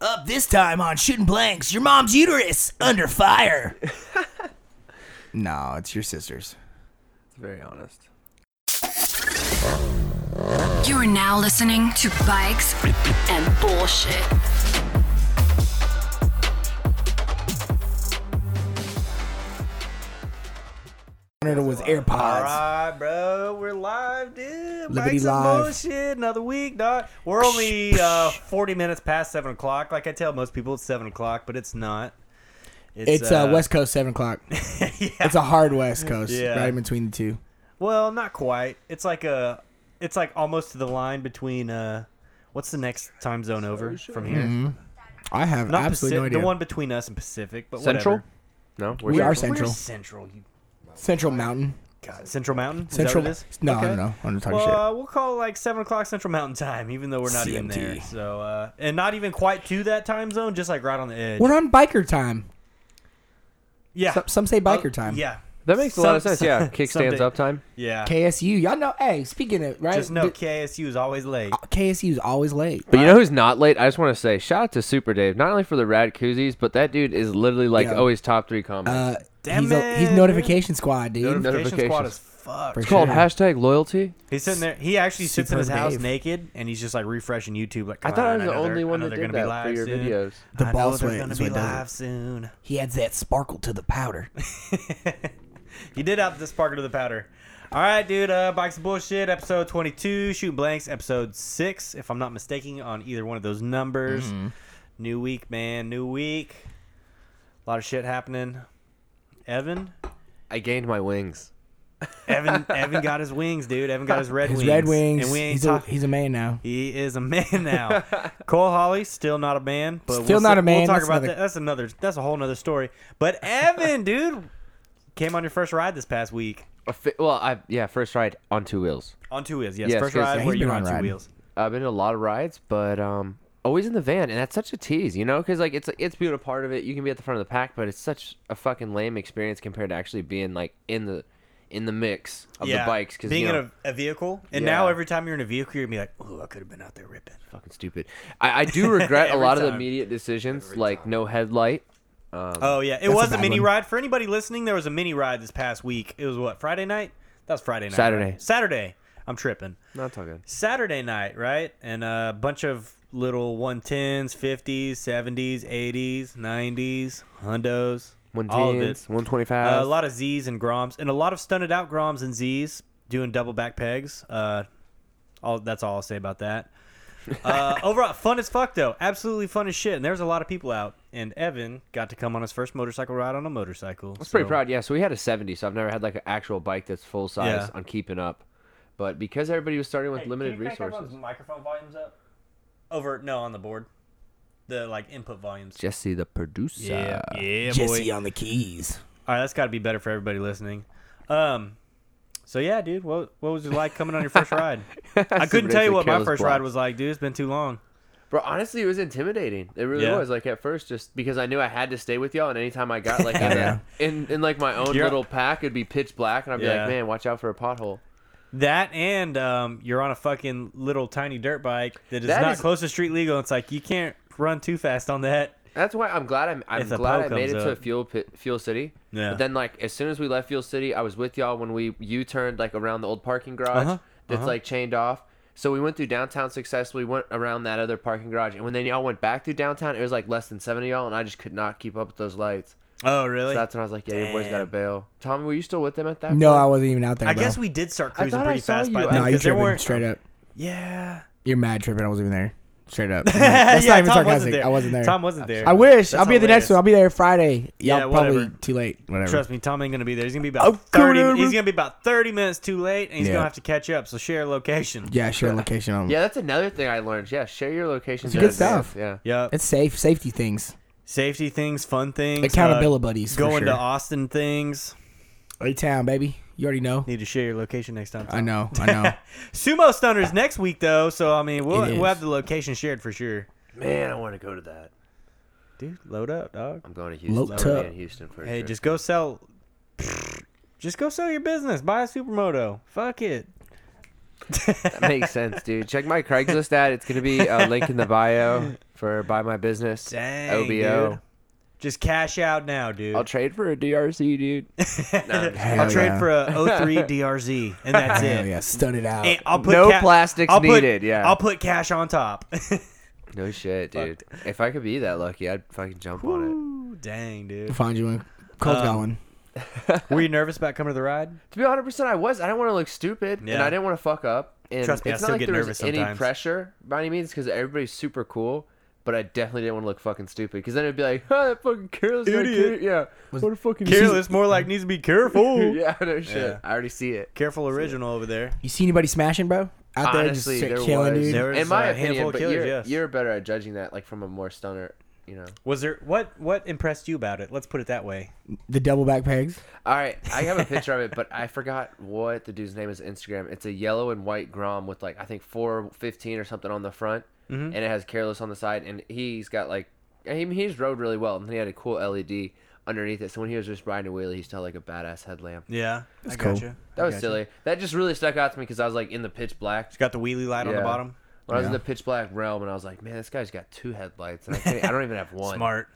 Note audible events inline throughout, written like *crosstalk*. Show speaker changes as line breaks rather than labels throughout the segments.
Up this time on shooting blanks. Your mom's uterus under fire. *laughs* no, it's your sister's.
It's very honest.
You're now listening to Bikes and Bullshit.
It was AirPods.
All right, bro. We're live, dude.
Liberty
Bikes and
live.
Bullshit. Another week, dog. We're only uh, 40 minutes past 7 o'clock. Like I tell most people, it's 7 o'clock, but it's not.
It's uh, West Coast seven o'clock.
*laughs* yeah.
It's a hard West Coast,
Yeah.
right in between the two.
Well, not quite. It's like a. It's like almost to the line between. uh What's the next time zone over from here?
I have
Not
Mm-hmm. absolutely
Pacific.
no idea.
The one between us and Pacific, but
Central?
whatever.
No,
we are
Where's
Central.
Central. You
Central Mountain.
got Central Mountain. Is that
Central.
what it is?
No,
Okay.
I don't know. I'm not talking
Well,
shit.
uh, we'll call it like seven o'clock Central Mountain Time, even though we're not even
CMT.
there. So, uh, and not even quite to that time zone, just like right on the edge.
We're on biker time.
yeah,
Some, some say biker
Uh,
time.
Yeah,
That makes a lot of
Some-
sense. *laughs* Yeah,
some-
kickstands
someday.
up time.
yeah.
KSU. Y'all know. Hey, speaking of right,
just know
but-
KSU is always late.
KSU is always late.
But you know who's not late? I just want to say shout out to Super Dave, not only for the rad koozies, but that dude is literally like
Yeah.
always top three comments. *clears throat*
Uh,
Damn
he's, a- he's
it,
notification squad, dude.
Notif-
Notification squad
notifications.
is fuck.
For
it's called
sure.
hashtag loyalty.
He's sitting there. He actually sits in
Superb
his house
Dave.
naked, and he's just like refreshing YouTube. Like,
I
"Come
thought I
on,
was the
know they're-
only one
I know
that
they're
did
gonna be
that for
live
your
soon.
videos.
The
I know
ball
they're
sweat
gonna
is
be
what does it.
live soon.
He adds that sparkle to the powder.
He did out the spark into the powder. All right, dude. Uh, Bikes and Bullshit, episode 22. Shooting Blanks, episode 6, if I'm not mistaken, on either one of those numbers.
Mm-hmm.
New week, man. New week. A lot of shit happening. Evan?
I gained my wings. *laughs*
Evan Evan got his wings, dude. Evan got his red
His
wings.
Red Wings.
And we ain't
he's, a,
talking.
he's a man now.
He is a man
*laughs*
now. Cole Holly, still not a man, but
Still
we'll
not
se-
a man.
We'll talk
That's
about
another-
that. That's another. That's a whole nother story.
*laughs*
But Evan, dude, came on your first ride this past week.
A fi- well, I yeah, first ride on two wheels.
On two wheels, yes.
Yes,
First
'cause-
ride
Yeah,
where
he's
you're
been
on
on
two
riding.
wheels.
I've been to a lot of rides, but um, always in the van, and that's such a tease, you know, because like it's it's being a part of it. You can be at the front of the pack, but it's such a fucking lame experience compared to actually being like in the in the mix of the bikes. Because
being
you know,
in a, a vehicle, and
Yeah.
now every time you're in a vehicle, you're gonna be like, "Ooh, I could have been out there ripping."
fucking stupid. I, I
*laughs*
do regret a
Every
lot of the
time.
immediate decisions, like no headlight.
oh yeah, it was a,
bad
mini
one.
ride for anybody listening. There was a mini ride this past week. It was what Friday night? That was Friday night.
Saturday.
right? Saturday. I'm tripping.
Not talking.
Saturday night, right? And a bunch of little 110s, 50s, 70s, 80s, 90s, Hondos,
One
all of it.
tens, one twenty
Uh,
five.
a lot of Z's and Groms, and a lot of stunted out Groms and Z's doing double back pegs. Uh, all that's all I'll say
*laughs*
about that. Uh, overall, fun as fuck though. Absolutely fun as shit. And there's a lot of people out. And Evan got to come on his first motorcycle ride on a motorcycle.
I was pretty proud. Yeah, so we had a 70, so I've never had like an actual bike that's full size
Yeah.
on keeping up. But because everybody was starting with limited resources,
Microphone volumes up. Over no on the board. The like input volumes.
Jesse uh, the producer.
Yeah, yeah, boy.
Jesse on the keys.
All right, that's got to be better for everybody listening. Um, so yeah, dude, what what was it like coming on your
*laughs*
first ride? I couldn't tell you what my
Careless
first
block.
ride was like, dude. It's been too long.
Bro, honestly, it was intimidating. It really
Yeah.
was. Like at first, just because I knew I had to stay with y'all, and anytime I
*laughs*
got like in,
Yeah.
a, in in like my own
You're-
little pack, it'd be pitch black, and I'd be
Yeah.
like, man, watch out for a pothole.
That and um, you're on a fucking little tiny dirt bike that is
That
not
is-
close to street legal. It's like you can't run too fast on that.
That's why I'm glad I'm, I'm
If the
glad
pole
I made it
comes
to
up.
Fuel Pit, Fuel City.
Yeah.
But then like as soon as we left Fuel City, I was with y'all when we U-turned like around the old parking garage
Uh-huh,
that's
uh-huh.
like chained off. So we went through downtown successfully, went around that other parking garage, and when then y'all went back through downtown, it was like less than seven of y'all, and I just could not keep up with those lights.
Oh, really?
So that's when I was like, yeah, your boys got to bail. Tommy, were you still with them at that?
No,
point?
I wasn't even out there.
I
bro.
guess we did start
I
cruising
thought I
pretty
saw
fast by
you.
then
No, you
because there
tripping
weren't.
straight up.
Yeah,
You're mad tripping. I wasn't even there. Straight
*laughs*
up. That's
yeah.
not even
Tom
sarcastic.
wasn't there.
I wasn't there.
Tom wasn't there.
I wish.
That's
I'll be at the next
hilarious.
one. I'll be there Friday. Y'all
Yeah,
probably
whatever.
too late. Whatever.
Trust me, Tom ain't gonna be there. He's gonna be about
Oh,
thirty.
come on.
He's gonna be about thirty minutes too late, and he's
Yeah.
gonna have to catch up. So share location.
Yeah, sure. Location. On.
Yeah, that's another thing I learned. Yeah, share your locations.
It's
in
good stuff.
advance, Yeah.
Yeah.
It's safe. Safety things.
Safety things, fun things, uh,
Accountability buddies, for
Going to
sure.
Austin things.
A town, baby. You already know.
Need to share your location next time.
I know. I
*laughs*
know.
Sumo Stunners next week though, so I mean we'll
It is.
we'll have the location shared for sure.
Man, I want to go to that.
Dude, load up, dog.
I'm going to Houston.
Loped
I'm gonna be
up.
in Houston for
Hey,
sure.
just go sell. Just go sell your business. Buy a supermoto. Fuck it.
That makes sense, dude. Check my Craigslist ad. It's gonna be a link in the *laughs* bio for buy my business.
Dang,
OBO.
dude. Just cash out now, dude.
I'll trade for a DRC, *laughs* dude.
Hell
I'll trade
yeah.
*laughs*
for a 03 DRZ, and that's
Hell
it.
yeah, stud it out.
And I'll put
No
ca-
plastics
I'll put-
needed, yeah.
I'll put cash on top. *laughs*
No shit, dude. If I could be that lucky, I'd fucking jump on
Ooh, Dang, dude.
Find you one. Cold
Um,
going.
Were you nervous about coming to
*laughs*
the ride?
it. To be 100, percent I was. I didn't want to look stupid, and
Yeah.
I didn't want to fuck up. And
Trust me, I
it's not
still
like
get
there
nervous
was any
sometimes.
pressure by any means, because everybody's super cool. But I definitely didn't want to look fucking stupid, because then it'd be like, *laughs* huh, that fucking careless guy, care-
Idiot.
Yeah, what a fucking
Careless, more like needs to be
*laughs*
careful.
yeah, no shit.
Yeah.
I already see it.
Careful original over there.
You see anybody smashing, bro? Out there just
Honestly,
straight
there
killing,
was.
dude.
There was,
In my
uh, handful
opinion,
of
but
killers,
you're,
yes.
you're better at judging that, like from a more stunner, you know.
Was there what what impressed you about it? Let's put it that way.
The double back pegs.
All right, I have a picture of it,
*laughs*
but I forgot what the dude's name is on Instagram. It's a yellow and white Grom with like I think four fifteen or something on the front, and
Mm-hmm.
it has careless on the side, and he's got like I mean, he's rode really well, and then he had a cool LED underneath it. So when he was just riding a wheelie, he still had, like a badass headlamp.
Yeah, I
cool.
gotcha.
That
I
was
gotcha.
silly. That just really stuck out to me because I was like in the pitch black.
It's got the wheelie light on the
Yeah.
bottom.
When I was in
Yeah.
the pitch black realm, and I was like, man, this guy's got two headlights, and I, can't, I don't even
*laughs*
have one.
Smart,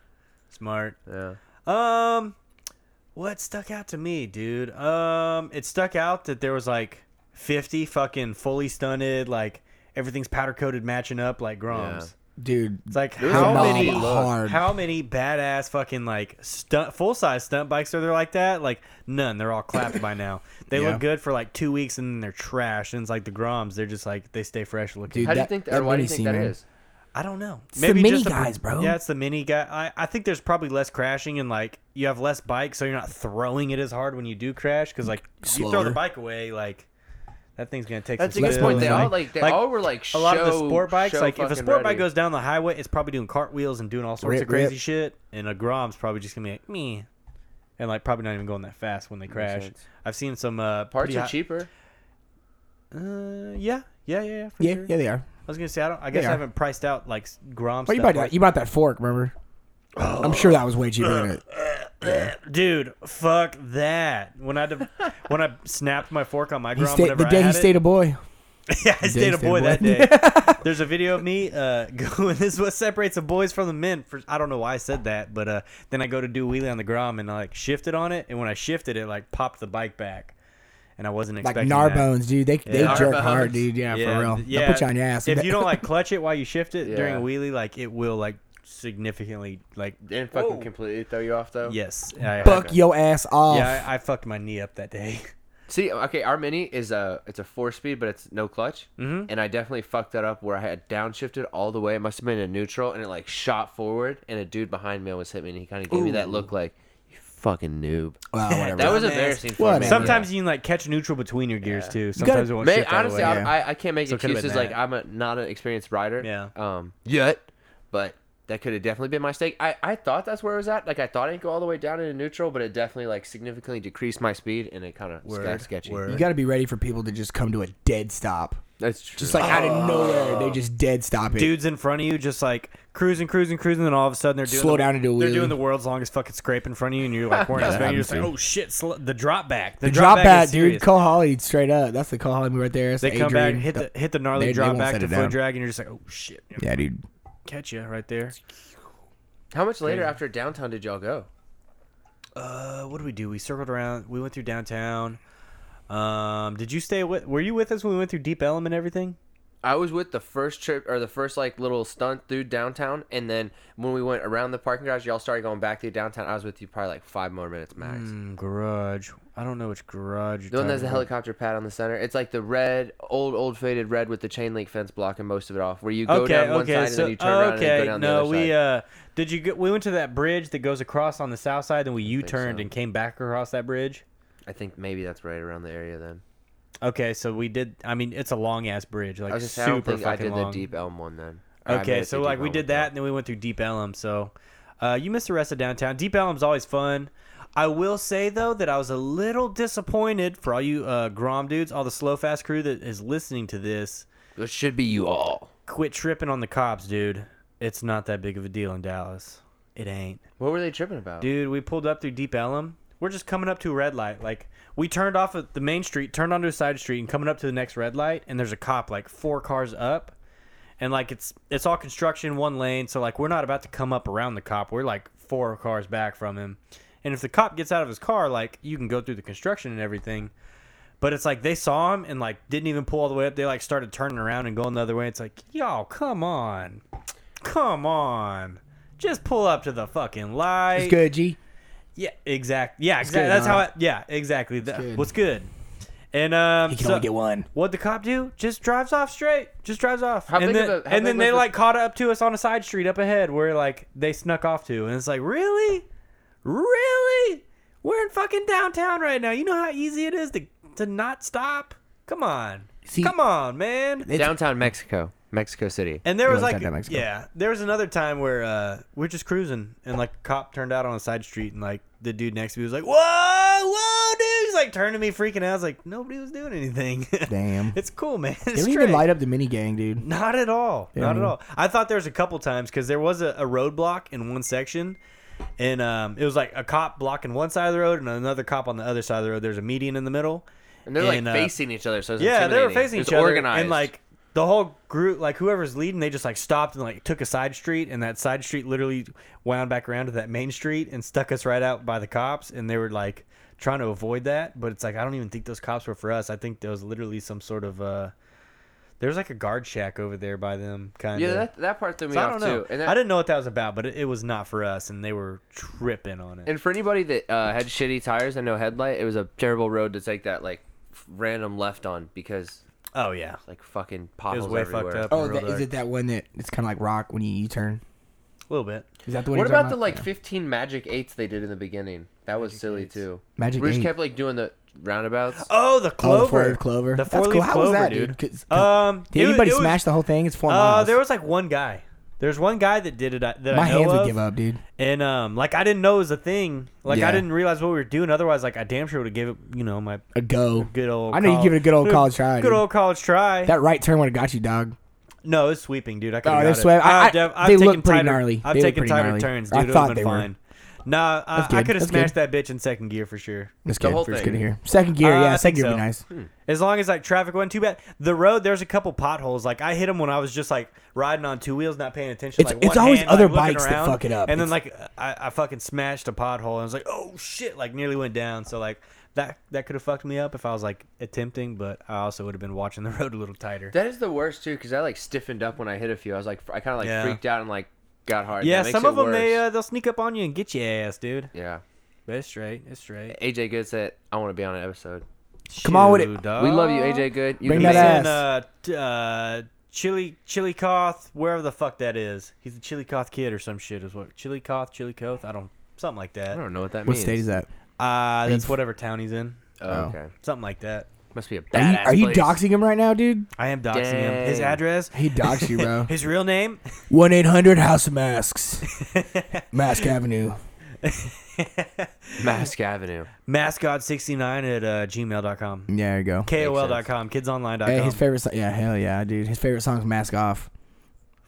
smart.
Yeah.
Um, what stuck out to me, dude? Um, it stuck out that there was like fifty fucking fully stunted, like everything's powder coated, matching up like Groms.
Yeah.
Dude,
It's like
was
how
a mob
many
hard.
how many badass fucking like stunt full size stunt bikes are there like that? Like none. They're all clapped by now.
*coughs*
They
Yeah.
look good for like two weeks and then they're trash. And it's like the Groms. They're just like they stay fresh looking.
Dude,
How do you
That-
think that?
that
or why
really
do you think that
seemed-
is?
I don't know.
the mini
the-
guys, bro.
Yeah, it's the mini guy. I, I think there's probably less crashing and like you have less bike, so you're not throwing it as hard when you do crash because like you throw
Slower.
the bike away, like that thing's gonna take.
That's a
some
good
Less
skill
point.
and,
They all
than-
like they
like,
all were like
a lot of the
show-
sport bikes,
show
like if a
fucking
sport
ready.
bike goes down the highway, it's probably doing cartwheels and doing all sorts
Rip,
of crazy
rip.
shit. And a Grom's probably just gonna be like me, and like probably not even going that fast when they crash.
sense.
I've seen some uh,
parts
pretty
are
high-
cheaper.
Uh, yeah, yeah, yeah, yeah. For
yeah,
sure.
yeah, they are.
I was gonna say I don't. I guess
They
I
are.
haven't priced out like s- Grom's.
Well, you bought that. You bought that fork, remember? I'm sure that was way cheaper than it.
Dude, fuck that. When I de- when I snapped my fork on my
He
Grom,
stayed,
whenever
the day
I
he
had
stayed
it,
a boy.
*laughs* yeah, I stayed a
stayed a boy.
boy that day.
*laughs*
There's a video of me uh, *laughs* going. This is what separates the boys from the men. For I don't know why I said that, but uh, then I go to do a wheelie on the Grom and I like shifted on it, and when I shifted, it like popped the bike back, and I wasn't
Like
expecting that.
Narbones, dude. They they
Yeah.
jerk
Narbones.
hard, dude. Yeah, for real.
th-
They'll put you on your ass.
If you don't like clutch it while you shift it during a
Yeah.
wheelie, like it will like significantly like
Didn't fucking
Whoa.
completely throw you off though.
yes. I,
*laughs* fuck your ass off.
yeah, I, I fucked my knee up that day. *laughs*
See, okay, our mini is a it's a four speed, but it's no clutch. Mm-hmm. And I definitely fucked that up where I had downshifted all the way. It must have been in neutral, and it like shot forward, and a dude behind me almost hit me, and he kind of gave me that look like you fucking noob.
*laughs*
Well, whatever.
That was
Dumbass.
embarrassing.
What
For me.
a-
Sometimes you can like catch neutral between your gears too. Sometimes it won't
Man,
shift all the
honestly,
Oh, way.
I,
yeah.
I, I can't make
So it could've been
excuses. Like
that.
I'm a, not an experienced rider.
Yeah.
Um. Yet, but that could have definitely been my mistake. I, I thought that's where it was at. Like I thought it'd go all the way down into neutral, but it definitely like significantly decreased my speed, and it kind of
Word,
got sketchy.
word.
You got to be ready for people to just come to a dead stop.
That's true.
Just like out
Oh.
of nowhere, they just dead stop it.
Dudes in front of you just like cruising, cruising, cruising, and all of a sudden they're doing
Slow
the,
down and do a
They're
wheelie.
doing the world's longest fucking scrape in front of you, and you're
*laughs*
like weren't expecting. You're
happens
just like,
too.
oh shit, sl- the drop back, the,
The drop back,
is
dude.
serious.
Call Holly straight up. That's the call Holly move right there. That's
They come back,
Adrian.
hit the
Yep.
hit the gnarly
They- they
drop
won't
back
set
to
it
foot
down.
drag, and you're just like, oh shit, yeah,
Yeah, dude.
catch you right there.
How much later after downtown did y'all go?
Uh, what did we do? We circled around. We went through downtown. Um, did you stay with? Were you with us when we went through Deep Elm and everything?
I was with the first trip or the first like little stunt through downtown, and then when we went around the parking garage, y'all started going back through downtown. I was with you probably like five more minutes max.
Mm, garage. I don't know which garage.
The one that has the helicopter pad on the center. It's like the red, old, old faded red with the chain link fence blocking most of it off. Where you go down one side and then you turn around and then go down
no,
the other
we
side.
uh, did you go, we went to that bridge that goes across on the south side, then we U-turned
so.
and came back across that bridge.
I think maybe that's right around the area then.
Okay, so we did. I mean, it's a long ass bridge, like
I was just I
super
don't think
fucking
I did
long.
the deep elm one then. Or I made
Okay,
it
so
to Deep
like we
Elm
did
with y'all.
that, and then we went through Deep Ellum. So uh, you missed the rest of downtown. Deep Ellum's always fun. I will say though that I was a little disappointed for all you uh, Grom dudes, all the slow fast crew that is listening to this.
It should be you all.
Quit tripping on the cops, dude. It's not that big of a deal in Dallas. It ain't,
What were they tripping about?
dude. We pulled up through Deep Ellum. we're just coming up to a red light. Like we turned off at the main street, turned onto a side street, and coming up to the next red light, and there's a cop like four cars up, and like it's it's all construction, one lane. So like we're not about to come up around the cop. We're like four cars back from him, and if the cop gets out of his car, like you can go through the construction and everything. But it's like they saw him and like didn't even pull all the way up. They like started turning around and going the other way. It's like, y'all, come on, come on, just pull up to the fucking light.
It's good, G.
Yeah, exactly. Yeah, exactly.
good,
That's
huh?
how. It, yeah, exactly. That- what's good? And um,
You can
so-
only get one.
What'd the cop do? Just drives off straight. Just drives off.
How
and
big
then,
of a- how
and then
big was
they
the-
like caught up to us on a side street up ahead where like they snuck off to, and it's like really, really, we're in fucking downtown right now. You know how easy it is to to not stop. Come on,
See-
come on, man.
Downtown Mexico, Mexico City.
And there
It
was
was
like,
pandemics, though.
yeah, there was another time where uh, we're just cruising and like a cop turned out on a side street and like the dude next to me was like, whoa, whoa, dude. He's like turning to me freaking out. I was like, nobody was doing anything.
Damn.
*laughs* it's cool, man. It's
They didn't
straight.
even light up the mini gang, dude.
Not at all. Not at
man.
all. I thought there was a couple times because there was a, a roadblock in one section, and um, it was like a cop blocking one side of the road and another cop on the other side of the road. There's a median in the middle.
And they're like
And, uh,
facing each other, so it's
Yeah, they were
intimidating.
facing
It's
each other,
organized.
and like the whole group, like whoever's leading, they just like stopped and like took a side street, and that side street literally wound back around to that main street and stuck us right out by the cops, and they were like trying to avoid that, but it's like I don't even think those cops were for us. I think there was literally some sort of uh, there's like a guard shack over there by them, kind of.
yeah, that, that part threw me
So I
off
don't know.
too. And that,
I didn't know what that was about, but it, it was not for us, and they were tripping on it.
And for anybody that uh, had shitty tires and no headlight, it was a terrible road to take that like f- random left on because
oh yeah,
like fucking potholes
way fucked
everywhere.
up.
Oh,
Real
that, is
dark.
it that one that it's kind of like rock when you U turn?
a little bit.
Is that the one?
What
you're
about
talking
the like 15 magic eights they did in the beginning? That was silly too.
Magic
we just
eight.
kept like doing the roundabouts.
Oh, the
Oh, the
clover,
four-leaf clover.
the
That's
four leaf
cool.
clover,
How was that,
dude.
dude? 'Cause- 'cause-
um,
Did
it-
anybody
it was-
smash the whole thing? It's four
Uh,
miles.
there was like one guy. There's one guy that did it. uh, That
My
I know
hands would
of,
give up, dude.
And um, like I didn't know it was a thing. Like I
Yeah.
didn't realize what we were doing. Otherwise, like I damn sure would have given you know my
A go.
good old.
I know you
college-
give it a good
*laughs*
old college try.
Good
dude.
old college try.
That right turn would have got you, dog.
no, it's sweeping, dude. I could
Oh,
have
they
got it.
swept- I-
I've
I-
def- I've
they
taken
looked pretty
tighter-
gnarly.
I've
They looked
taken
pretty
tighter
gnarly.
turns,
I
dude. it would
thought
have
they
been
were.
fine. Nah, I,
That's
I
good.
could have
That's
smashed that bitch in second gear for sure.
That's
The
good.
whole
That's
thing.
good to hear. Second gear,
Uh, I
yeah.
think
Second gear would
so. Hmm.
be nice.
As long as like traffic wasn't too bad. The road, there's a couple potholes. Like I hit them when I was just like riding on two wheels, not paying attention.
It's-
like,
it's
one
always
hand,
other
like, looking
bikes that
around.
fuck it up.
And then like I, I fucking smashed a pothole and I was like, oh shit, like nearly went down. So like that that could have fucked me up if I was like attempting, but I also would have been watching the *laughs* road a little tighter.
That is the worst too because I like stiffened up when I hit a few. I was like, I kind of like
Yeah.
freaked out and like got hard.
yeah,
That makes
some
it
of them they
worse.
uh, they'll sneak up on you and get your ass, dude.
yeah.
But it's straight, it's straight.
AJ Good said, "I want to be on an episode."
Come on with it.
Shoot,
We love you,
dawg.
AJ Good. You
Bring
can
that
He's
ass.
be-
in uh, t- uh, Chili Chili Coth, wherever the fuck that is. He's a Chili Coth kid or some shit is what Chili Coth, Chili Coth, I don't something like
I
that.
don't know what that
What
means.
state is that?
Uh that's
you-
whatever town he's in.
Oh,
Oh.
okay.
Something like that.
Must be a
Are you,
badass.
are you
place.
doxing him right now, dude?
I am doxing him. His
Dang.
address,
He doxed you, bro.
his real name.
One eight hundred House of Masks, Mask Avenue.
Mask Avenue?
Mascot69 at uh, gmail.com.
Yeah, there you go.
KOL.com, kidsonline.com.
Hey, his favorite, song, yeah, hell yeah, dude. His favorite song's "Mask Off."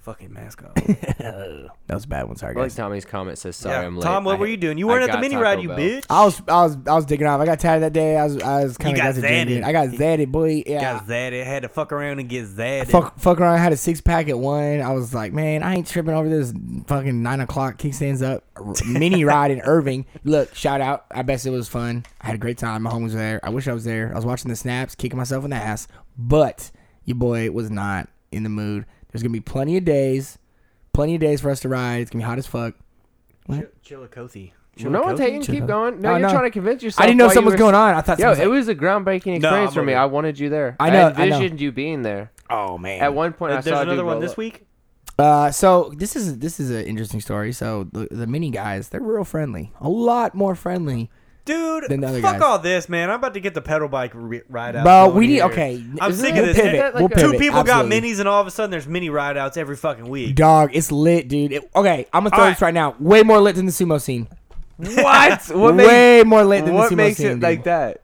Fucking mascot.
That was a bad one. Sorry,
I like
guys.
Tommy's comment says, "Sorry,
yeah.
I'm late."
Tom, what
I-
were you doing? You
I
weren't at the
got
mini
Taco
ride, you
Bell." Ah.
bitch.
I was, I was, I was digging off. I got tired that day. I was, I was kind
You
of
got
I got zadded, boy. Yeah.
Got that. It had to fuck around and get that.
Fuck, fuck around. I had a six pack at one. I was like, man, I ain't tripping over this fucking nine o'clock kickstands up r-
*laughs*
mini ride in Irving. Look, shout out. I bet it was fun. I had a great time. My home was there. I wish I was there. I was watching the snaps, kicking myself in the ass. But your boy was not in the mood. There's gonna be plenty of days, plenty of days for us to ride. It's gonna be hot as fuck.
Chillicothe.
No one's hating. Keep going. No,
Oh,
you're
no.
trying to convince yourself.
I didn't know
while you
something was
were-
going on. I thought
Yo,
something
it was a groundbreaking
No,
experience
I'm
for me.
over it.
I wanted you there.
I know, I know.
envisioned you being there.
oh man.
At one point, I
Uh, There's
saw a dude
another one
roll
this
up.
week.
Uh, so this is this is an interesting story. So the, the mini guys, they're real friendly, a lot more friendly.
Dude,
Than the other
fuck
guys.
all this, man. I'm about to get the pedal bike re- ride out.
Bro,
going
we need
here.
okay.
I'm
isn't
sick
that-
of this.
We'll pivot.
Isn't that
we'll
like a-
Two
pivot.
people
absolutely.
got minis, and all of a sudden there's mini ride outs every fucking week.
Dog, it's lit, dude. It- okay, I'm gonna throw
All
this right now. Way more lit than the sumo scene.
What? What
Way more lit than the
what
sumo
makes
scene,
it
dude.
like that?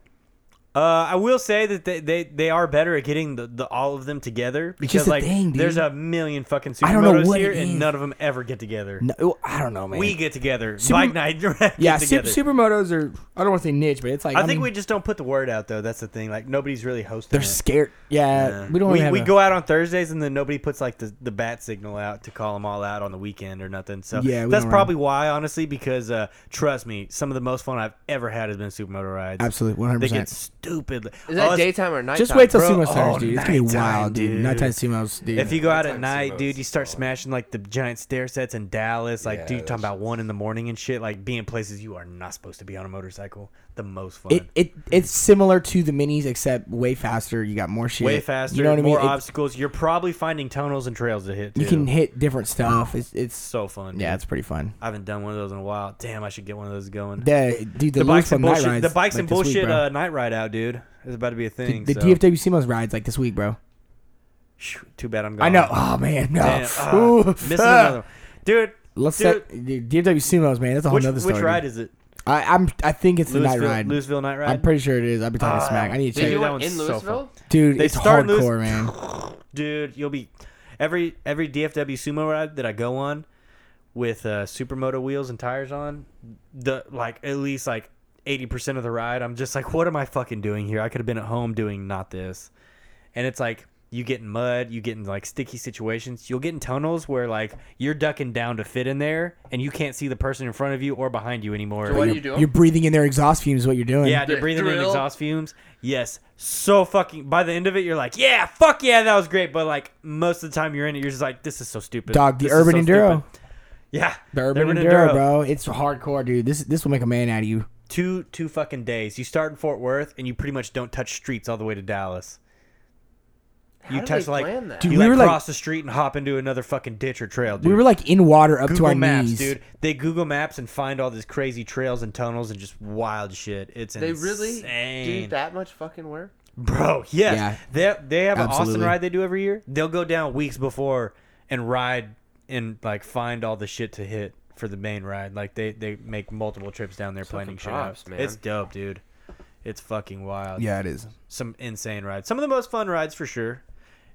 Uh, I will say that they, they, they are better at getting the, the all of them together because
just a
like
thing, dude.
there's a million fucking
I don't know
supermotos
what
here
it
and
is.
none of them ever get together.
No, I don't know, man.
we get together.
Super-
Bike night. *laughs* get
yeah,
together.
super, supermotos are. I don't want to say niche, but it's like
I
I'm-
think we just don't put the word out though. That's the thing. Like nobody's really hosting.
They're
it.
scared. Yeah,
Yeah.
we don't.
We,
really have
we
a-
go out on Thursdays and then nobody puts like the, the bat signal out to call them all out on the weekend or nothing. So
Yeah, we
that's
don't
probably why, honestly, because uh, trust me, some of the most fun I've ever had has been supermoto rides.
Absolutely,
They
100%.
get stupid.
Is that
Oh, it's-
daytime or nighttime?
Just wait till
bro?
sumo
oh,
starts, dude. It's gonna be
nighttime,
wild, dude.
dude.
Nighttime sumos, dude.
If you go out at
Nighttime
night,
sumos
dude, you
is
start
solid.
smashing like the giant stair sets in Dallas. Like,
Yeah,
dude, you're
that's
talking about one in the morning and shit. Like, being places you are not supposed to be on a motorcycle. The most fun.
it, it it's similar to the minis except way faster. You got more shit.
Way faster.
You know what I mean?
More
It-
obstacles. You're probably finding tunnels and trails to hit. Too.
you can hit different stuff. It's it's
So fun.
yeah,
dude.
it's pretty fun.
I haven't done one of those in a while. Damn, I should get one of those going.
The dude, the,
the bikes and
night
bullshit.
rides,
the bikes
like,
and
this week,
bullshit
bro.
uh, night ride out, dude. It's about to be a thing.
the
so.
DFW Simos rides like this week, bro.
Shoo, Too bad I'm gone.
I know. *laughs* Oh man, no.
Damn, ah,
Ooh,
missing
ah.
another one. dude.
*laughs* Let's
dude,
set dude, DFW Simos, man. That's a whole
which,
nother
which
story.
ride
dude.
is it?
I, I'm I think it's the night
Louisville,
ride.
Louisville night ride.
I'm pretty sure it is. I've been talking
Ah,
smack. I need to
They
check.
Dude,
do
that
one
one's
in
so
Louisville?
Dude,
They
it's
start Louis-
hardcore, man.
dude you'll be every every dfw sumo ride that i go on with uh supermoto wheels and tires on the like at least like 80% of the ride i'm just like what am i fucking doing here i could have been at home doing not this and it's like you get in mud you get in like sticky situations you'll get in tunnels where like you're ducking down to fit in there and you can't see the person in front of you or behind you anymore
So what do
You're,
you do?
you're breathing in their exhaust fumes. Is what you're doing?
yeah, you're
The
breathing in
drill.
exhaust fumes. Yes. So fucking by the end of it you're like, Yeah, fuck yeah, that was great. But like most of the time you're in it, you're just like, This is so stupid.
Dog, the
This is
urban
so
enduro.
stupid." Yeah.
The urban, enduro, bro. It's hardcore, dude. This this will make a man out of you.
Two two fucking days. You start in Fort Worth and you pretty much don't touch streets all the way to Dallas.
How
You
do
touch
they
like
plan that?
Dude,
you
we
like
were, like-
cross the street and hop into another fucking ditch or trail, dude.
We were like in water up to
Google
our
Maps,
knees,
dude. They Google Maps and find all these crazy trails and tunnels and just wild shit. It's
They really
insane.
do that much fucking work?
Bro, yes. They they have an Austin
Absolutely.
ride they do every year. They'll go down weeks before and ride and like find all the shit to hit for the main ride. Like they they make multiple trips down there planning shit out.
props, man.
It's dope, dude. It's fucking wild.
Yeah, it is.
Some insane rides. Some of the most fun rides for sure.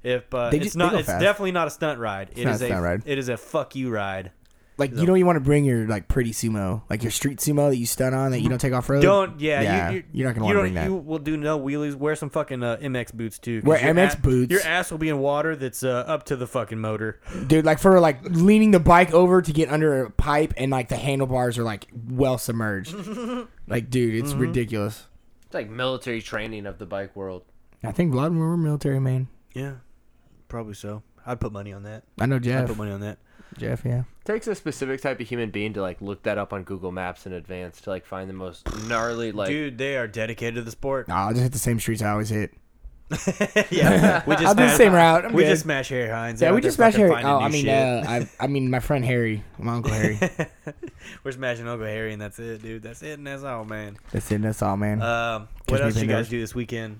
If uh,
They
it's
just- they
not
go
it's
fast.
definitely not a stunt ride. It
not
is
a
a
stunt ride.
it is a fuck you ride.
Like you don't even want to bring your like pretty sumo, like your street sumo that you stun on that you don't take off road.
Don't yeah,
you, are Oh, not gonna want to
don't-
bring that.
You will do no wheelies. Wear some fucking uh, MX boots too. 'cause
Wear
your
MX
a-
boots.
Your ass will be in water that's uh, up to the fucking motor.
dude. Like for like leaning the bike over to get under a pipe and like the handlebars are like well
*laughs*
submerged. like dude,
Mm-hmm.
it's ridiculous.
It's like military training of the bike world.
I think a lot of them were military, man.
Yeah, probably so. I'd put money on that.
I know
I'd
Jeff.
put money on that.
Jeff, yeah.
takes a specific type of human being to like look that up on Google Maps in advance to like find the most gnarly like
Dude, they are dedicated to the sport.
Nah, I'll just hit the same streets I always hit.
*laughs*
*laughs*
yeah, we just
I'll do the
smash-
same route. I'm
we
good.
just smash Harry Hines.
Yeah,
They're
we
out there
just smashed
fucking
Harry.
finding
Oh, I
new
mean,
shit.
uh, I, I mean, my friend Harry, my uncle
*laughs*
Harry.
we're smashing Uncle Harry, and that's it, dude. That's it, and that's all, man.
That's it. That's all, man.
Um,
Catch
what
me
else
if
you
it
guys
goes.
do this weekend?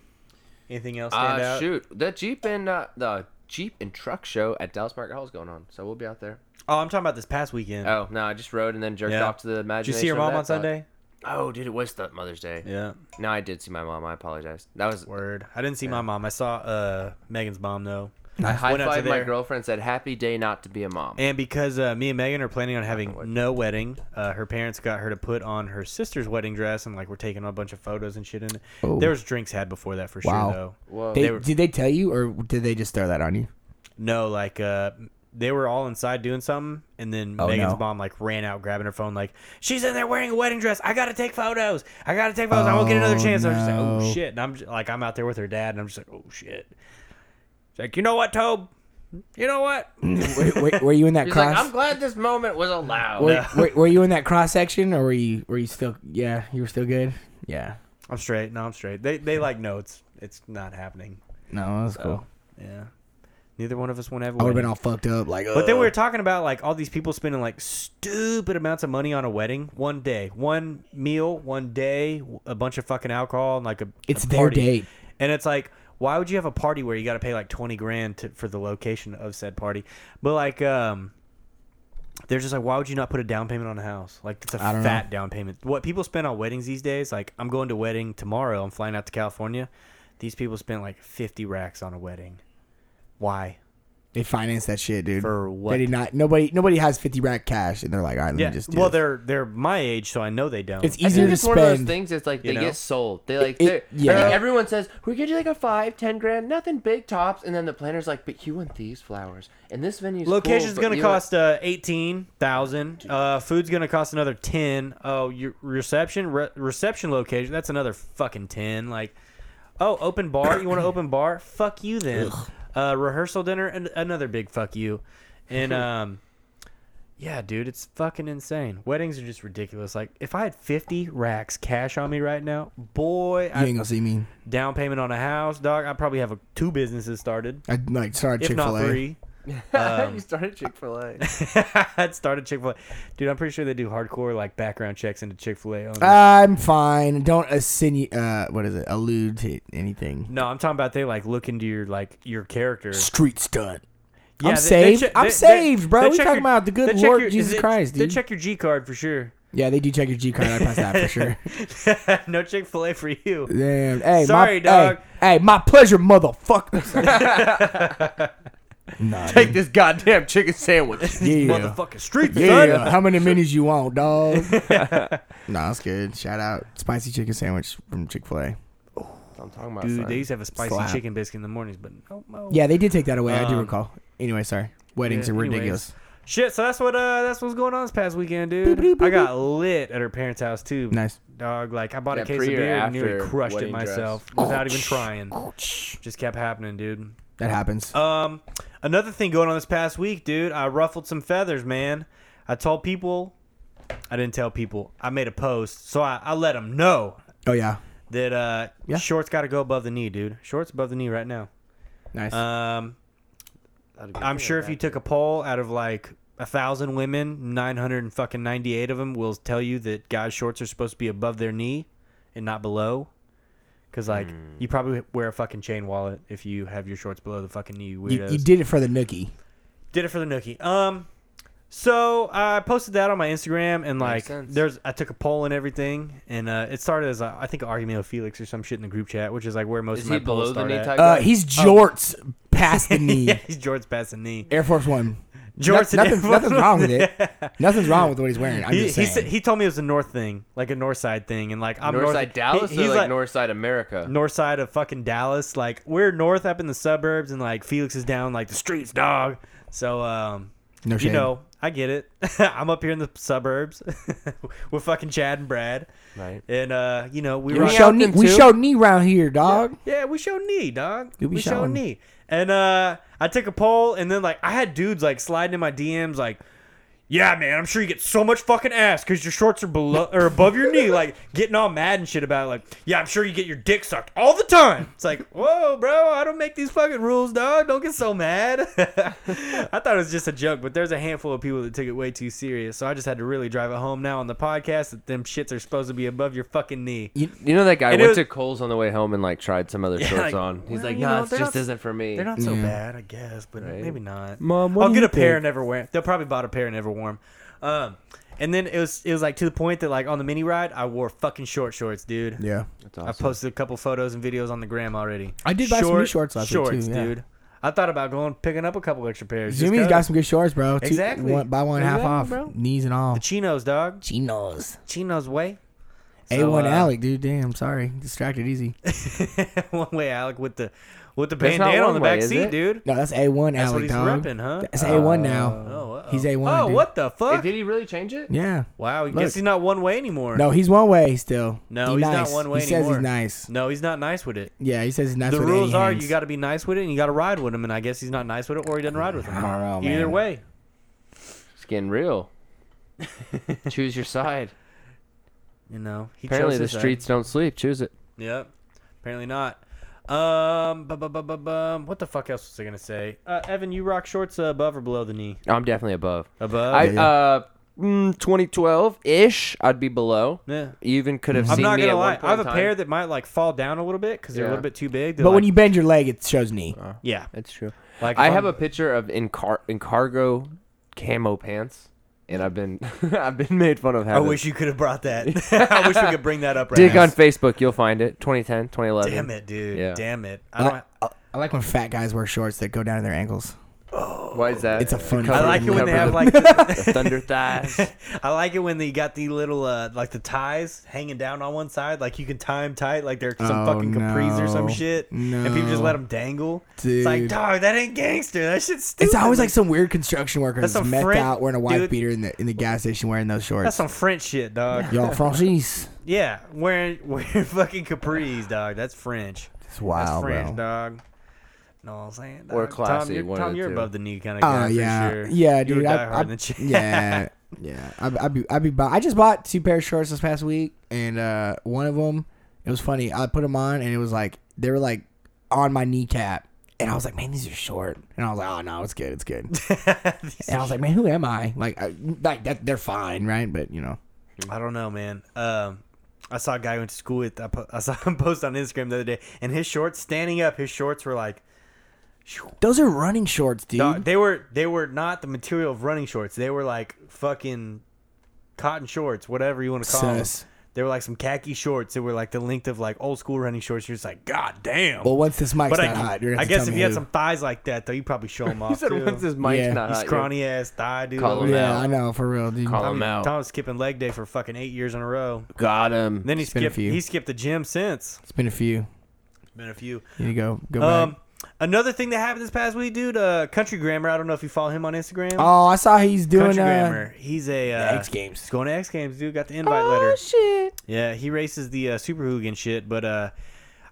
Anything else stand
uh
out?
shoot the Jeep and uh, the Jeep and truck show at Dallas Market Hall is going on, so we'll be out there.
Oh, I'm talking about this past weekend.
Oh no, I just rode and then jerked
Yeah.
off to the
Did
imagination.
you see your
of
mom
that
on
thought.
Sunday?
Oh dude, it was the Mother's Day.
Yeah.
No, I did see my mom. I apologize. That was
Word. I didn't see my mom. I saw uh, Megan's mom though.
I high
Went out to
fived my
there.
girlfriend. Said happy day not to be a mom.
And because uh, me and Megan are planning on having no wedding, uh, her parents got her to put on her sister's wedding dress, and like we're taking a bunch of photos and shit in it.
Oh.
There was drinks had before that for
Wow.
sure though.
Whoa.
they,
they were-
did they tell you, or did they just throw that on
*laughs*
you?
No, like uh, they were all inside doing something, and then
Oh,
Megan's
no.
mom like ran out grabbing her phone, like she's in there wearing a wedding dress. I gotta take photos. I gotta take photos. I won't get another
Oh,
chance. I'm just like,
no.
oh shit. And I'm just, like, I'm out there with her dad, and I'm just like, oh shit. She's like, you know what, Tobe? You know what?
were, were- were you in that
He's
cross?
like, I'm glad this moment was allowed.
were,
*laughs*
were, were you in that cross section, or were you were you still? Yeah, you were still good. Yeah.
I'm straight. No, I'm straight. They they like no, it's it's not happening.
No, that's cool.
Yeah. Neither one of us won't have a
I would have
wedding.
been all fucked up, like. uh,
but then we
"Ugh."
were talking about like all these people spending like stupid amounts of money on a wedding, one day, one meal, one day, a bunch of fucking alcohol, and like a
It's
a
their
party.
date.
And it's like, why would you have a party where you got to pay like twenty grand to, for the location of said party? But like, um, They're just like, why would you not put a down payment on a house? Like it's a
I
fat
don't
down payment. What people spend on weddings these days, like I'm going to wedding tomorrow. I'm flying out to California. These people spent like 50 racks on a wedding. Why?
They financed that shit, dude.
For what?
They did not. Nobody. Nobody has fifty rack cash, and they're like, all right, let
Yeah.
me just. Do
well,
this.
they're they're my age, so I know they don't.
It's
I
easier
think
to
it's one of those
spend.
things that's like
you
they
know?
get sold. They like,
It- it- yeah.
yeah. everyone says we could do like a five, ten grand, nothing big tops, and then the planner's like, but you want these flowers and this venue's
Location's
cool, but
gonna
you
cost uh, eighteen thousand. Uh, food's gonna cost another ten. Oh, your reception re- reception location that's another fucking ten. Like, oh, open bar. You want an open bar? Fuck you then. Uh, rehearsal dinner and another big fuck you.
*laughs*
And um, yeah, dude, it's fucking insane. Weddings are just ridiculous. Like, if I had fifty racks cash on me right now, boy,
you ain't
I,
gonna see me.
down payment on a house, dog. I probably have a, two businesses started,
I like started
if
Chick Fil
not
A.
three.
want- you started Chick Fil *laughs* A.
*laughs* I'd start at Chick Fil A, dude. I'm pretty sure they do hardcore like background checks into Chick Fil A.
I'm fine. Don't assinu- uh What is it? Allude to anything.
no, I'm talking about they like look into your like your character.
Street stud.
Yeah,
I'm
they- they
saved.
check-
I'm
they- they-
saved, bro.
they
We
check
talking
your-
about the good
they check
Lord
your-
Jesus
they-
Christ,
They
dude.
check your G card for
*laughs*
sure.
Yeah, they do check your G card. I pass that for *laughs* sure.
no Chick Fil A for you.
Damn. Hey, my-
Sorry, dog.
Hey, hey, my pleasure, *laughs* motherfucker. nah, dude.
this goddamn chicken
*laughs*
sandwich.
yeah.
Motherfucking street
Yeah,
son.
how many minis you want, *laughs* dog? nah, that's good. Shout out spicy chicken sandwich from Chick Fil A.
I'm talking about.
Dude,
son.
they used to have a spicy
Slap.
chicken biscuit in the mornings, but no, no.
Yeah, they did take that away. I do
Um,
recall. Anyway, sorry. Weddings
Yeah,
are
anyways.
ridiculous.
Shit, so that's what uh that's what's going on this past weekend, dude.
Boop, boop, boop,
I got lit at her parents' house too.
Nice.
Dog, like I bought a
Yeah,
case of
pre or
beer and nearly
after
crushed it
wedding dress.
myself without even trying. Just kept happening, dude.
That happens.
Um, another thing going on this past week, dude. I ruffled some feathers, man. I told people, I didn't tell people. I made a post, so I, I let them know
oh yeah,
that uh,
Yeah.
shorts got to go above the knee, dude. Shorts above the knee right now.
nice.
Um,
That'd be
I'm
good.
sure if you took a poll out of like a thousand women, nine hundred and fucking ninety eight of them will tell you that guys' shorts are supposed to be above their knee and not below. Cause like
Hmm.
you probably wear a fucking chain wallet if you have your shorts below the fucking knee. You
you,
weirdos.
you did it for the nookie.
Did it for the nookie. Um, so I posted that on my Instagram, and like,
sense.
there's I took a poll and everything, and uh, it started as a, I think an argument with Felix or some shit in the group chat, which is like where most
Is
of my
he below the Oh,
polls start
knee
at.
type?
Uh,
guy?
he's jorts past the knee.
*laughs* oh. yeah, he's George passing knee.
Air Force One.
Jorts and
No-
Air
nothing,
Force
nothing's wrong with it.
Yeah.
Nothing's wrong with what he's wearing. I'm
*laughs* He,
just
he,
saying.
said, he told me it was a North thing, like a North Side thing, and like I'm
Northside
North
Dallas
he-
or
he's
like, Northside America?
north side of fucking Dallas. Like we're north up in the suburbs, and like Felix is down like the streets, dog. So um,
No
you
shade.
know, I get it. *laughs* I'm up here in the suburbs *laughs* with fucking Chad and Brad,
Right.
and uh, you know we
we
rock-
show knee. We
too.
show knee round here, dog.
yeah, we show knee, dog.
You be
we show
showing.
knee. And uh I took a poll and then like I had dudes like sliding in my DMs like yeah, man, I'm sure you get so much fucking ass because your shorts are below or above your knee, like getting all mad and shit about it. Like, yeah, I'm sure you get your dick sucked all the time. It's like, whoa, bro, I don't make these fucking rules, dog. Don't get so mad. *laughs* I thought it was just a joke, but there's a handful of people that took it way too serious. So I just had to really drive it home now on the podcast that them shits are supposed to be above your fucking knee.
You know that guy
And it
went
was-
to Cole's on the way home and like tried some other shorts
like,
on. He's
well,
like,
you
no,
know,
it
they're
just
not-
isn't for me.
They're not so
Yeah.
bad, I guess, but
Right.
maybe not.
Mom, what
I'll
do
Oh, get
you
a pair
think?
and never wear. it. They'll probably bought a pair and never wore them. Um, and then it was it was like to the point that like on the mini ride, I wore fucking short shorts, dude.
Yeah.
That's
I posted a couple photos and videos on the gram already.
I did buy some new shorts last week, too, yeah.
dude. I thought about going picking up a couple extra pairs. just
Jimmy's
'cause.
got some good shorts, bro. Two-
Exactly.
one- buy one half
Exactly,
off,
bro.
knees and all.
the chinos, dog.
Chinos.
Chinos way. *laughs*
A
So,
one
uh,
Alec, dude. Damn, sorry, distracted easy.
*laughs* one way, Alec, with the with the
That's not
bandana on
one
the
way,
back
is
seat,
it?
dude.
No, that's A one
That's what
Alec,
he's
dog.
repping, huh?
That's A one now.
Oh, uh-oh.
He's A one.
Oh,
dude.
what the fuck?
did he really change it?
Yeah.
Wow, I
Look.
guess he's not one way anymore.
No, he's one way still.
No,
He
he's
nice.
not one way
He
anymore.
says he's nice.
No, he's not nice with it.
Yeah, he says he's nice.
the
with
rules
any
are
hands.
you got to be nice with it and you got to ride with him, and I guess he's not nice with it or he doesn't ride with him.
I don't know, man.
Either way,
It's getting
*laughs*
real. Choose your side.
you know. He
Apparently,
chose
the
his side.
streets don't sleep. Choose it.
Yep. Apparently not. Um, bu- bu- bu- bu- bum. what the fuck else was I gonna say? Uh, Evan, you rock shorts uh, above or below the knee?
I'm definitely above.
Above.
I
yeah.
uh, 2012 ish. I'd be below.
Yeah.
You even could have
I'm
seen
not
me
gonna
at one
lie. I
point
have a
in time.
pair that might like fall down a little bit because they're a
Yeah.
little bit too big. They're
But when
like-
you bend your leg, it shows knee.
yeah,
That's true.
like
I
if
have a
I'm-
picture of in car in cargo camo pants. and I've been *laughs* I've been made fun of
I
having.
wish you could have brought
*laughs*
that. I wish we could bring that up right
dig
now.
on Facebook, you'll find it. 2010, 2011.
Damn it, dude.
Yeah.
Damn it. I
I,
don't.
like- Oh, I, I like when fat guys wear shorts that go down to their ankles.
Why is that?
It's a fun-
Cover-
Uh, I like it when they
cover
have
the-
like *laughs*
the thunder thighs.
I like it when they got the little uh, like the ties hanging down on one side, like you can tie them tight, like they're some
Oh,
fucking capris or some
no.
shit, and people just
No.
let them dangle. It's like,
Dude.
dog, that ain't gangster. That shit's stupid.
It's always like some weird construction worker
That's
that's,
some
messed
French-
out wearing a wife
dude.
beater in the in the gas station wearing those
that's
shorts.
some French shit, dog.
Y'all Franchise.
Yeah, wearing *laughs* wearing fucking capris, dog. That's French.
It's
That's
wild,
French,
bro.
dog. Know what I'm saying? Dog.
Or classy,
Tom, you're,
one of
Tom,
the
you're
two.
above the knee kind of
Oh
guy. for
yeah,
sure.
yeah,
You
dude.
were
I-
diehard
I-
in the
*laughs*
chat.
yeah, yeah. I, I be I be. bu- I just bought two pair of shorts this past week, and uh, one of them it was funny. I put them on, and it was like they were like on my kneecap, and I was like, man, these are short, and I was like, oh no, it's good, it's
*laughs*
good. and I was like, man, who am I? Like, I, like that they're fine, right? But you know,
I don't know, man. Um, I saw a guy who went to school with. I, po- I saw *laughs* him post on Instagram the other day, and his shorts standing up. His shorts were like,
those are running shorts, dude.
dog, they were they were not the material of running shorts. They were like fucking cotton shorts, whatever you want to call
Sus.
them. They were like some khaki shorts that were like the length of like old school running shorts. You're just like, god damn.
well, once this mic's
but
not
I,
hot, you're gonna
I
have to
guess
tell
if
me
you had
who.
some thighs like that, though, you probably show
*laughs*
them off.
*laughs* He said,
too.
"Once *laughs* his mic's
Yeah.
not
He's
hot,
crawny ass thigh, dude.
Call him
Tommy-
Yeah,
out.
I know for real, dude.
Call him out.
Tom was skipping leg day for fucking eight years in a row.
Got him.
And then he
It's been a
skipped.
few.
He skipped the gym since.
It's been a few.
Been a few.
You need to go go
Um,
back.
another thing that happened this past week, dude. Uh, Country Grammar. I don't know if you follow him on Instagram.
Oh, I saw he's doing
Country
uh,
Grammar. He's a uh,
X Games.
He's going to X Games, dude. Got the invite letter. Oh shit. Yeah, he races the uh, Super Hoogan shit, but uh,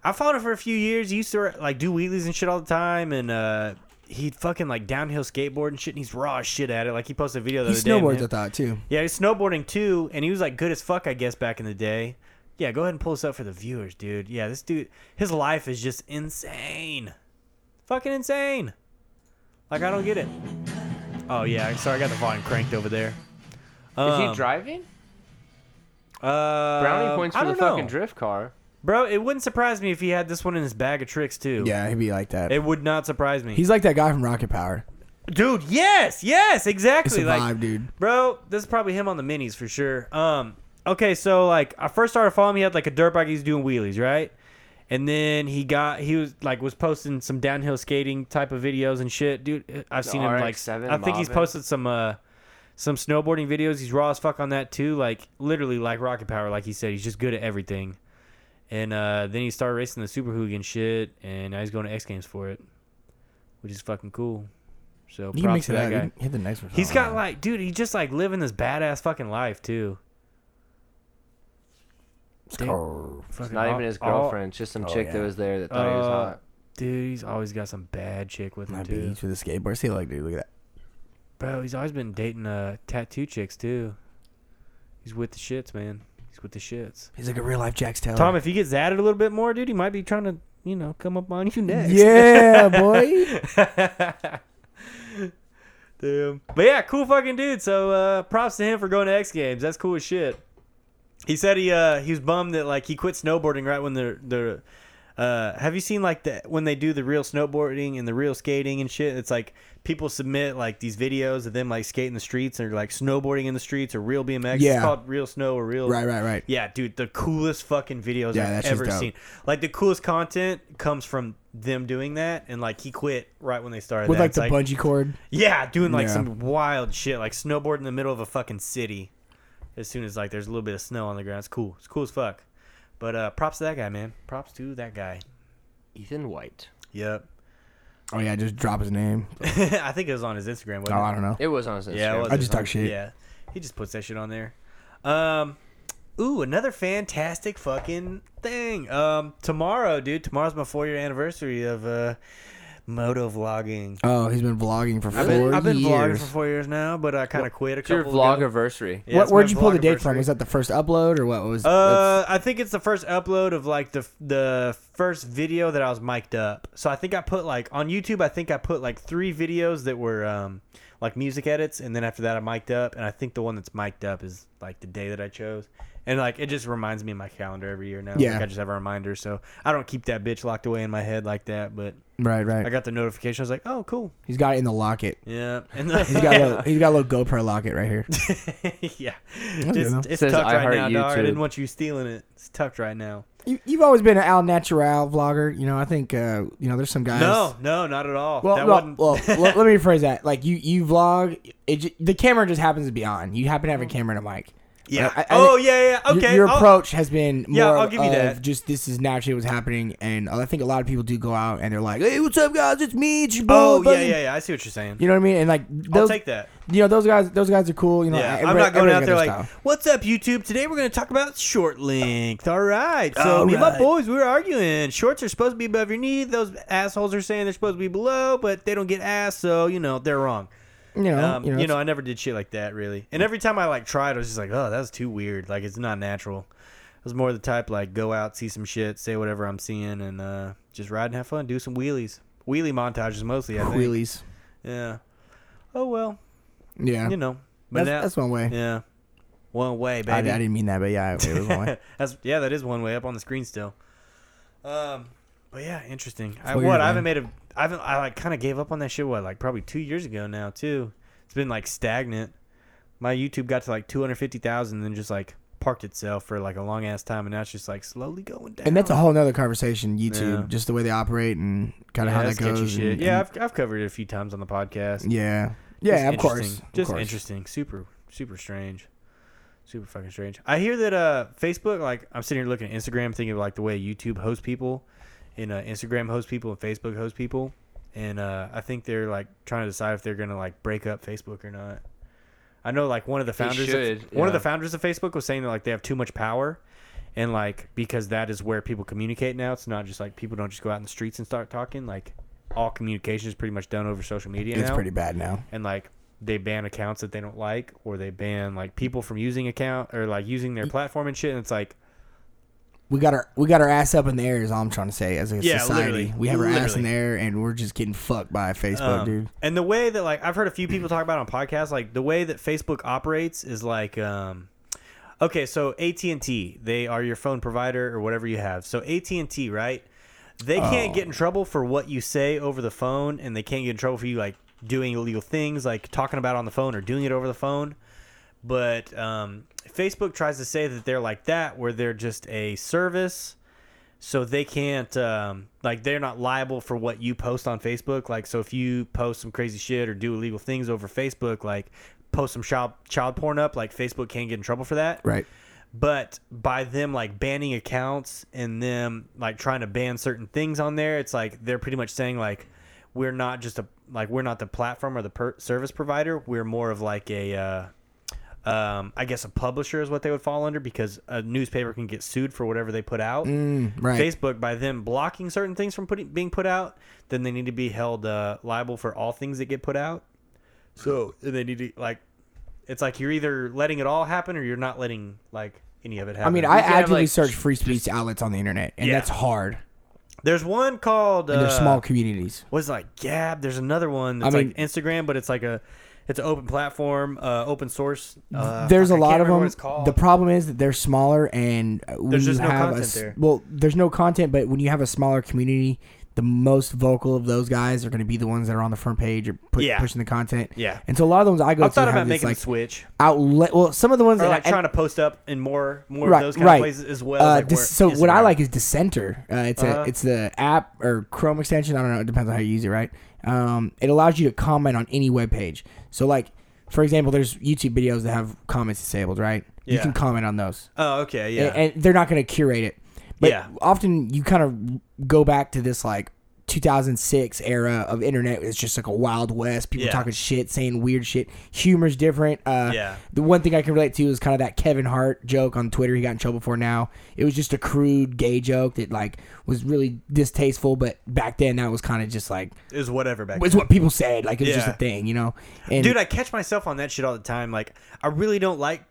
I followed him for a few years. He used to like do wheelies and shit all the time, and uh, he'd fucking like downhill skateboard and shit. And he's raw as shit at it. Like he posted a video the
He
other day. of
snowboards,
him-
I thought too.
yeah, he's snowboarding too, and he was like good as fuck, I guess, back in the day. Yeah, go ahead and pull this up for the viewers, dude. Yeah, this dude, his life is just insane, fucking insane. Like I don't get it. Oh yeah, I'm sorry, I got the volume cranked over there.
Is
Um,
he driving?
Uh,
Brownie points
I
for the
don't know.
fucking drift car.
bro. It wouldn't surprise me if he had this one in his bag of tricks too.
Yeah, he'd be like that.
It would not surprise me.
He's like that guy from Rocket Power.
dude, yes, yes,
He
exactly.
survived,
like,
dude.
Bro, this is probably him on the minis for sure. Um, okay, so like I first started following him, he had like a dirt bike, he's doing wheelies, right? And then he got he was like was posting some downhill skating type of videos and shit. Dude, I've seen him like
RX-7
I think he's
mobbing.
posted some uh some snowboarding videos. He's raw as fuck on that too. Like literally like rocket power, like he said, he's just good at everything. And uh then he started racing the Super Hoogan shit and now he's going to X Games for it. Which is fucking cool. So
You can
props
mix
to
it
that
up.
guy.
You can Hit the next one. Oh,
He's got like, dude, he just like living this badass fucking life too. Dude,
It's
fucking
not
all-
even his
all-
girlfriend. It's just some chick that
yeah.
was there that thought he was
Uh,
hot.
dude, he's always got some bad chick with
my
him too.
beach with a skateboard. See, like, dude, look at that.
Bro, he's always been dating uh tattoo chicks too. He's with the shits, man. He's with the shits.
He's like a real life Jax Taylor.
Tom, if he gets at it a little bit more, dude, he might be trying to, you know, come up on you next.
yeah, *laughs*
*laughs*
boy.
Damn. But yeah, cool fucking dude. So uh, props to him for going to X Games. That's cool as shit. He said he uh, he was bummed that like he quit snowboarding right when the the uh, have you seen like the when they do the real snowboarding and the real skating and shit? It's like people submit like these videos of them like skating the streets or like snowboarding in the streets or real BMX. It's
Yeah.
called real snow or real
Right, right, right.
yeah, dude, the coolest fucking videos
Yeah,
I've
that's just
ever
dope.
seen. Like the coolest content comes from them doing that, and like he quit right when they started.
With
that.
like
It's
the bungee cord.
yeah, doing like
Yeah.
some wild shit, like snowboard in the middle of a fucking city. As soon as like there's a little bit of snow on the ground, it's cool. It's cool as fuck. But uh, props to that guy, man. Props to that guy.
Ethan White.
Yep.
Oh yeah, just drop his name.
*laughs* I think it was on his Instagram.
Oh,
Wasn't
I
it?
don't know.
It was on his Instagram.
Yeah, it was
I just
on-
talk shit.
Yeah, he just puts that shit on there. Um, ooh, another fantastic fucking thing. Um, tomorrow, dude. Tomorrow's my four-year anniversary of uh, moto vlogging.
Oh, he's been vlogging for 4
I've been,
years.
I've been vlogging for four years now, but I kind of quit a
It's your
couple. ago.
vlogiversary.
Yeah,
what,
it's my
where'd you pull the date from?
vlogiversary.
Was that the first upload or what was?
Uh, I think it's the first upload of like the the first video that I was mic'd up. So I think I put like on YouTube. I think I put like three videos that were um like music edits, and then after that I mic'd up, and I think the one that's mic'd up is like the day that I chose, and like it just reminds me of my calendar every year now.
Yeah.
like, I just have a reminder, so I don't keep that bitch locked away in my head like that. But
Right,
I
right.
got the notification. I was like, oh, cool.
He's got it in the locket.
Yeah, and *laughs*
He's got a little, he's got a little GoPro locket right here.
yeah,
don't
Just-
know.
it's
Says,
tucked
"I
right
heart
now, dog. I
YouTube.
didn't want you stealing it. It's tucked right now.
You, you've always been an al natural vlogger. You know, I think uh, you know there's some guys.
No, no, not at all.
Well,
that
no,
wasn't. *laughs*
well let, let me rephrase that. Like you, you vlog. It, ju- the camera just happens to be on. You happen to have a camera and a mic.
yeah.
I- I-
oh yeah, yeah.
Your-
Okay.
Your,
I'll-
approach has been more
Yeah, I'll give you
of
that.
just this is naturally what's happening, and I think a lot of people do go out and they're like, "Hey, what's up, guys? It's me, it's your boy."
Oh yeah,
fucking-"
yeah, yeah. I see what you're saying.
You know what I mean? And like
I'll
those,
take that.
you know those guys, those guys are cool. You know,
Yeah, I'm
everybody-
not going out
everybody's
there
got
like,
their style.
"What's up, YouTube? Today we're going to talk about short length." All right, so
All
me and my
right.
boys, we were arguing. Shorts are supposed to be above your knee. Those assholes are saying they're supposed to be below, but they don't get ass, so you know they're wrong.
you know,
Um,
you know,
I never did shit like that really. And every time I like tried, I was just like, "Oh, that was too weird. Like it's not natural." I was more the type like go out, see some shit, say whatever I'm seeing, and uh, just ride and have fun, do some wheelies, wheelie montages mostly. I think.
wheelies.
Yeah. Oh well,
Yeah,
you know. But
that's,
now-
that's one way.
yeah. One way,
I, I
baby.
didn't mean that, but yeah, it was one way.
*laughs* That's yeah, that is one way up on the screen still. Um, but yeah, interesting. I,
weird,
what I
man.
haven't made a I haven't I like kind of gave up on that shit. What like probably two years ago now too. It's been like stagnant. My YouTube got to like two hundred fifty thousand, then just like parked itself for like a long ass time, and now it's just like slowly going down.
And that's a whole nother conversation. YouTube,
Yeah.
just the way they operate and kind of
yeah,
how
that's
that
sketchy
goes.
shit.
and-
yeah,
and-
I've, I've covered it a few times on the podcast.
yeah,
Just
yeah. Of course,
interesting.
of
just
course.
interesting. Super, super strange. Super fucking strange. I hear that uh, Facebook, like, I'm sitting here looking at Instagram, thinking of like the way YouTube hosts people, and uh, Instagram hosts people, and Facebook hosts people, and uh, I think they're like trying to decide if they're gonna like break up Facebook or not. I know like one of the founders,
should,
of, one of
yeah.
the founders of Facebook was saying that like they have too much power, and like because that is where people communicate now. It's not just like people don't just go out in the streets and start talking. Like all communication is pretty much done over social media.
It's
now
pretty bad now.
and like they ban accounts that they don't like or they ban like people from using account or like using
Mm.
their platform and shit and it's like
We got our we got our ass up in the air. Is all I'm trying to say. As a
Yeah,
society,
literally.
we have our ass in
Literally.
the air, and we're just getting fucked by Facebook,
um,
dude.
and the way that like i've heard a few people talk about it on podcasts like the way that facebook operates is like um okay so at&t they are your phone provider or whatever you have so at&t right they can't
Oh.
get in trouble for what you say over the phone and they can't get in trouble for you like doing illegal things like talking about it on the phone or doing it over the phone but um, Facebook tries to say that they're like that, where they're just a service, so they can't um, like they're not liable for what you post on Facebook. Like, so if you post some crazy shit or do illegal things over Facebook, like post some child child porn up, like Facebook can't get in trouble for that
Right.
but by them like banning accounts and them like trying to ban certain things on there it's like they're pretty much saying like we're not just a like we're not the platform or the per- service provider we're more of like a uh um, I guess a publisher is what they would fall under because a newspaper can get sued for whatever they put out.
right.
Facebook by them blocking certain things from putting being put out, then they need to be held uh, liable for all things that get put out. So they need to like, it's like you're either letting it all happen or you're not letting like any of it
I
happen.
mean, I
have,
actively
like,
search free speech outlets on the internet, and
Yeah.
that's hard.
there's one called
And
uh,
they're small communities.
was like Gab. There's another one
I
that's
mean-
like Instagram, but it's like a it's an open platform, uh, open source. Uh,
there's
fuck,
a
I can't
lot of
remember what
them.
it's called.
The problem is that they're smaller, and uh, when
There's
you
just no
have a
content
s-
there.
well, there's no content. But when you have a smaller community, the most vocal of those guys are going to be the ones that are on the front page or pu-
Yeah.
pushing the content.
Yeah.
and so a lot of the ones I go
I
to
thought
have
about
this,
making
like
a switch
outlet. Well, some of the ones
or
that
like
I,
trying to post up in more more
right,
of those kind
right.
of places as well.
Uh,
as, like,
dis-
where
so what I
Instagram.
like is Dissenter. Uh, it's
Uh-huh.
a it's the app or Chrome extension. I don't know. It depends on how you use it, right? Um, it allows you to comment on any web page. So like, for example, there's YouTube videos that have comments disabled, right? You
Yeah.
can comment on those,
Oh, okay,
A-
yeah.
and, they're not going to curate it. But
Yeah.
often you kind of go back to this like 2006 era of internet. It's just like a wild west. People
Yeah.
talking shit, saying weird shit. Humor's different. Uh,
Yeah.
the one thing I can relate to is kind of that Kevin Hart joke on Twitter he got in trouble for now. It was just a crude gay joke that like was really distasteful, but back then that was kind of just like
is whatever back
it's
then.
what people said, like it was just a
Yeah.
thing, you know. And
Dude, I catch myself on that shit all the time. Like, I really don't like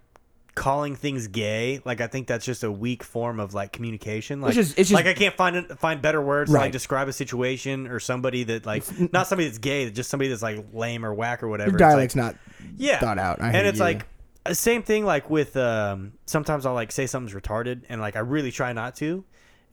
calling things gay. Like, I think that's just a weak form of like communication. Like,
just- it's just-
like I can't find find better words to
Right.
like describe a situation or somebody that like not somebody that's gay, just somebody that's like lame or whack or whatever. It's like-
dialect's not
yeah.
thought out. I
and
hear
it's
you.
like uh, same thing like with um sometimes I'll like say something's retarded and like I really try not to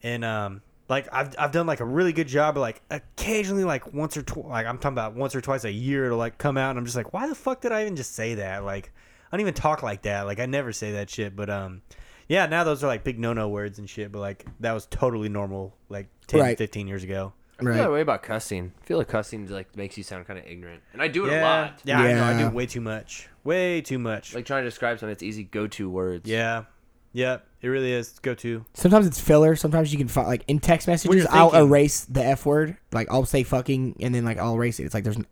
and um like I've, I've done like a really good job but like occasionally like once or twice like I'm talking about once or twice a year it'll like come out and I'm just like why the fuck did I even just say that like I don't even talk like that like I never say that shit but um yeah now those are like big no no words and shit but like that was totally normal like 10
Right.
15 years ago
I feel that
Right.
way about cussing. I feel like cussing like makes you sound kind of ignorant, and I do it a
yeah
lot.
yeah, I, know, I
Yeah.
do way too much way too much
Like trying to describe something, it's easy go-to words.
yeah yeah it really is go to
Sometimes it's filler. Sometimes you can find like in text messages.
you're
I'll
thinking.
erase the f word. Like I'll say fucking, and then like I'll erase it. It's like there's, n-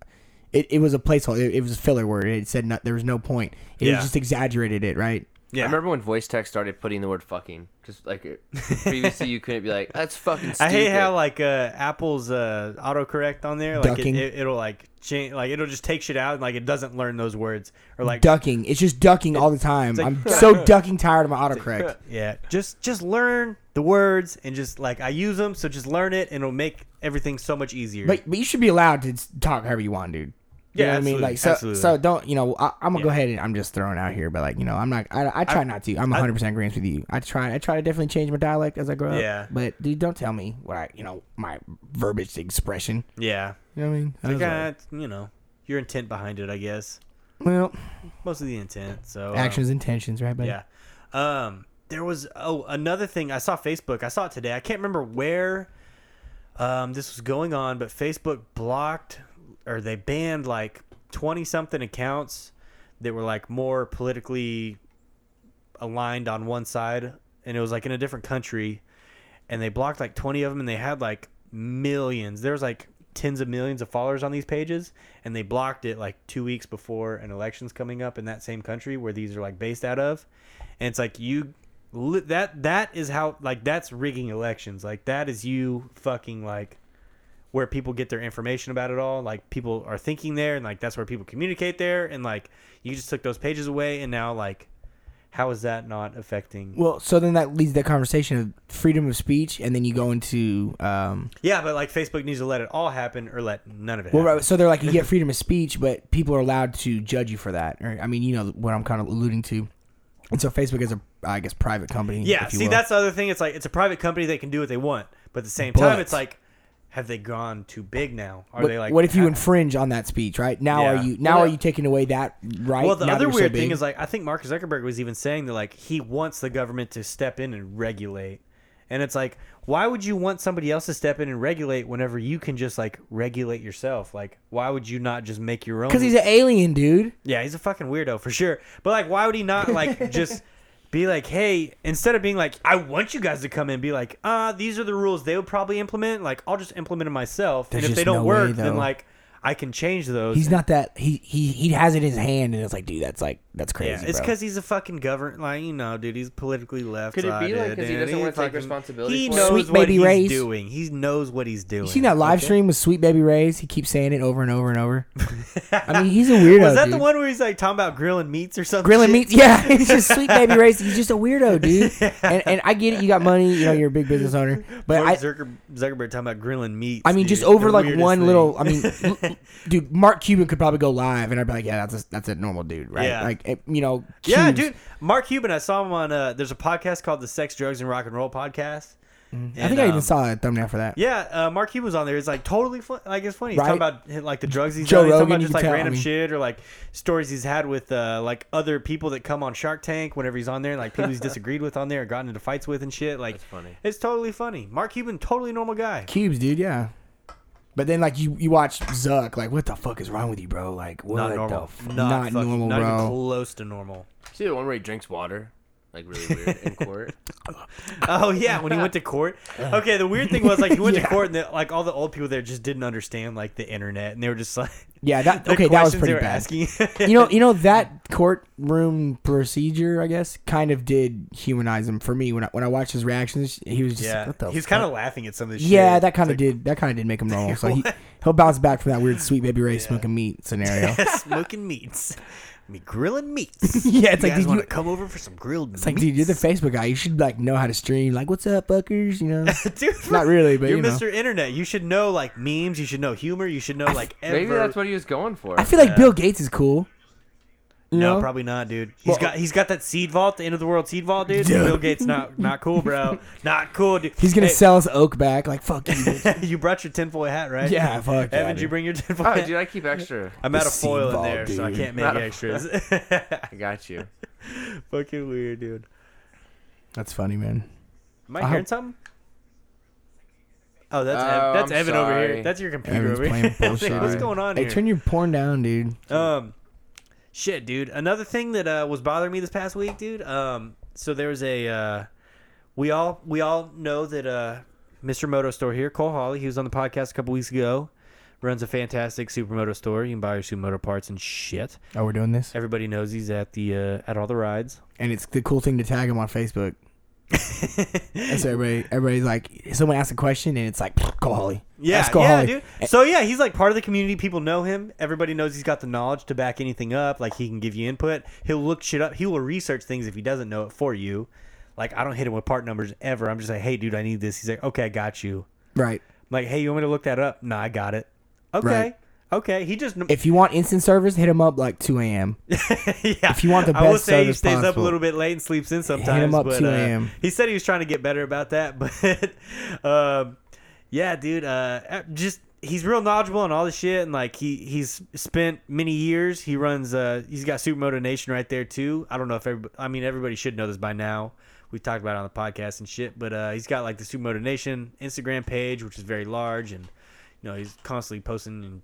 it, it was a placeholder. It, it was a filler word. It said no, there was no point. It
Yeah.
was just exaggerated it. Right.
yeah
I remember when voice text started putting the word "fucking" because like
*laughs*
it- previously you couldn't be like that's fucking. Stupid.
I hate how like uh, Apple's uh, autocorrect on there, like it,
Ducking.
it, it'll like change, like it'll just take shit out and like it doesn't learn those words or like
Ducking. It's just ducking all the time.
like- *laughs*
I'm so ducking tired of my autocorrect.
yeah, just just learn the words and just like I use them, so just learn it and it'll make everything so much easier.
But but you should be allowed to s- talk however you want, dude. You know
Yeah,
what I mean,
absolutely,
like so
absolutely.
so don't you know? I, I'm gonna go
Yeah.
ahead and I'm just throwing out here, but like you know, I'm not. I, I try not to. I'm 100 percent agreeing with you. I try. I try to definitely change my dialect as I grow up.
Yeah.
But dude, don't tell me what I you know my verbiage expression.
yeah,
You know what I mean? That
like,
was all.
uh, you know your intent behind it, I guess.
well,
Most of the intent. So um,
actions, intentions, right? Buddy?
Yeah. Um, there was oh another thing I saw Facebook. I saw it today. I can't remember where um, this was going on, but Facebook blocked or they banned like twenty something accounts that were like more politically aligned on one side, and it was like in a different country, and they blocked like twenty of them, and they had like millions. There was like tens of millions of followers on these pages and they blocked it like two weeks before an election's coming up in that same country where these are like based out of and it's like you li- that that is how like that's rigging elections like that is you fucking like where people get their information about it all like people are thinking there and like that's where people communicate there and like you just took those pages away and now like how is that not affecting
Well, so then that leads to that conversation of freedom of speech, and then you go into um.
yeah but like facebook needs to let it all happen or let none of it
Well,
happen.
right, so they're like
*laughs*
you get freedom of speech, but people are allowed to judge you for that. Or, I mean, you know what I'm kind of alluding to. And so Facebook is a, I guess, private company.
Yeah,
if you
see,
will.
that's the other thing. It's like it's a private company; they can do what they want. But at the same time,
But-
it's like, have they gone too big now? Are
What,
they like?
what if you
ha-
infringe on that speech? Right now,
Yeah.
are you now
Well,
are you taking away that right?
Well, the
now that
other
you're so
weird thing
big?
is like I think Mark Zuckerberg was even saying that like he wants the government to step in and regulate, and it's like why would you want somebody else to step in and regulate whenever you can just like regulate yourself? Like why would you not just make your own?
because he's an alien, dude.
Yeah, he's a fucking weirdo for sure. But like, why would he
*laughs*
not like just be like, hey, instead of being like, I want you guys to come in, and be like, uh, these are the rules they would probably implement. Like, I'll just implement them myself.
There's
and if they
just no
don't work,
way,
then
though.
like, I can change those.
He's not that. He he he has it in his hand, and it's like, dude, that's like that's crazy.
Yeah, it's
bro.
because he's a fucking government. Like, you know, dude, he's politically left.
Could it be, like, 'cause he doesn't wanna take responsibility
He
for it?
knows
Sweet
what
baby
he's
Ray's.
doing. He knows what he's doing.
you seen that live stream with Sweet Baby Ray's? He keeps saying it over and over and
*laughs*
over. I mean, he's a weirdo.
Was that the
dude.
one where he's like talking about grilling meats or something?
Grilling meats, *laughs* yeah. He's just sweet baby Ray's. He's just a weirdo, dude.
*laughs*
And, and I get it. You got money. You know, you're a big business owner. But
Mark
I,
Zucker- Zuckerberg talking about grilling meats.
I mean, just
dude.
over
The
like
weirdest
one
thing.
little. I
*laughs*
mean, l- l- dude, Mark Cuban could probably go live, and I'd be like, yeah, that's a, that's a normal dude, right?
Yeah.
Like, it- you know,
Yeah,
Cubes.
dude. Mark Cuban, I saw him on. Uh, there's a podcast called the Sex, Drugs, and Rock and Roll podcast.
Mm-hmm. I think I even saw a thumbnail for that.
um, Yeah, uh, Mark Cuban was on there. It's like totally fun. Like it's funny. He's
Right.
talking about like the drugs he's
Joe
done. He's talking
Rogan,
about
you can
just like
tell, I
random
mean-
shit or like stories he's had with uh, like other people that come on Shark Tank whenever he's on there, and like
*laughs*
people he's disagreed with on there, and gotten into fights with and shit. Like
funny.
It's totally funny. Mark Cuban, totally normal guy.
Cubes, dude. Yeah. But then, like you, you watch Zuck. Like, what the fuck is wrong with you, bro? Like, what
Not
the
normal.
f-
not
not
fucking-
normal,
not
bro?
even close to normal.
See the one where he drinks water, like really weird in
*laughs*
court.
Oh yeah, when he went to court. Okay, the weird thing was like he went
*laughs*
to
Yeah.
court and the, like all the old people there just didn't understand like the internet and they were just like
Yeah, that
the
okay. That was
questions
pretty
they were
bad. *laughs*
asking. *laughs*
you know, you know that courtroom procedure, I guess, kind of did humanize him for me when I when I watched his reactions. He was just like,
yeah,
what the
he's
fuck?"
kind of laughing at some of this.
yeah,
shit.
that kind of
*laughs*
did that kind of did make him normal. So he he'll bounce back from that weird sweet baby Ray smoking meat
*laughs*
scenario.
smoking meats, me grilling meats.
*laughs* Yeah, it's
you
like,
guys
did
want to
you-
come over for some grilled
It's like,
meats?
dude, you're the Facebook guy. You should like know how to stream. Like, what's up, fuckers? You
*laughs*
know, *laughs*
Dude,
not really, but
you're
you know.
Mr. Internet. You should know like memes. You should know humor. You should know like
Maybe
ever-
that's what he was going for.
I feel like Bill Gates is cool. You
No,
know?
probably not, dude. He's got he's got that seed vault, the end of the world seed
*laughs*
vault, dude.
Dude.
Bill Gates not not cool, bro.
*laughs*
Not cool, dude.
He's gonna
Hey,
sell us Oak back. Like fuck you.
*laughs*
bitch.
you brought your tinfoil hat, right?
Yeah, fuck yeah,
Evan, did you
dude.
bring your tinfoil
Oh,
hat?
dude, I keep extra.
I'm out
The
of foil
seed
in
vault,
there, so I
dude.
can't make
Not a-
extras.
I got you.
*laughs* Fucking weird, dude.
That's funny, man.
Am
I
I hearing
hope-
something? Oh, that's
Oh,
Ev- that's
I'm
Evan over here.
sorry.
That's your computer
Evan's
over *laughs* here.
playing
I was like,
bullshit.
What's going on
Hey,
here?
turn your porn down, dude.
Um, shit, dude. Another thing that uh, was bothering me this past week, dude. Um, so there was a uh, we all we all know that uh, Mr. Moto Store here, Cole Hawley, he was on the podcast a couple weeks ago. Runs a fantastic supermoto store. You can buy your supermoto parts and shit.
Oh, we're doing this,
Everybody knows he's at the uh, at all the rides.
and it's the cool thing to tag him on Facebook. and so everybody, everybody's like, someone asks a question, and it's like, call Holly.
Yeah,
Ask Cole
yeah,
Holly.
dude. So yeah, he's like part of the community. People know him. Everybody knows he's got the knowledge to back anything up. Like he can give you input. He'll look shit up. He will research things if he doesn't know it for you. Like I don't hit him with part numbers ever. I'm just like, hey, dude, I need this. He's like, okay, I got you.
Right.
I'm like, hey, you want me to look that up? No, I got it. Okay,
Right.
okay. He just
If you want instant service, hit him up like 2 a.m.
*laughs* yeah.
If you want the
I will
best
say he
service
stays up a
possible,
little bit late and sleeps in sometimes.
up
but,
2
uh,
a.m..
he said he was trying to get better about that, *laughs* but um, yeah, dude, uh, just he's real knowledgeable and all this shit, and like he he's spent many years. He runs. Uh, he's got Supermoto Nation right there too. I don't know if everybody. I mean, everybody should know this by now. We've talked about it on the podcast and shit, but uh, he's got like the Supermoto Nation Instagram page, which is very large, and you know he's constantly posting and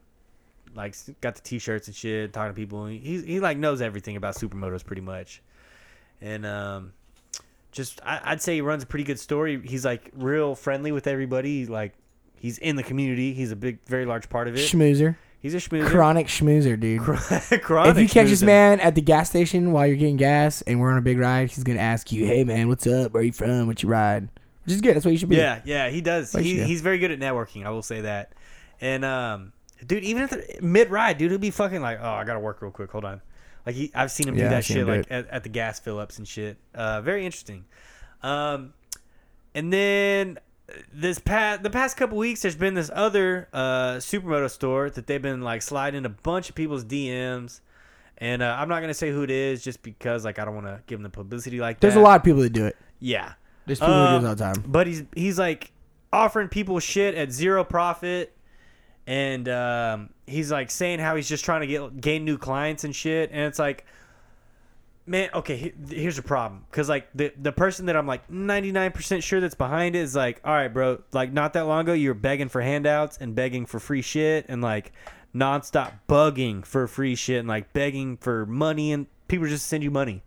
like s- got the t-shirts and shit talking to people he, he, he like knows everything about supermotos pretty much and um just I, i'd say he runs a pretty good story he's like real friendly with everybody He's, like he's in the community he's a big very large part of it
Schmoozer.
he's a schmoozer
Chronic schmoozer, dude.
*laughs* Chronic
if you catch this
schmoozer.
man at the gas station while you're getting gas and we're on a big ride, he's gonna ask you, "Hey man, what's up? Where you from? What you ride?" Which is good. That's what you should be.
Yeah, yeah, he does.
Like,
He,
yeah.
He's very good at networking. I will say that. And um, dude, even at the mid ride, dude, he'll be fucking like, oh, I gotta work real quick. Hold on. Like he, I've seen him do
Yeah,
that
I've seen him
shit
do
like at, at the gas fill ups and shit. Uh, very interesting. Um, and then this past the past couple weeks, there's been this other uh, supermoto store that they've been like sliding a bunch of people's DMs. And uh, I'm not gonna say who it is, just because like I don't want to give them the publicity like
There's
that.
a lot of people that do it.
Yeah.
There's people who do
Um,
this all the time.
But he's he's like offering people shit at zero profit, and um, he's like saying how he's just trying to get gain new clients and shit. And it's like, man, okay, he- here's a problem because like the the person that I'm like 99% sure that's behind it is like, all right, bro, like not that long ago you were begging for handouts and begging for free shit and like nonstop bugging for free shit and like begging for money and people just send you money.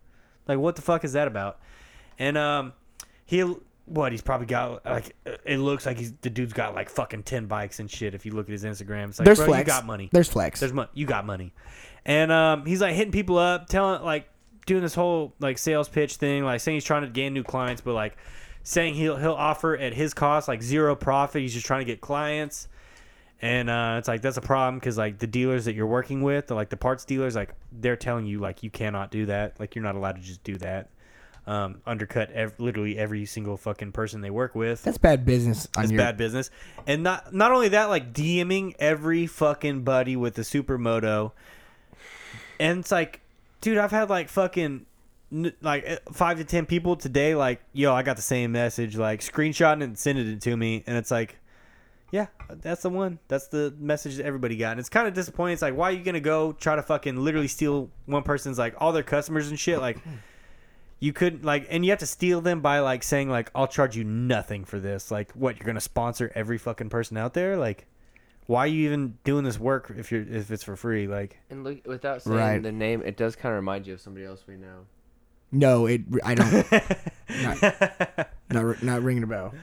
Like what the fuck is that about? And um, he what he's probably got like it looks like he's the dude's got like fucking ten bikes and shit. If you look at his Instagram, it's like
There's
bro,
flex.
you got money.
There's flex.
There's money. You got money. And um, he's like hitting people up, telling like doing this whole like sales pitch thing, like saying he's trying to gain new clients, but like saying he'll he'll offer at his cost, like zero profit. He's just trying to get clients. And uh, it's like that's a problem because like the dealers that you're working with, like the parts dealers, like they're telling you like you cannot do that, like you're not allowed to just do that. Um, undercut ev- literally every single fucking person they work with.
That's bad business on
It's
your.
bad business. And not not only that, like DMing every fucking buddy with the supermoto. And it's like, dude, I've had like fucking n- like eh, five to ten people today. Like, yo, I got the same message. Like, screenshotting and sending it to me, and it's like. Yeah, that's the one. That's the message that everybody got. And it's kind of disappointing. It's like, why are you going to go try to fucking literally steal one person's, like, all their customers and shit? Like, you couldn't like and you have to steal them by like saying like i'll charge you nothing for this like what you're gonna sponsor every fucking person out there like why are you even doing this work if you're if it's for free like *laughs*
And look, without saying
Right.
the name, it does kind of remind you of somebody else we know.
No, it. I
*laughs*
don't. not, not not ringing a bell.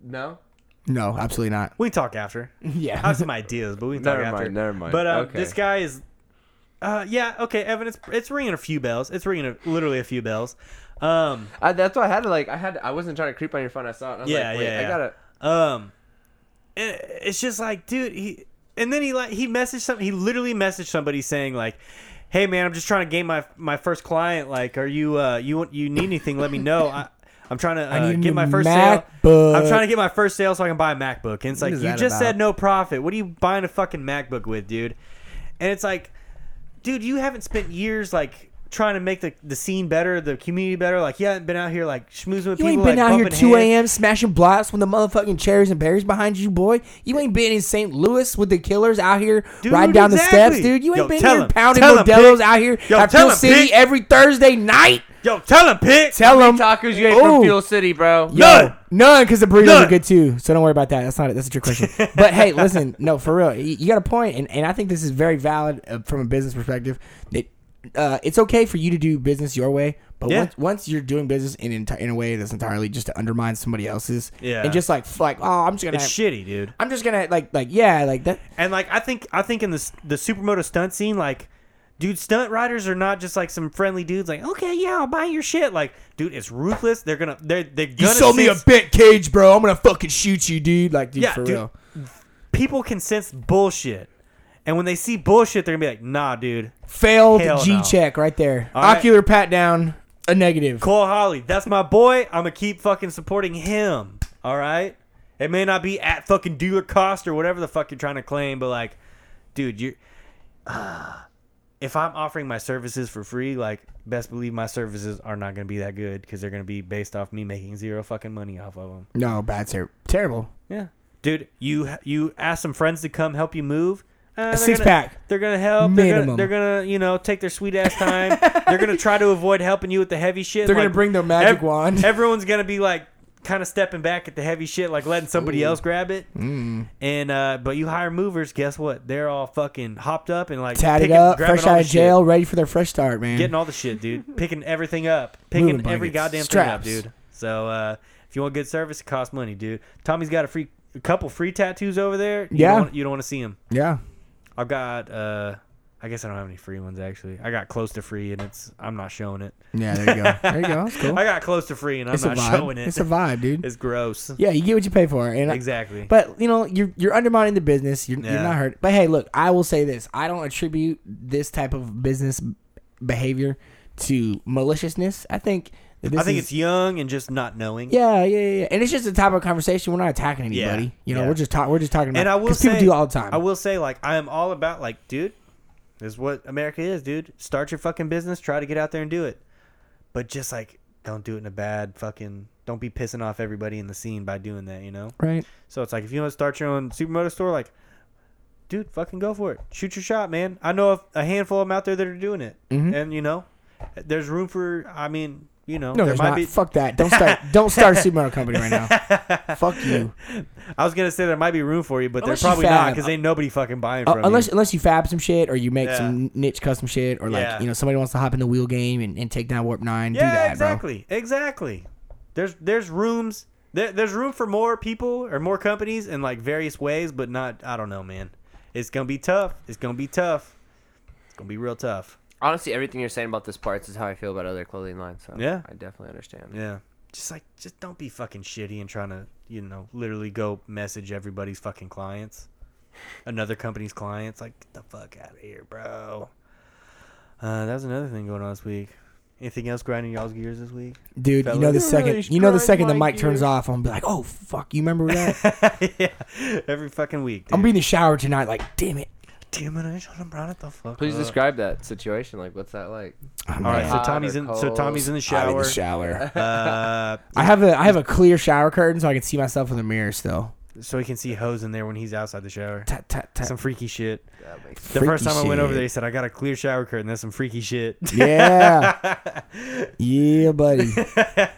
No.
No, absolutely not.
we can talk after i
Yeah.
have some ideas but we can talk
Never
after
mind, never mind.
but uh,
Okay.
this guy is uh yeah okay evan it's it's ringing a few bells it's ringing a, literally a few bells um
I, that's why I had to like I had I wasn't trying to creep on your phone. I saw it. And I was
Yeah,
like, Wait,
yeah, yeah.
I gotta.
Um, and it's just like, dude, he and then he like he messaged something. He literally messaged somebody saying like, "Hey man, I'm just trying to gain my my first client. Like, are you uh you you need anything? Let me know. I, I'm trying to uh,
need a
get my first sale.
MacBook.
I'm trying to get my first sale so I can buy a MacBook. And it's
What
like
is
you
that
just said
about?
no profit. What are you buying a fucking MacBook with, dude? And it's like, dude, you haven't spent years like trying to make the, the scene better, the community better. Like, yeah, I've been out here like schmoozing with
You
people.
ain't been
like,
out here
bumping
2
heads.
a.m. smashing blocks when the motherfucking cherries and berries behind you, boy. You ain't been in St. Louis with the killers out here
Dude,
riding down the steps,
exactly.
dude. You ain't
Yo,
been
tell
here
him.
pounding
Tell him,
Modelo's
pig.
out here
Yo,
at
tell
Fuel
him,
City
pig.
every Thursday night.
Yo, tell him, Oh. Pitt.
Tell them
Tacos you ate from Fuel City, bro.
Yo,
None.
none, because the burritos are
None.
good too. So don't worry about that. That's not it. That's a trick
*laughs*
question. but hey, listen, no, for real, you, you got a point, and, and I think this is very valid uh, from a business perspective. That uh, it's okay for you to do business your way, but
Yeah.
once, once you're doing business in enti- in a way that's entirely just to undermine somebody else's,
Yeah.
and just like f- like oh, I'm just gonna.
It's shitty, dude.
I'm just gonna like like yeah like that
And like I think I think in the s- the supermoto stunt scene, like, dude, stunt riders are not just like some friendly dudes. Like, okay, yeah, I'll buy your shit. Like, dude, it's ruthless. They're gonna they're they're gonna. sense-
bent cage, bro. I'm gonna fucking shoot you, dude. Like, dude,
Yeah,
for
dude.
real.
People can sense bullshit, and when they see bullshit, they're gonna be like, nah, dude.
Failed
Hell
G
no.
check right there.
All right.
Ocular pat down, a negative.
Cole Holly, that's my boy. I'm gonna keep fucking supporting him. All right. It may not be at fucking dealer cost or whatever the fuck you're trying to claim, but like, dude, you. if I'm offering my services for free, like, best believe my services are not gonna be that good because they're gonna be based off me making zero fucking money off of them.
No, bad, ter- terrible.
Yeah. Dude, you you ask some friends to come help you move. Uh, they're
six
gonna-
pack.
They're gonna help.
Minimum.
They're gonna, they're gonna, you know, take their sweet ass time. they're gonna try to avoid helping you with the heavy shit.
They're gonna
Like,
bring their magic
ev-
wand. *laughs*
Everyone's gonna be like, kind of stepping back at the heavy shit, like letting somebody else grab it. Mm. And uh, but you hire movers. Guess what? They're all fucking hopped up and like
tatted
picking-
up,
grabbing
fresh
all
out
the
of
shit.
jail, ready for their fresh start, man.
getting all the shit, dude. Picking everything up,
Mm. Moving
picking every
blankets,
goddamn
straps.
thing up, dude. So uh, if you want good service, it costs money, dude. Tommy's got a free, a couple free tattoos over there. You
Yeah.
don't wanna- you don't want to see him.
yeah,
I've got, uh, I guess I don't have any free ones actually. I got close to free, and it's I'm not showing it.
yeah. There
*laughs*
you go. There you go. That's cool.
I got close to free, and I'm
It's a
not *laughs*
vibe.
showing it.
It's a vibe, dude.
It's gross.
yeah, you get what you pay for, and I-
Exactly.
But you know, you're you're undermining the business. You're, you're
Yeah.
not hurt. But hey, look, I will say this: I don't attribute this type of business behavior to maliciousness. I think that this
I think
is,
it's young and just not knowing.
yeah, yeah, yeah, yeah. and it's just a type of conversation. We're not attacking
Yeah,
anybody. You know,
yeah.
we're just talking. We're just talking. About,
and I will
'cause
say,
people do all the time.
I will say, like, I am all about, like, dude, this is what America is, dude. Start your fucking business, try to get out there and do it, but just like, don't do it in a bad fucking. Don't be pissing off everybody in the scene by doing that, you know.
right.
So it's like, if you want to start your own supermoto store, like, dude, fucking go for it. Shoot your shot, man. I know a- a handful of them out there that are doing it,
Mm-hmm.
and you know, there's room for. I mean, you know,
No,
there
there's
might
not.
be.
Fuck that. Don't
*laughs*
start. don't start a supermodel company right now. Fuck you.
I was gonna say there might be room for you, but
Unless
there's
you
probably not
fab.
because ain't nobody fucking buying
Uh,
from
unless
you.
unless you fab some shit or you make
Yeah.
some niche custom shit or like
Yeah.
you know somebody wants to hop in the wheel game and, and take down warp nine. do
Yeah,
that, Bro.
exactly, exactly. There's there's rooms there, there's room for more people or more companies in like various ways, but not I don't know, man. It's gonna be tough. It's gonna be tough. It's gonna be real tough.
Honestly, everything you're saying about this parts is how I feel about other clothing lines. So
Yeah.
I definitely understand.
Yeah. Just like just don't be fucking shitty and trying to you know literally go message everybody's fucking clients, another company's clients. Like get the fuck out of here, bro. Uh, that was another thing going on this week. Anything else grinding y'all's gears this week? *laughs*
Dude, you know the
Fellas.
second
Really
you know the
strike
second the
my
mic turns
gear.
off, I'm gonna be like, oh fuck, you remember that? *laughs*
yeah, every fucking week. Dude.
I'm gonna be in the shower tonight, like, damn it.
Damn it, I should have brought it the fuck
Please
up.
describe that situation. Like, what's that like?
I'm
*laughs* All right, so
Hot
Tommy's
or
in. So
cold?
Tommy's in the
I'm
shower.
in the
*laughs*
shower.
Uh,
I have a I have a clear shower curtain so I can see myself in the mirror still.
so he can see hose in there when he's outside the shower.
Tut, tut, tut.
Some freaky shit.
That makes
The first time
Freaky
I went over
shit.
there, he said, "I got a clear shower curtain." That's some freaky shit. *laughs*
Yeah. yeah, buddy. *laughs*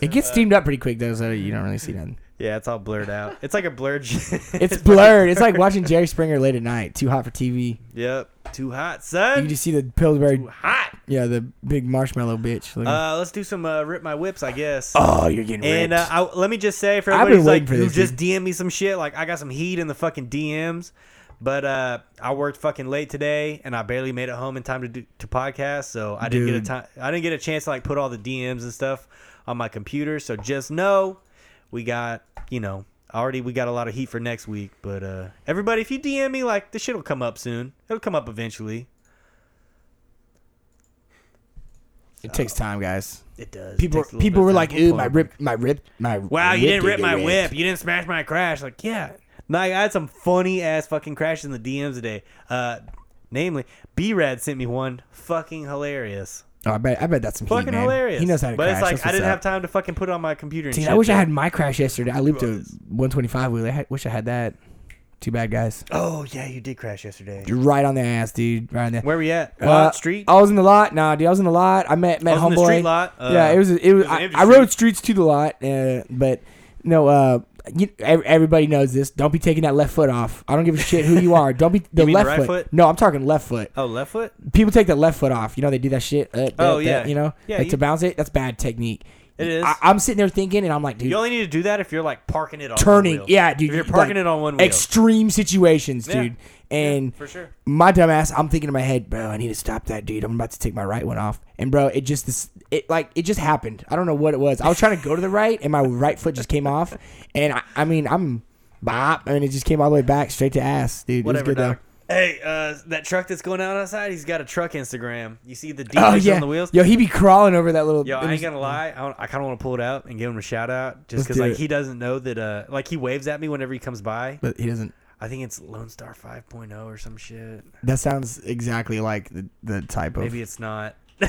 It gets steamed up pretty quick though, so you don't really see
*laughs*
nothing.
yeah, it's all blurred out. It's like a blurred. *laughs* shit.
It's blurred. It's
*laughs*
like watching Jerry Springer late at night. Too hot for TV.
yep. Too hot,
You
son.
just see the Pillsbury,
hot.
yeah, the big marshmallow bitch. Look at-
Uh, let's do some uh, rip my whips, I guess.
oh, you're getting ripped.
And uh, I, let me just say for
I've been
everybody's like
waiting for
who
this,
just
dude.
DM me some shit, like I got some heat in the fucking DMs. But uh, I worked fucking late today, and I barely made it home in time to do, to podcast, so I didn't
Dude.
get a time. I didn't get a chance to like put all the DMs and stuff on my computer. So just know we got you know already we got a lot of heat for next week. But uh, everybody, if you DM me, like this shit will come up soon. It'll come up eventually.
it takes time, guys.
It does.
People,
It takes a little bit
people
of
were
time.
like,
We'll
"Ooh,
pull
my
it back.
rip, my rip, my."
Wow, you didn't
did
rip
get
my
ripped."
whip. You didn't smash my crash. Like, yeah. Like, I had some funny ass fucking crashes in the DMs today. Uh, Namely, B Rad sent me one fucking hilarious.
Oh, I bet I bet that's some
Fucking
heat, man.
hilarious.
He knows how to
But
crash.
it's like
That's
I
what's
didn't
up.
have time to fucking put it on my computer and
Dude,
shit.
I wish I
dude.
had my crash yesterday. I looped a 125 wheeler. I wish I had that. Too bad, guys.
Oh yeah, you did crash yesterday.
You're right on the ass, dude. Right on the
Where we at?
Uh,
Lot street?
I was in the lot. Nah, dude, I was in the lot. I met met
I was in the
homeboy.
street lot. Uh,
yeah, it was. It was.
an
I,
empty
I rode streets to the lot, uh, but no. Uh, you, ev- everybody knows this. Don't be taking that left foot off. I don't give a shit who you are.
*laughs*
Don't be the
mean the
left
right
foot.
foot?
No, I'm talking left foot.
Oh, left foot?
People take the left foot off. You know they do that shit. Uh,
Oh,
that-
yeah.
You know,
Yeah,
like
you-
to bounce it. That's bad technique.
It is.
I, I'm sitting there thinking, and I'm like, dude,
You only need to do that if you're like parking it on
turning.
One wheel.
Yeah, dude.
If you're
like,
parking it on one wheel.
Extreme situations,
Yeah.
dude.
Yeah,
And
for sure.
my dumb ass, I'm thinking in my head, bro, I need to stop that dude. I'm about to take my right one off. And bro, it just this it like it just happened. I don't know what it was. I was trying to go to the right and my right foot just came off. And I, I mean I'm bop and it just came all the way back straight to ass, dude.
Whatever,
it was good
dog.
though.
Hey, uh, that truck that's going out outside, he's got a truck Instagram. You see the D
Oh
picture
yeah,
on the wheels?
yo, he be crawling over that little.
Yo,
it
I
was-
ain't gonna lie. I, don't- I kind of want to pull it out and give him a shout out, just
Let's
because
do
like
it.
he doesn't know that. Uh, like he waves at me whenever he comes by.
But he doesn't.
I think it's Lone Star 5.0 or some shit.
That sounds exactly like the, the type of.
Maybe it's not. *laughs*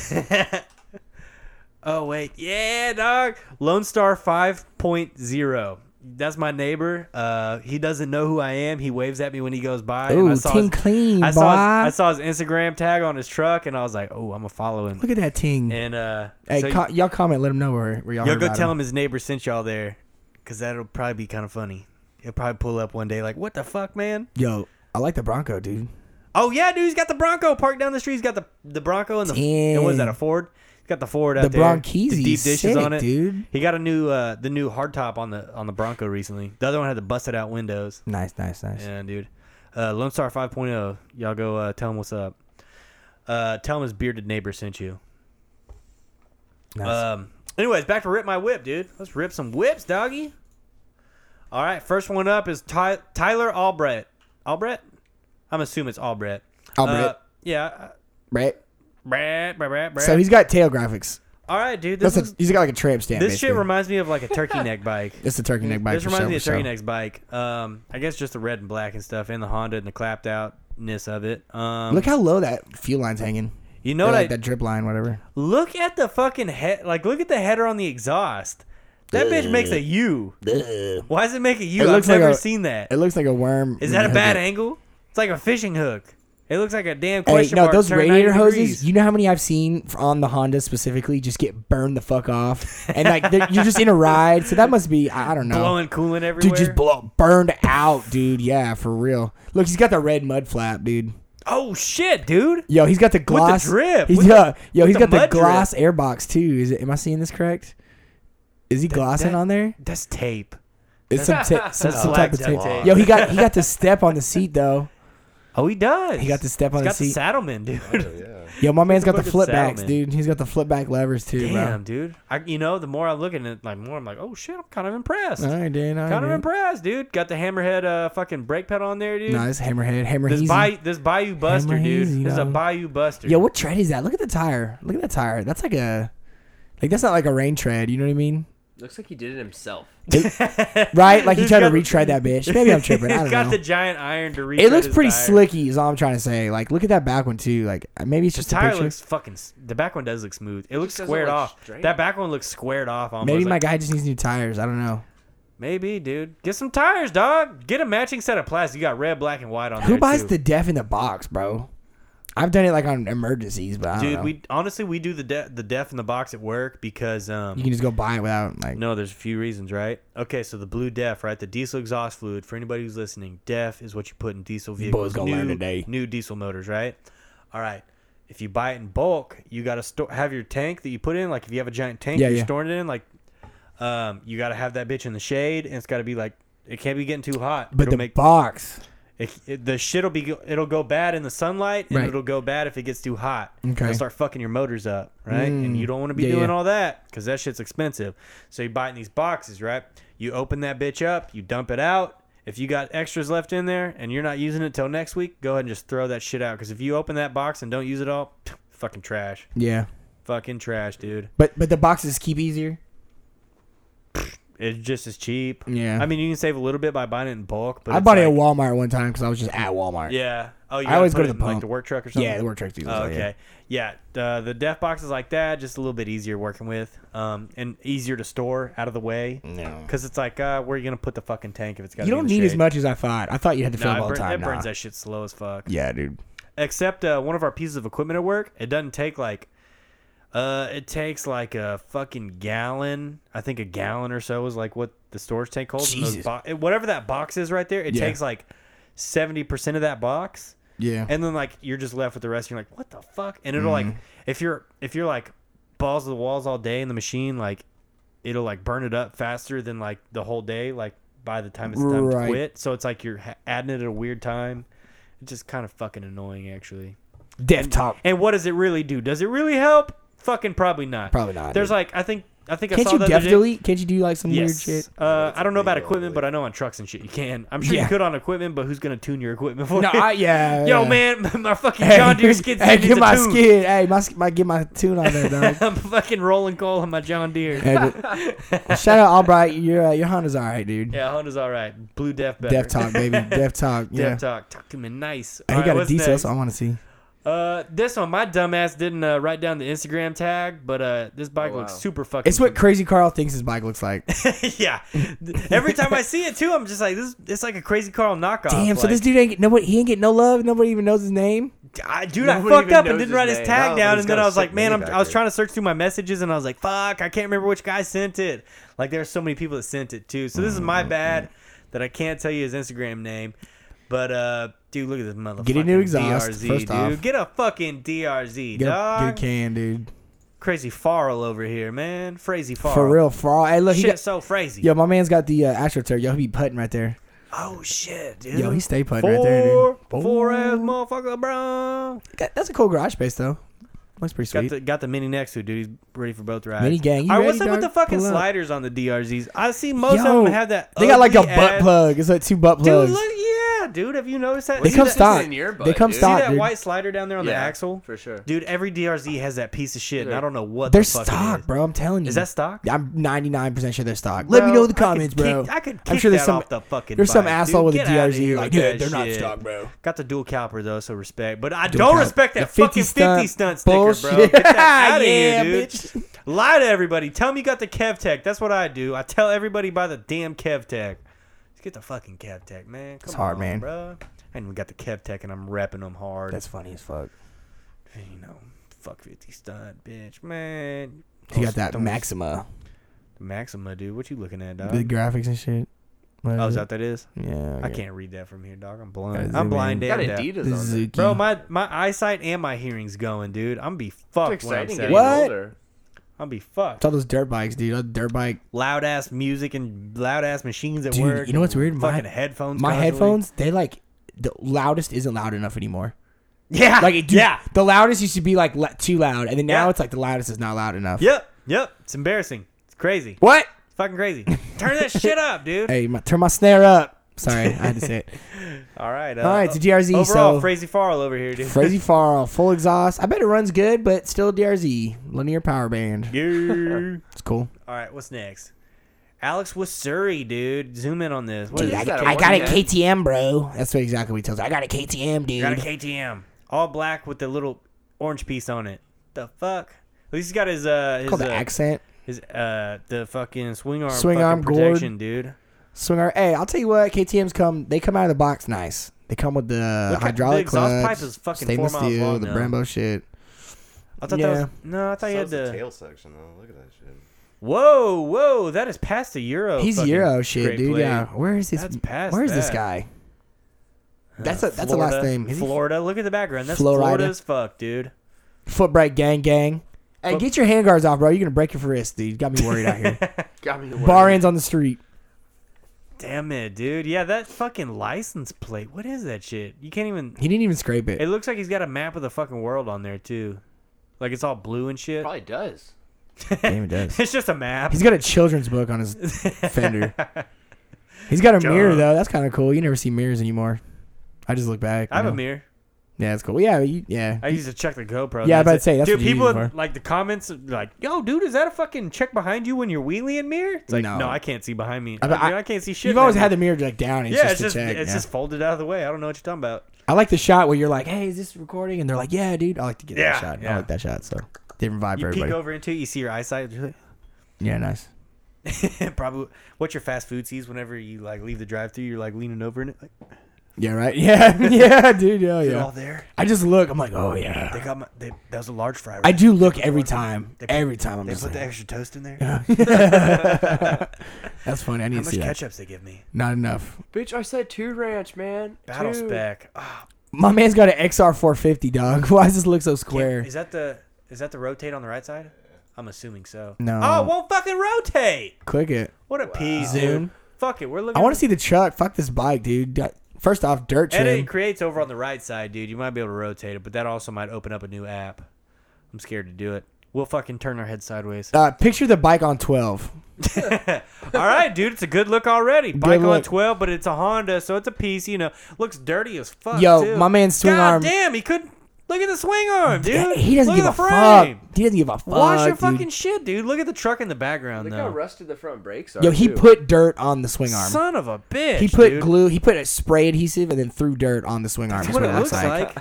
oh wait, yeah, dog. Lone Star 5.0. That's my neighbor. Uh, he doesn't know who I am. He waves at me when he goes by. and I
Ooh,
saw
ting
his-
clean,
I saw,
boy.
his, I saw his Instagram tag on his truck, and I was like, "Oh, I'm gonna follow him."
Look at that ting.
And uh,
hey,
so
co- y'all comment. Let him know where, where y'all.
Yo,
heard
go
about
tell him his neighbor sent y'all there, cause that'll probably be kind of funny. He'll probably pull up one day like, "What the fuck, man?"
Yo, I like the Bronco, dude.
Oh yeah, dude, he's got the Bronco parked down the street. He's got the the Bronco and the and what is that
Dang.
a Ford? He's got the Ford out
The
there.
Bronchies,
the deep dishes
sick,
on it,
dude.
He got a new uh, the new hardtop on the on the Bronco recently. The other one had the busted out windows.
Nice, nice, nice.
Yeah, dude. Uh, Lone Star 5.0. Y'all go uh, tell him what's up. Uh, tell him his bearded neighbor sent you.
nice.
Um. Anyways, back to rip my whip, dude. Let's rip some whips, doggy. All right, first one up is Ty- Tyler Albrecht. Albrecht? I'm assuming it's Albrecht.
Albrecht.
Uh, yeah.
right.
Brad, brad, brad, brad.
So he's got tail graphics.
All right, dude. This
That's *laughs*
is,
a, he's got like a tramp stamp.
this shit
basically.
reminds me of like
*laughs*
a turkey neck bike.
It's a turkey neck bike.
this
for
reminds
sure,
me of
for sure.
turkey neck's bike. Um, I guess just the red and black and stuff, and the Honda and the clapped outness of it. Um,
Look how low that fuel line's hanging.
you know
Or,
what
like
I
that drip line, whatever.
look at the fucking head. Like look at the header on the exhaust. That bitch makes a U. Why does it make a U?
It
I've
looks like
never
a-
seen that.
It looks like a worm. when
Is that
you
a
hook
bad
it.
angle? It's like a fishing hook. It looks like a damn
Hey,
question
no,
mark
those
turned
radiator
90
hoses.
degrees.
You know how many I've seen f- on the Honda specifically just get burned the fuck off, and like they're- you're just in a ride. So that must be I, I don't know.
blowing coolant everywhere.
dude, just blow burned out, dude. Yeah, for real. Look, he's got the red mud flap, dude.
oh shit, dude.
Yo, he's got the gloss
drip,
He's,
with
yeah, yo,
with
he's
the
got the
mud drip.
gloss airbox too. Is it? Am I seeing this correct? Is he glossing
that-
on there?
That's tape.
It's
*laughs*
some, ta- some,
That's
some type
black
of
duct
tape.
tape.
Yo, he got he got the step on the seat though.
Oh, he does.
He got the step on
He's
the
got the
seat.
saddleman, dude.
Yo, my man's got the
fucking
flip backs,
saddleman.
dude. He's got the flip back levers too,
*laughs* Damn, dude. I, you know, the more I look at it, like more I'm like, oh shit, I'm kind of impressed.
bro. All right, dude. All
kind of
right, dude.
impressed, dude. Got the hammerhead uh, fucking brake pedal on there, dude.
Nice hammerhead, hammer
This
Heezy.
bayou, this bayou buster,
Hammer
dude.
Heezy,
this is a
dog.
bayou buster.
Yo, what tread is that? Look at the tire. Look at that tire. That's like a, like that's not like a rain tread. You know what I
*laughs*
mean?
Looks like he did it himself.
Right? Like he
He's
tried to
got the-
retread that
*laughs*
bitch. Maybe I'm tripping. I
He's
don't
got
know.
the giant iron to reach.
It looks pretty slicky. Is all I'm trying to say. Like, look at that back one too. Like, uh, maybe it's
The
just a
tire
picture.
looks fucking. s- The back one does look smooth. It looks
just doesn't
squared
look
off.
straight.
That back one looks squared off. Almost.
maybe my
Like,
guy just needs new tires. I don't know.
Maybe, dude. Get some tires, dog. Get a matching set of plastic. You got red, black, and white on there.
Who buys
too.
the deaf in the box, bro? I've done it like on emergencies, but I don't
Dude,
know.
we honestly we do the de- the deaf in the box at work because um
you can just go buy it without like.
No, there's a few reasons, right? Okay, so the blue DEF, right? The diesel exhaust fluid. For anybody who's listening, DEF is what you put in diesel vehicles.
gonna
new,
learn today.
New diesel motors, right? All right. If you buy it in bulk, you gotta sto- have your tank that you put in. Like if you have a giant tank,
Yeah,
you're
yeah.
storing it in. Like, um, you gotta have that bitch in the shade, and it's gotta be like it can't be getting too hot.
But
it'll
the
make
box.
it, it- the shit'll be go- it'll go bad in the sunlight, and
Right.
it'll go bad if it gets too hot.
Okay. Mm.
It'll start fucking your motors up, right? And you don't want to be
Yeah,
doing
yeah.
all that because that shit's expensive. So you buy it in these boxes, right? You open that bitch up, you dump it out. If you got extras left in there and you're not using it till next week, go ahead and just throw that shit out. Because if you open that box and don't use it all, fucking trash,
Yeah.
fucking trash, dude.
But but the boxes keep easier.
It's just as cheap.
Yeah.
I mean, you can save a little bit by buying it in bulk, but
I
it's
bought it
like-
at Walmart one time because I was just at Walmart.
Yeah. Oh, you
I always go to
gotta put it
the
in, like
pump.
the work truck or something.
yeah, the work truck dealers. yeah.
Oh, okay. Yeah. Uh, the deaf boxes like that, just a little bit easier working with, um, and easier to store out of the way.
No.
Because it's like, uh, where are you gonna put the fucking tank if it's got?
You don't
be in the
need as
shade?
much as I thought. I thought you had to fill
No,
up
it,
all the
burn-
time.
it burns
nah.
that shit slow as fuck.
Yeah, dude.
Except uh, one of our pieces of equipment at work, it doesn't take like, uh, it takes like a fucking gallon. I think a gallon or so is like what the storage tank holds. and those
Jesus.
bo- whatever that box is right there, it
Yeah.
takes like seventy percent of that box.
Yeah.
And then like you're just left with the rest. And you're like, what the fuck? And it'll
Mm-hmm.
like if you're if you're like balls to the walls all day in the machine, like it'll like burn it up faster than like the whole day. Like by the time it's time
Right.
to quit, so it's like you're ha- adding it at a weird time. It's just kind of fucking annoying, actually.
Death top.
And what does it really do? Does it really help? Fucking probably not.
Probably not,
There's
dude.
like I think I think I
Can't
saw
you
the
def
other day-
delete? Can't you do like some weird
Yes. *laughs*
shit?
Uh, I don't know about equipment, but I know on trucks and shit you can. I'm sure
Yeah.
you could on equipment, but who's gonna tune your equipment for
No,
you?
I, yeah.
Yo,
yeah.
man, *laughs* my fucking John Deere skid
Hey,
steer
get
needs
my
a tune. *laughs*
skid. Hey, my, sk- my get my tune on there, dog.
I'm fucking rolling coal on my John Deere.
Hey, but- shout out Albright. Your uh, your Honda's all right, dude.
yeah, Honda's all right. Blue Def better.
Def talk, baby. Def talk. Yeah.
*laughs* Def talk. Talk him in nice.
He
All right,
got a
what's
detail,
next?
so I want to see.
Uh, this one, my dumbass didn't uh, write down the Instagram tag, but uh, this bike
Oh,
looks
wow.
super fucking.
It's what Crazy Carl thinks his bike looks like.
*laughs*
*laughs*
yeah. Every time I see it too, I'm just like, this. It's like a crazy Carl knockoff.
Damn, so
Like,
this dude ain't get nobody. He ain't get no love. Nobody even knows his name.
I, dude, I
Nobody
fucked
even
up and
knows
didn't
his
write his
name.
tag
No, but
down,
he's
and then
got
I
a
was
sick
like, man,
name
I'm,
back
I was
there.
trying to search through my messages, and I was like, fuck, I can't remember which guy sent it. Like, there's so many people that sent it too. So this is
Mm-hmm,
my bad that I can't tell you his Instagram name. But uh, dude, look at this motherfucker.
Get a new exhaust,
DRZ,
first
dude.
off.
Get a fucking DRZ,
Get a, get a
dog.
can, dude.
Crazy Farrell over here, man. Crazy Farrell.
For real, for all. Hey, look, he
Shit,
got,
so crazy.
yo, my man's got the uh, AstroTurf. Yo, he be putting right there.
Oh shit, dude.
Yo, he stay putting
four,
right there, dude.
four ass
Boom.
motherfucker, bro.
Got- That's a cool garage space though. Looks pretty
Got
sweet.
the got the mini next to it, dude. He's ready for both rides.
Mini gang, you
All right, what's
ready,
up with the
dog?
fucking
Pull up.
sliders on the DRZs? I see most
Yo,
of them have that.
They got like a
ugly
butt
ass-
plug. It's like two butt
Dude,
plugs.
look, yeah, dude. Have you noticed that?
they
See
come
that-
stock.
in your butt,
They come
dude. See
See
stock,
that
dude.
white slider down there on the
Yeah,
axle?
for sure.
Dude, every DRZ has that piece of shit, and I don't know what
They're
the fuck it
stock,
is.
bro. I'm telling you.
Is that stock?
I'm 99% sure they're stock. Let me
Bro,
know in the
I could
comments, bro.
kick- I could
I'm
kick
sure there's
that
some
off the fucking
there's some
bike,
asshole
dude.
with
Get
a
outta
DRZ
here
like,
with
dude,
that
they're not
shit."
stock, bro.
Got the dual caliper though, so respect. But I
Dual
don't
caliper.
respect
The
that
50
fucking fifty
stunt
stunt sticker, bro.
bullshit. *laughs*
Get that out of
Yeah,
here, dude.
bitch.
Lie to everybody. Tell me you got the Kev Tech. That's what I do. I tell everybody by the damn Kev Tech. Let's get the fucking Kev Tech, man. Come
hard,
on,
man.
bro. And we got the Kev Tech, and I'm repping them hard.
That's funny as fuck.
you know, fuck fifty stunt, bitch, man.
You got that
Don't-
Maxima,
Maxima, dude. What you looking at,
the
dog?
graphics and shit. What
Oh,
is
is
it?
that what that is?
Yeah,
I
okay.
can't read that from here, dog.
Gotta
I'm blind.
zoom
I'm blind.
in.
Got
damn deaf.
Adidas on there.
Suzuki.
Bro, my my eyesight and my hearing's going, dude. I'm be fucked.
It's
When I'm
exciting
sad.
getting
What?
older.
I'm be fucked.
it's all those dirt bikes, dude. All the dirt bike,
Loud ass music and loud ass machines at
dude.
work.
you know what's
and
weird? My
Fucking headphones.
My
constantly.
headphones, they like the loudest isn't loud enough anymore.
*laughs* Yeah.
Like, it, dude,
yeah.
the loudest used to be like la- too loud, and then now
Yeah.
it's like the loudest is not loud enough.
Yep. Yep. It's embarrassing. It's crazy.
What?
It's
*laughs*
fucking crazy. Turn that shit up, dude.
Hey, my, turn my snare up. Sorry, I had to say *laughs* it.
All right. Uh,
All right, it's a DRZ,
Overall,
so-
crazy Farrell over here, dude.
Crazy far, full exhaust. I bet it runs good, but still DRZ linear power band.
*laughs* Yeah.
It's cool.
All right. What's next? Alex Wasuri, dude. Zoom in on this. What is
Dude, I,
is that, a
I got a
one-man?
KTM, bro. That's what exactly what he tells. us. I got a KTM, dude.
Got a KTM, all black with the little orange piece on it. The fuck? At least he's got his uh his
Called
uh,
the accent.
his uh the fucking swing arm
Swing
fucking
arm gourd.
protection, dude.
Swinger. Hey, I'll tell you what. KTM's come. They come out of the box nice. They come with the
Look, the
hydraulic
exhaust
clutch,
pipe is fucking
stainless
four miles
steel,
long
the
now.
Brembo shit.
I thought that
Yeah.
was no, I thought you had
So's the
the
tail section though. Look at that shit.
whoa whoa that is past the euro.
He's
Oh, fucking
Euro shit,
great
dude.
play. Uh,
Yeah. Where is this?
That's past
where is this
that. Uh,
guy? That's a that's
Florida,
a last name. Is he
Florida. Look at the background. That's
Florida.
Florida, as fuck, dude.
Footbright gang gang. Hey,
Foot-
get your handguards off, bro. You're gonna break your wrist, dude. You got me worried out
*laughs*
here.
Got me
Bar ends on the street.
Damn it, dude. Yeah, that fucking license plate. What is that shit? You can't even.
He didn't even scrape
It
it.
looks like he's got a map of the fucking world on there too. Like it's all blue and shit.
Probably does.
Damn, it does.
*laughs* It's just a map.
He's got a children's book on his
*laughs*
fender. He's got a mirror
Duh.
though. That's kind of cool. You never see mirrors anymore. I just look back.
I have
you
a
know.
mirror.
Yeah, that's cool. Yeah, you, yeah.
I used to check the GoPro.
Yeah, I
That's
about to say,
it.
that's
dude.
what you
people
use it for.
like the comments like, "Yo, dude, is that a fucking check behind you when you're wheeling mirror?" It's like, no,
No.
I can't see behind me. I,
I- I-
I can't see shit.
You've always
now.
had the mirror like down. It's
yeah,
just
it's
to
just
check,
it's
yeah.
just folded out of the way. I don't know what you're talking about.
I like the shot where you're like, "Hey, is this recording?" And they're like, "Yeah, dude." I like to get
Yeah,
that shot.
yeah.
I like that shot. So different vibe
You
for everybody.
peek over into it, you see your eyesight. *laughs* You're
Yeah, nice.
like, probably what your fast food sees whenever you like leave the drive-through. You're like leaning over and it, like,
Yeah, right. *laughs* Yeah, yeah, dude. Yeah,
they're all
yeah.
there.
I just look. I'm like, "Oh
They
yeah."
got my. They, that was a large fry.
I
right?
do look every time. Every time I'm
They
just
put the
like,
extra toast in there.
"That's funny." I need
How
to
much
see that.
ketchups they give me?
Not enough.
Bitch, I said two ranch, man.
Battle
Two.
spec. Ah,
My man's got an XR450, dog. *laughs* Why does this look so square?
Is that the is that the rotate on the right side? I'm assuming so.
No.
Oh, it won't fucking rotate.
Click it.
What a piece, dude.
Zoom.
Fuck it. We're looking.
I want to see the truck. Fuck this bike, dude. Got- First off, dirt trim.
Edit creates over on the right side, dude. You might be able to rotate it, but that also might open up a new app. I'm scared to do it. We'll fucking turn our
*laughs*
head sideways.
Uh, picture the bike on 12.
All right, dude. It's a good look already. Bike on
look.
12, but it's a Honda, so it's a piece. You know, looks dirty as fuck.
Yo,
too.
my man's swing
God
arm-
Damn, he couldn't. Look at the swing arm, dude.
he doesn't
look
give
at
a
the frame.
fuck. He doesn't give a fuck.
Wash your
dude.
fucking shit, dude. Look at the truck in the background,
Look
though.
how rusted the front brakes are.
Yo, he
too.
put dirt on the swing arm.
Son of a bitch.
he put
dude.
glue. He put a spray adhesive and then threw dirt on the swing arm.
That's
is
what
what
it looks *laughs* like.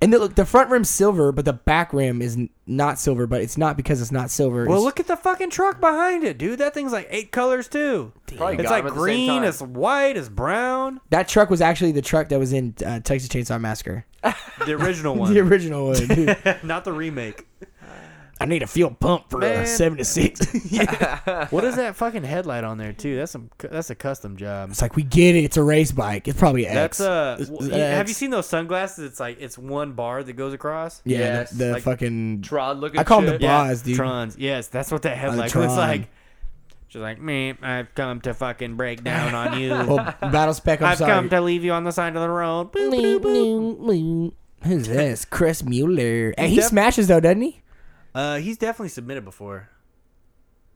And the, look, the front rim's silver, but the back rim is n- not silver. But it's not because it's not silver.
well,
it's-
look at the fucking truck behind it, dude. That thing's like eight colors too.
Probably
It's
got
like
them at the same
green,
time.
it's white, it's brown.
that truck was actually the truck that was in uh, Texas Chainsaw Massacre,
*laughs*
*laughs*
The original
the
one,
original one.
*laughs*
Dude.
not the remake.
I need a fuel pump for
Man.
uh, seventy
*laughs*
six.
What is that fucking headlight on there too? That's some. That's a custom job.
It's like we get it. It's a race bike. It's probably an X.
That's uh.
It's-
w-
it's
you-
an
Have
X.
you seen those sunglasses? It's like it's one bar that goes across.
Yeah,
Yes,
the, the
like
fucking.
Trod looking
I call him the
shit.
Yeah,
bras, dude. Uh,
Trons. Yes, that's what that headlight
Tron.
looks like. She's like, me. I've come to fucking break down on
*laughs*
you. *laughs*
Well, battle spec. Oh, I'm
I've
sorry.
come to leave you on the side of the road. Boop, boop, boop.
Who's this? Chris Mueller. And he
Def-
smashes though, doesn't he?
Uh, he's definitely submitted before.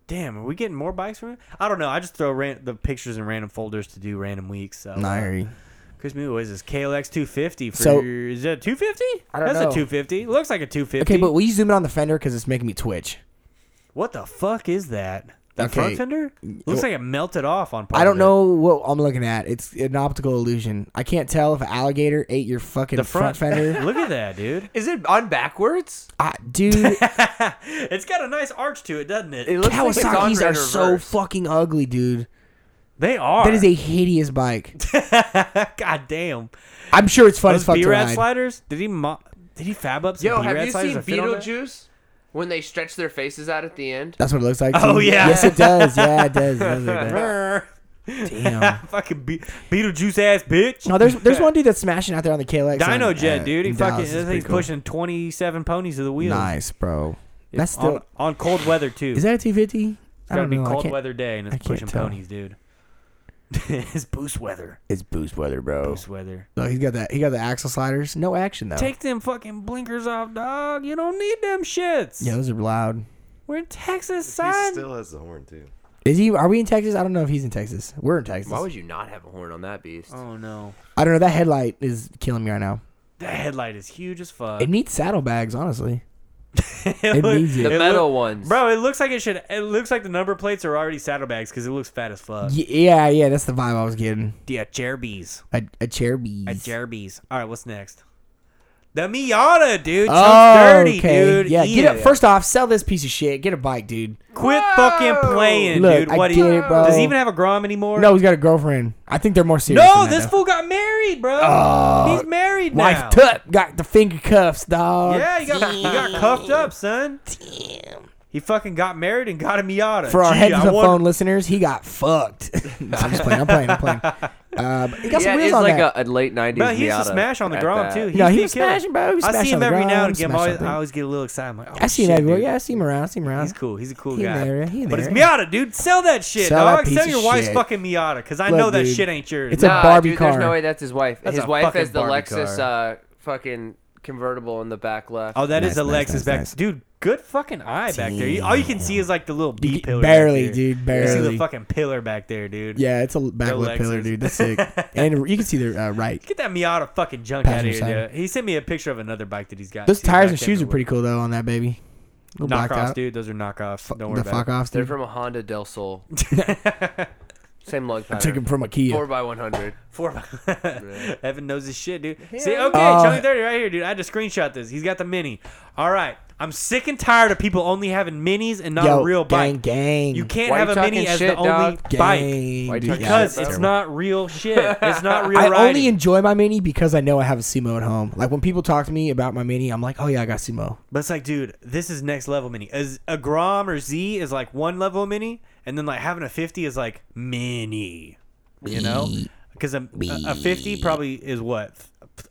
Damn, are we getting more bikes from him? I don't know. I just throw ran- the pictures in random folders to do random weeks. So, uh, Chris Moo, what is this? KLX 250. For,
So-
is that 250?
I don't
That's
know.
a 250. Looks like a 250.
Okay, but will you zoom in on the fender because it's making me twitch?
what the fuck is that? That
Okay.
front fender? Looks like it melted off on part
I don't
of it.
know what I'm looking at. It's an optical illusion. I can't tell if an alligator ate your fucking
The
front,
front, *laughs*
fender.
Look at
*laughs*
that, dude.
Is it on backwards?
I, dude,
It's got a nice arch to it, doesn't it?
It looks like it's on
Kawasaki's
red
are so
reverse.
fucking ugly, dude.
they are.
That is a hideous bike.
*laughs* God damn.
I'm sure it's fun
Those
as fuck to
B-Rad
ride.
sliders? Did he mo- did he fab up some
Yo,
B-Rad
have you
sliders
seen
that fit on there?
Beetlejuice? When they stretch their faces out at the end?
That's what it looks like.
Oh,
too.
yeah.
yes it does. Yeah, it does. It does look like
*laughs*
that. Damn.
fucking Be- Beetlejuice ass bitch.
No, there's there's one dude that's smashing out there on the KLX.
*laughs* Dino
on,
Jet,
uh,
dude. He
in
fucking
Dallas. It's
this
pretty
thing's
cool.
pushing 27 ponies to the wheel.
Nice, bro. That's
on,
still
on cold weather too.
is that a 250?
it's
I
gotta
don't
be
know. I
cold
can't-
weather day and
I
it's
can't
pushing
tell.
ponies, dude. *laughs* it's boost weather.
It's boost weather, bro.
Boost weather.
No, he's got that. He got the axle sliders. No action though.
Take them fucking blinkers off, dog. You don't need them shits.
yeah, those are loud.
We're in Texas,
He
son.
still has the horn too.
Is he? Are we in Texas? I don't know if he's in Texas. We're in Texas.
Why would you not have a horn on that beast?
oh no,
I don't know. That headlight is killing me right now.
that headlight is huge as fuck. *laughs*
It needs saddlebags, honestly.
It
needs
looks-
it.
The
look-
metal ones.
Bro, it looks like it should. It looks like the number plates are already saddlebags because it looks fat as fuck.
Y- Yeah, yeah, that's the vibe I was getting.
Yeah, Jerbies.
A, a chair bees.
A Jerbies. All right, what's next? The Miata, dude. Chunk's
Oh,
dirty,
okay.
dude.
Yeah, get
Yeah.
up. First off, sell this piece of shit. Get a bike, dude.
Quit fucking playing,
Look,
dude.
I
What do
get
you?
it, bro.
Does he even have a Grom anymore?
No, he's got a girlfriend. I think they're more serious.
No,
than that,
this
though.
fool got married, bro. He's married now.
Oh. wife Tut got the finger cuffs, dog.
Yeah, he got, he got cuffed up, son. He fucking got married and got a Miata.
For our
Gee,
heads
I
up
wonder-
phone listeners, he got
*laughs*
fucked. *laughs* No, I'm just playing. I'm playing. I'm playing. Uh, but he got
yeah,
some
it
wheels
is
on
like
that.
a, a late 90s
Bro, he used to
Miata
smash on the
at
Grom
that.
too.
No, he
used to be a
was
killer.
smashing, bro. He was
I see
smashing
him
on the
every now
Grom,
and again.
smashing on the
Always, I
Brit.
always get a little excited. I'm like, oh,
I see him
shit,
everywhere.
dude.
Yeah, I see him around. I see him around.
He's cool. He's a cool
He
guy.
there, he
But it's
there.
Miata, dude. Sell that shit,
Sell that
dog.
piece
Sell
of
your wife's
shit.
fucking Miata, because I
Look,
know that
dude,
shit ain't yours.
it's a
Nah,
Barbie
dude,
car.
There's no way that's his wife.
That's
his
a
wife
fucking
has the
Barbie
Lexus uh, fucking convertible in the back left.
Oh, that is
Nice,
a
nice,
Lexus
nice,
back,
nice.
dude. Good fucking eye back there. You- all you can see is like the little B
You-
pillar.
barely,
back there.
dude,
You see
barely.
the fucking pillar back there, dude.
Yeah, it's a back
Go
lip pillar,
Lexus.
dude. That's
*laughs*
sick. and you can see their uh, right.
Get that Miata fucking junk out of
Passenger
here,
side.
dude. He sent me a picture of another bike that he's got.
Those
too,
tires
back
and shoes are
everywhere.
pretty cool though on that baby. Little blacked
knockoffs,
out.
dude. Those are knockoffs.
F-
Don't worry
the
about
fuck
it.
off, *laughs*
They're
dude.
from a Honda Del Sol. Same lug pattern.
Took *laughs* him from a Kia.
Four by one hundred.
Four. *laughs* Evan knows his shit, dude. See,
Yeah.
okay,
Oh.
Chunky Thirty right here, dude. I had to screenshot this. He's got the mini. All right, I'm sick and tired of people only having minis and not
Yo,
a real
gang,
bike.
gang.
You can't
Why
have
you
a mini
talking
as the
shit,
only
dog?
bike
gang,
Why do you
dude.
talk
Yeah,
because
that's
shit,
it's
terrible.
not real shit.
*laughs*
It's not real.
I only
riding.
enjoy my mini because I know I have a Sumo at home. Like when people talk to me about my mini, I'm like, oh yeah, I got Sumo.
But it's like, dude, this is next level mini. As a Grom or Z is like one level mini, and then like having a fifty is like mini, you know? Because a, a a fifty probably is what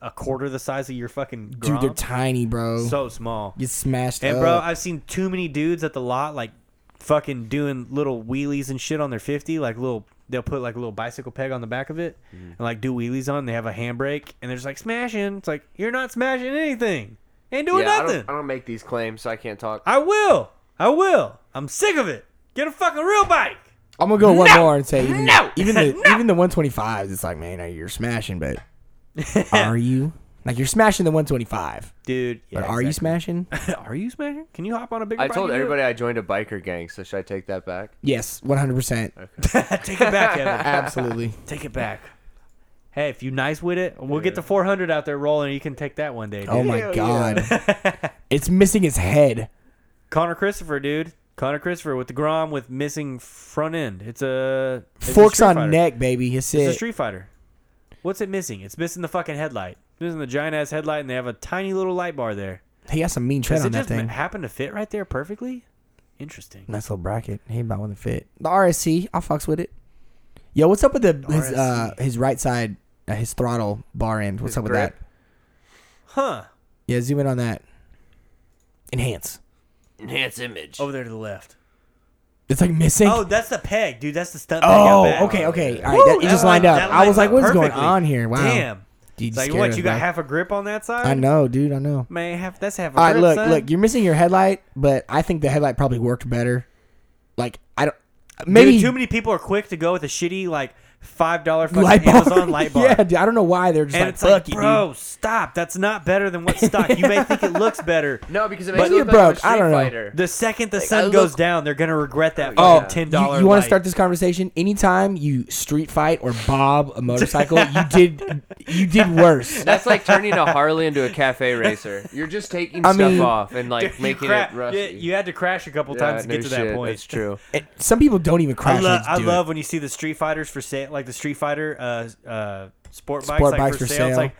a quarter the size of your fucking Grom.
Dude, they're tiny, bro.
so small.
Get smashed
and
up.
bro, I've seen too many dudes at the lot like fucking doing little wheelies and shit on their fifty, like little. They'll put like a little bicycle peg on the back of it and like do wheelies on. They have a handbrake and they're just like smashing. It's like you're not smashing anything. Ain't doing
Yeah, I
nothing.
don't, I don't make these claims, so I can't talk.
I will. I will. I'm sick of it. Get a fucking real bike.
I'm gonna go one
No!
more and say even,
No!
even the
*laughs* No!
even the 125s. It's like, man, you're smashing,
*laughs*
but are you? Like you're smashing the 125,
Dude, yeah,
but are you
*laughs*
smashing?
smashing? are you smashing? Can you hop on a bigger
I
bike?
told
and do
everybody I joined a biker gang, so should I take that back?
yes, 100. percent
it? Take it
*laughs*
back, Evan. *laughs*
Absolutely.
Take it back. Hey, if you nice with it, we'll get the 400 out there rolling. You can take that one day. Dude.
Oh my god,
*laughs*
it's missing its head.
Connor Christopher, dude. Connor Christopher with the Grom with missing front end. It's a it's a
Forks
Street
on
Fighter.
neck, baby. It's
It's a
it.
Street Fighter. What's it missing? It's missing the fucking headlight. It's missing the giant ass headlight, and they have a tiny little light bar there.
He got some mean tread
Does
on
it
that
just
thing.
happen to fit right there perfectly? Interesting.
Nice little bracket. He about want to fit the RSC. I'll fucks with it. Yo, what's up with the his uh his right side uh, his throttle bar end? What's
His
up with
grip?
that?
Huh.
Yeah, zoom in on that. Enhance.
Enhance image.
Over there to the left.
It's like missing.
Oh, that's the peg, dude. That's the stunt. peg out
Oh,
back. Oh,
okay, okay. All right, that, it
that
just
line-
lined
that
up. I
lines
was like,
up
what's going
perfectly.
on here? Wow.
Damn.
Dude,
It's like
scared
what?
us,
You got
bro.
half a grip on that side.
I know, dude. I
*laughs*
know.
Man, half. That's half a
All right,
grip.
look,
son.
look. You're missing your headlight, but I think the headlight probably worked better. Like I don't. Maybe
Dude, too many people are quick to go with a shitty like five dollar fucking
light bar.
Amazon light
*laughs*
bar.
yeah, dude, I don't know why they're just
And
like,
it's
fuck
like,
you,
bro, stop. That's not better than what's stock. You may think it looks
*laughs*
better.
no, because it
But
makes me
you're
look like I'm a
broke. I
Street
don't know.
Fighter.
The second the
I
sun
look-
goes down, they're gonna regret that
Oh,
fucking ten
you,
dollar.
want to start
*laughs*
this conversation? Anytime you street fight or bob a motorcycle, you did you did worse.
That's like turning a Harley into a cafe racer. You're just taking
*laughs* I
stuff
mean-
off and
*laughs*
like making it rusty.
You, you had to crash a couple
Yeah,
times to get
no
to
shit,
that point.
That's
*laughs*
true.
And some people don't even
I
crash.
love,
let's
I
do it.
love when you see the Street Fighters for sale, like the Street Fighter uh, uh, sport bikes,
Sport
like
bikes
for,
for
sale. It's
sale.
like,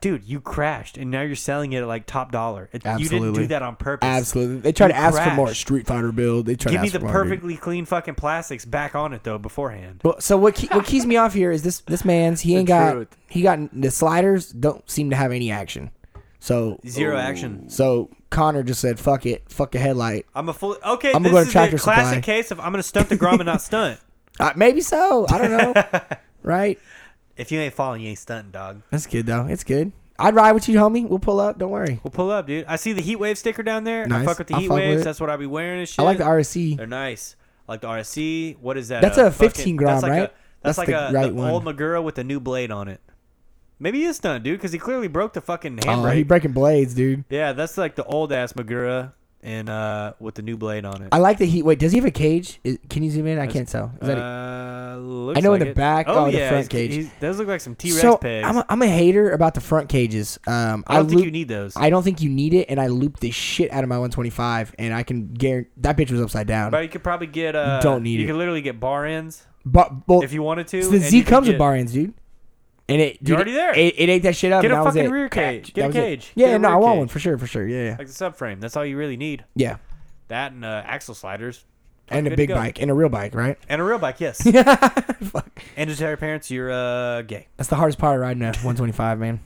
dude, you crashed and now you're selling it at like top dollar. It, you didn't
Absolutely.
do that on purpose.
Absolutely, they try
You
to ask for more
crashed.
Street Fighter build. They try
Give
to
me
ask
the
for more, dude.
perfectly clean fucking plastics back on it though beforehand.
Well, so what? Key, what keys me off here is this. This man's he ain't got
truth.
he got the sliders don't seem to have any action. So
Zero action.
so Connor just said fuck it, fuck the headlight.
I'm a full okay.
I'm gonna
this
go to
is
Tractor
the classic
Supply.
case of I'm gonna stunt the Grom
*laughs*
and not stunt.
Uh, maybe so. I don't
*laughs*
know. right?
If you ain't falling, you ain't stunting, dog.
That's good though. It's good. I'd ride with you, homie. We'll pull up. Don't worry.
We'll pull up, dude. I see the heat wave sticker down there. I
Nice.
fuck with the
I'll
heat
fuck with
waves.
it.
That's what I be wearing and shit.
I like the RSC.
They're nice. I like the RSC. What is that? uh,
That's a 15 gram,
that's like a-
right?
that's
That's
like
the
a
right
the
one.
old Magura with a new blade on it. Maybe he is done, dude, because he clearly broke the fucking
Oh, he
handbrake.
breaking blades, dude.
yeah, that's like the old ass Magura and uh with the new blade on it.
I like the heat. Wait, does he have a cage? Is, can you zoom in? I can't tell. Is that it?
uh, looks
I know in
like
the
it.
back- oh, the front
he's-
cage.
he's- those look like some T Rex
So
pegs.
I'm a, I'm a hater about the front cages. Um,
I don't think
loop-
you need those.
I don't think you need it, and I looped the shit out of my 125, and I can guarantee that bitch was upside down.
but you could probably get. Uh,
don't need
You
it.
could literally get bar ends
But, but
if you wanted to.
so the
and
Z
you could
comes
get-
with bar ends, dude. And it dude,
already there.
It, it ate that shit up.
Get
and
a
that was
fucking
it.
rear cage. Get a
That was it.
cage. Get
Yeah,
a
no,
rear
I want
cage.
one for sure, for sure. Yeah, yeah,
Like the subframe. That's all you really need.
yeah.
That and uh, axle sliders.
And
good
a
to
big
go.
bike and a real bike, right? *laughs*
And a real bike, yes.
Fuck.
and to tell your parents you're uh, gay.
That's the hardest part of riding a 125, man.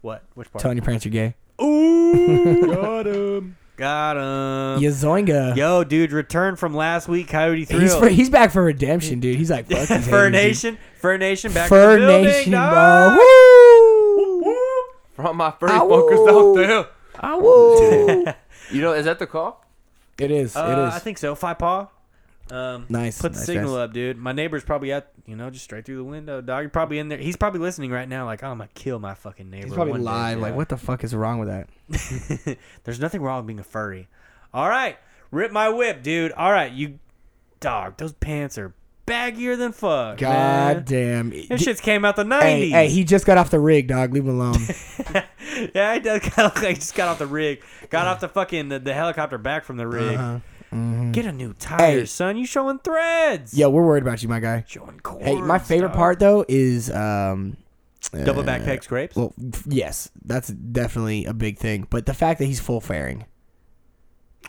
What? Which part?
Telling your parents you're gay.
Ooh,
*laughs*
got him. Got him.
Yazoinga.
Yo, dude, return from last week, Coyote Thrill.
He's, for, *laughs*
*laughs*
he's back for redemption, dude. He's like, fuck these haters,
Fur
dude.
Nation. Fur Nation back in
Fur
the building,
Nation,
dog.
bro. Woo!
Woo.
From my furry
Ow.
fuckers out there.
I
*laughs*
will.
You know, is that the call?
it is.
Uh,
it is.
I think so. Five paw. Um,
Nice,
Put the
nice,
signal
guys.
up, dude. My neighbor's probably out, you know, just straight through the window. Dog, you're probably in there. He's probably listening right now, like, I'm gonna kill my fucking neighbor.
He's probably
one day."
live. Like,
Yeah.
what the fuck is wrong with that?
There's nothing wrong with being a furry. All right, rip my whip, dude. All right, you dog. Those pants are baggier than fuck.
God damn.
man. Them shits came out the
Hey,
nineties.
hey, he just got off the rig, dog. Leave him
*laughs*
alone.
yeah, he does kind of look like he just got off the rig, got off the fucking the, the helicopter back from the rig. Get a new tire,
Uh-huh. Hey.
son. You showing threads?
Yo, we're worried about you, my guy.
showing cords.
Hey, my favorite
dog.
part though is um, uh,
double back peg scrapes.
well, f- yes, that's definitely a big thing. But the fact that he's full fairing,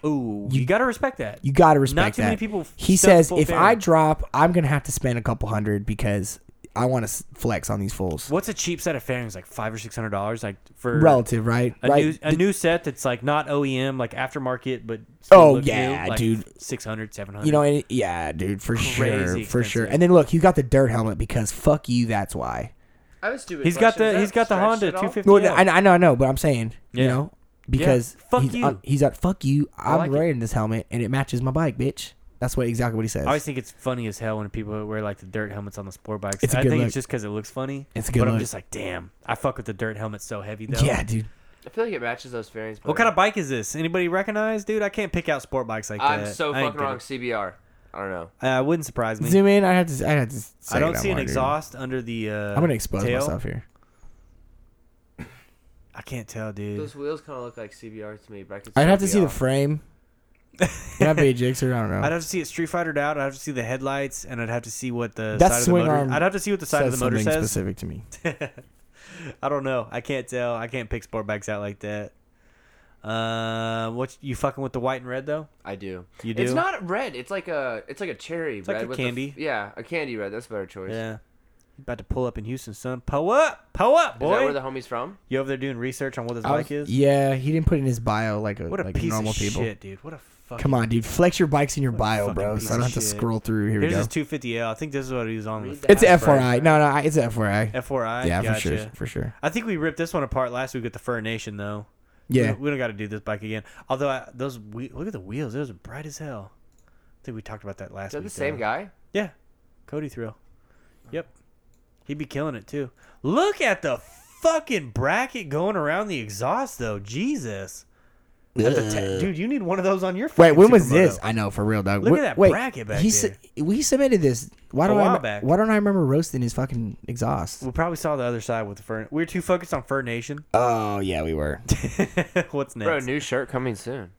Ooh, you, gotta respect that.
you gotta respect
too many
that.
people f-
He
stuck
says,
full
if I
fairing."
drop, I'm gonna have to spend a couple hundred because I want to flex on these fools.
What's a cheap set of fairings? Like five or six hundred dollars, like for
Relative, right?
a
right.
new a new set that's like not OEM, like aftermarket, but
Oh, yeah, dude.
600, 700.
you know, and, yeah, dude, for sure,
Crazy
for sure.
expensive.
And then look, you got the dirt helmet because fuck you. That's why.
I have a stupid
he's got the he's got the Honda 250.
Well, I, I know, I know, but I'm saying, you
Yeah.
know, because
fuck
he's,
you.
on- he's like, fuck you. I'm
like it.
wearing this helmet and it matches my bike, bitch. That's what exactly what he says.
I always think it's funny as hell when people wear like the dirt helmets on the sport bikes.
It's a
I
good
think
look.
it's just because it looks funny.
It's a good
But I'm
look.
just like, damn, I fuck with the dirt helmet so heavy though.
yeah, dude.
I feel like it matches those fairings.
What kind of bike is this? Anybody recognize, dude? I can't pick out sport bikes like
I'm
that.
so
I ain't
fucking
good.
wrong. CBR. I don't know.
Uh, wouldn't surprise me.
Zoom in. I have to. I have to.
I
say
don't
that
see an
more, dude.
exhaust under the. Uh,
I'm gonna expose
tail.
myself here.
I can't tell, dude.
Those wheels kind of look like CBR to me, but I could
I'd
still
have to
be
see the
off.
*laughs*
frame. It might be a jigsaw. I don't know.
I'd have to see it street fighted out. I'd have to see the headlights, and I'd have to see what the
That
side
swing
of the motor.
arm
I'd have to see what the side of
um, Says
the motor
something
says.
specific to me.
I don't know. I can't tell. I can't pick sport bikes out like that. Uh, what you fucking with the white and red though?
I do.
You
It's
do?
not red. It's like a it's like a cherry
like
red.
a
with the f-
candy.
yeah, a candy red. That's a better choice.
Yeah. You about to pull up in Houston, son. Pull up, pull up,
Is that
boy.
where the homie's from?
you over there doing research on what this
I was-
bike is?
Yeah, he didn't put in his bio like a,
What a
like
piece
normal
of
people.
shit, dude. What a fucking.
Come on, dude. Flex your bikes in your bio,
fucking
bro.
piece
So I don't
of
have to
shit.
scroll through. Here we
Here's
go.
his 250L. I think this is what he was on with.
Read
It's a
That's right.
FRI. No, no, it's a FRI.
FYI.
Yeah, for
gotcha.
sure, for sure.
I think we ripped this one apart last week with the Fur Nation, though. We
Yeah.
don't- we don't got to do this bike again. Although I, those we, look at the wheels, those are bright as hell. I think we talked about that last.
Is that
week,
the same
though.
guy?
Yeah, Cody Thrill. Yep, he'd be killing it too. Look at the fucking bracket going around the exhaust, though. Jesus, That's a ta- dude, you need one of those on your.
Uh. Wait,
fucking
when was
Supermoto.
this? I know for real, dog.
Look
Wh-
at that
Wait,
bracket back
he su- we submitted this. Why don't I?
while
rem-
back.
Why don't I remember roasting his fucking exhaust?
We probably saw the other side with the Fur. We were too focused on Fur Nation.
Oh yeah, we were. Uh,
*laughs* What's next?
Bro, new shirt coming soon.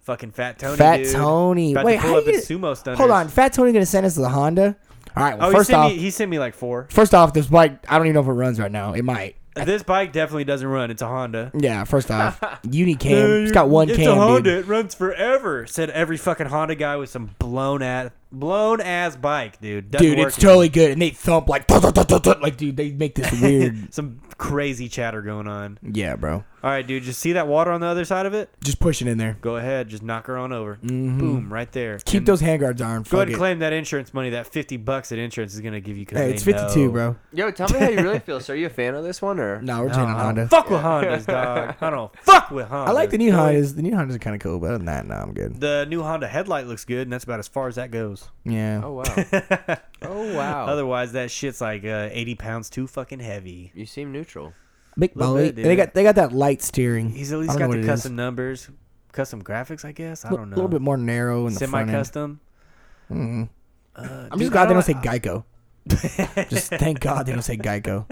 Fucking Fat Tony.
Fat
dude.
Tony.
About
Wait,
to pull
how
up
you
his
gonna-
sumo stunners.
Hold on, Fat Tony gonna send us the Honda. All right. Well,
Oh,
first
he sent
off,
me. He sent me like four.
first off, this bike. I don't even know if it runs right now. It might.
*laughs* This bike definitely doesn't run. It's a Honda.
Yeah.
*laughs*
First off, uni cam. it's got one
it's
cam,
a Honda.
dude.
It runs forever. Said every fucking Honda guy with some blown ass, blown ass bike, dude. Doesn't
Dude,
work
it's totally good, and they thump like, "Tut, tut, tut, tut, tut," like, dude, they make this
*laughs*
weird.
some crazy chatter going on.
yeah, bro.
All right, dude. Just see that water on the other side of it.
Just pushing in there.
Go ahead. Just knock her on over. Boom, right there.
Keep
And
those handguards on. Fuck
Go ahead
Mm-hmm. it.
and claim that insurance money. That fifty bucks that insurance is gonna give you. 'cause
Hey,
they
it's 52,
know.
bro.
Yo, tell me how you *laughs* really feel. So, are you a fan of this one or?
No, we're
*laughs* No,
changing
I
Honda.
don't
*laughs*
fuck with Hondas, dog. I don't fuck with Hondas.
I like the new Hondas. The new Hondas are kind of cool, but other than that, no, I'm good.
The new Honda headlight looks good, and that's about as far as that goes.
Yeah.
Oh wow. oh
*laughs*
wow.
Otherwise, that shit's like uh, 80 pounds too fucking heavy.
you seem neutral.
Big
little
Bolly.
bit,
They
dude.
got they got that light steering.
He's at
I
least
don't
got
know
the
what it
custom
is.
numbers, custom graphics, I guess. I
Li-
don't know.
A little bit more narrow in the front end.
Semi-custom.
I'm just glad they don't say
*laughs*
Geico. just thank God they don't say Geico.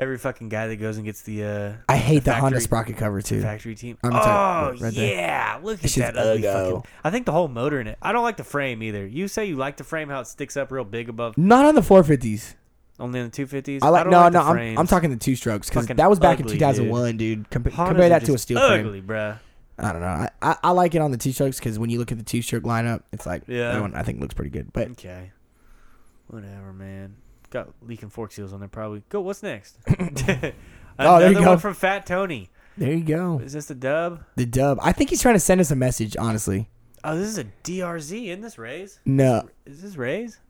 Every fucking guy that goes and gets the. Uh, *laughs*
I hate the, Honda
factory-
sprocket cover too.
Factory team.
I'm
oh
sorry, right there.
yeah, look at
shit's
that ugly
uggo.
fucking. I think the whole motor in it. I don't like the frame either. You say you like the frame, how it sticks up real big above,
Not on the 450s.
only in the 250s.
I like
don't
no
like
no.
the
I'm,
frames.
I'm talking the two strokes because
Fucking
that was back
ugly,
in
dude.
2001, dude. Compa-
Hondas
compare
are
that to a
just
steel frame.
Ugly, bruh.
I don't know. I, I, I like it on the two strokes because when you look at the two stroke lineup, it's like
Yeah.
that one I think looks pretty good. But
Okay. Whatever, man. Got leaking fork seals on there probably. Go, what's next?
*laughs*
*laughs*
Oh,
Another
there you go.
one from Fat Tony.
there you go.
Is this the dub?
The dub. I think he's trying to send us a message. Honestly,
Oh, this is a DRZ. Isn't this Rays?
no.
Is this Rays?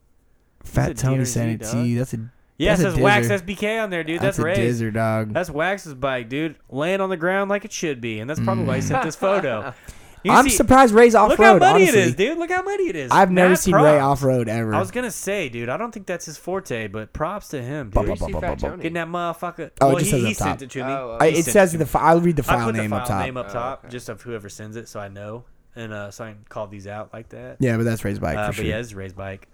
Fat
It's a
Tony
DRZ,
sent it to
dog.
you. That's a
Yeah,
That's a
it says Wax
dizzer.
SBK on there, dude. That's,
That's, a
raised.
dizzer, dog.
That's Wax's bike, dude. Laying on the ground like it should be, and that's probably why he sent
*laughs*
this photo. You
I'm
see-
surprised Ray's off
Look
road.
how muddy
honestly.
it is, dude. Look how muddy it is.
I've never
Mad
seen Ray
props.
off road ever.
I was gonna say, dude. I don't think that's his forte, but props to him,
Ba-
dude.
ba-
You see
ba- ba-
Fat
ba-
Tony?
Getting that motherfucker.
Oh, it
well,
just
he,
says
he
up
sent
top.
it to me.
Oh,
I-
he
it
sent
says
to
the fi- I'll read the
I
file
put the
name
file
up top.
name up
Oh,
top,
okay.
just of whoever sends it, so I know, and uh, so I can call these out like that.
Yeah, but that's Ray's bike
Uh,
for
but
sure.
yeah, this is Ray's bike.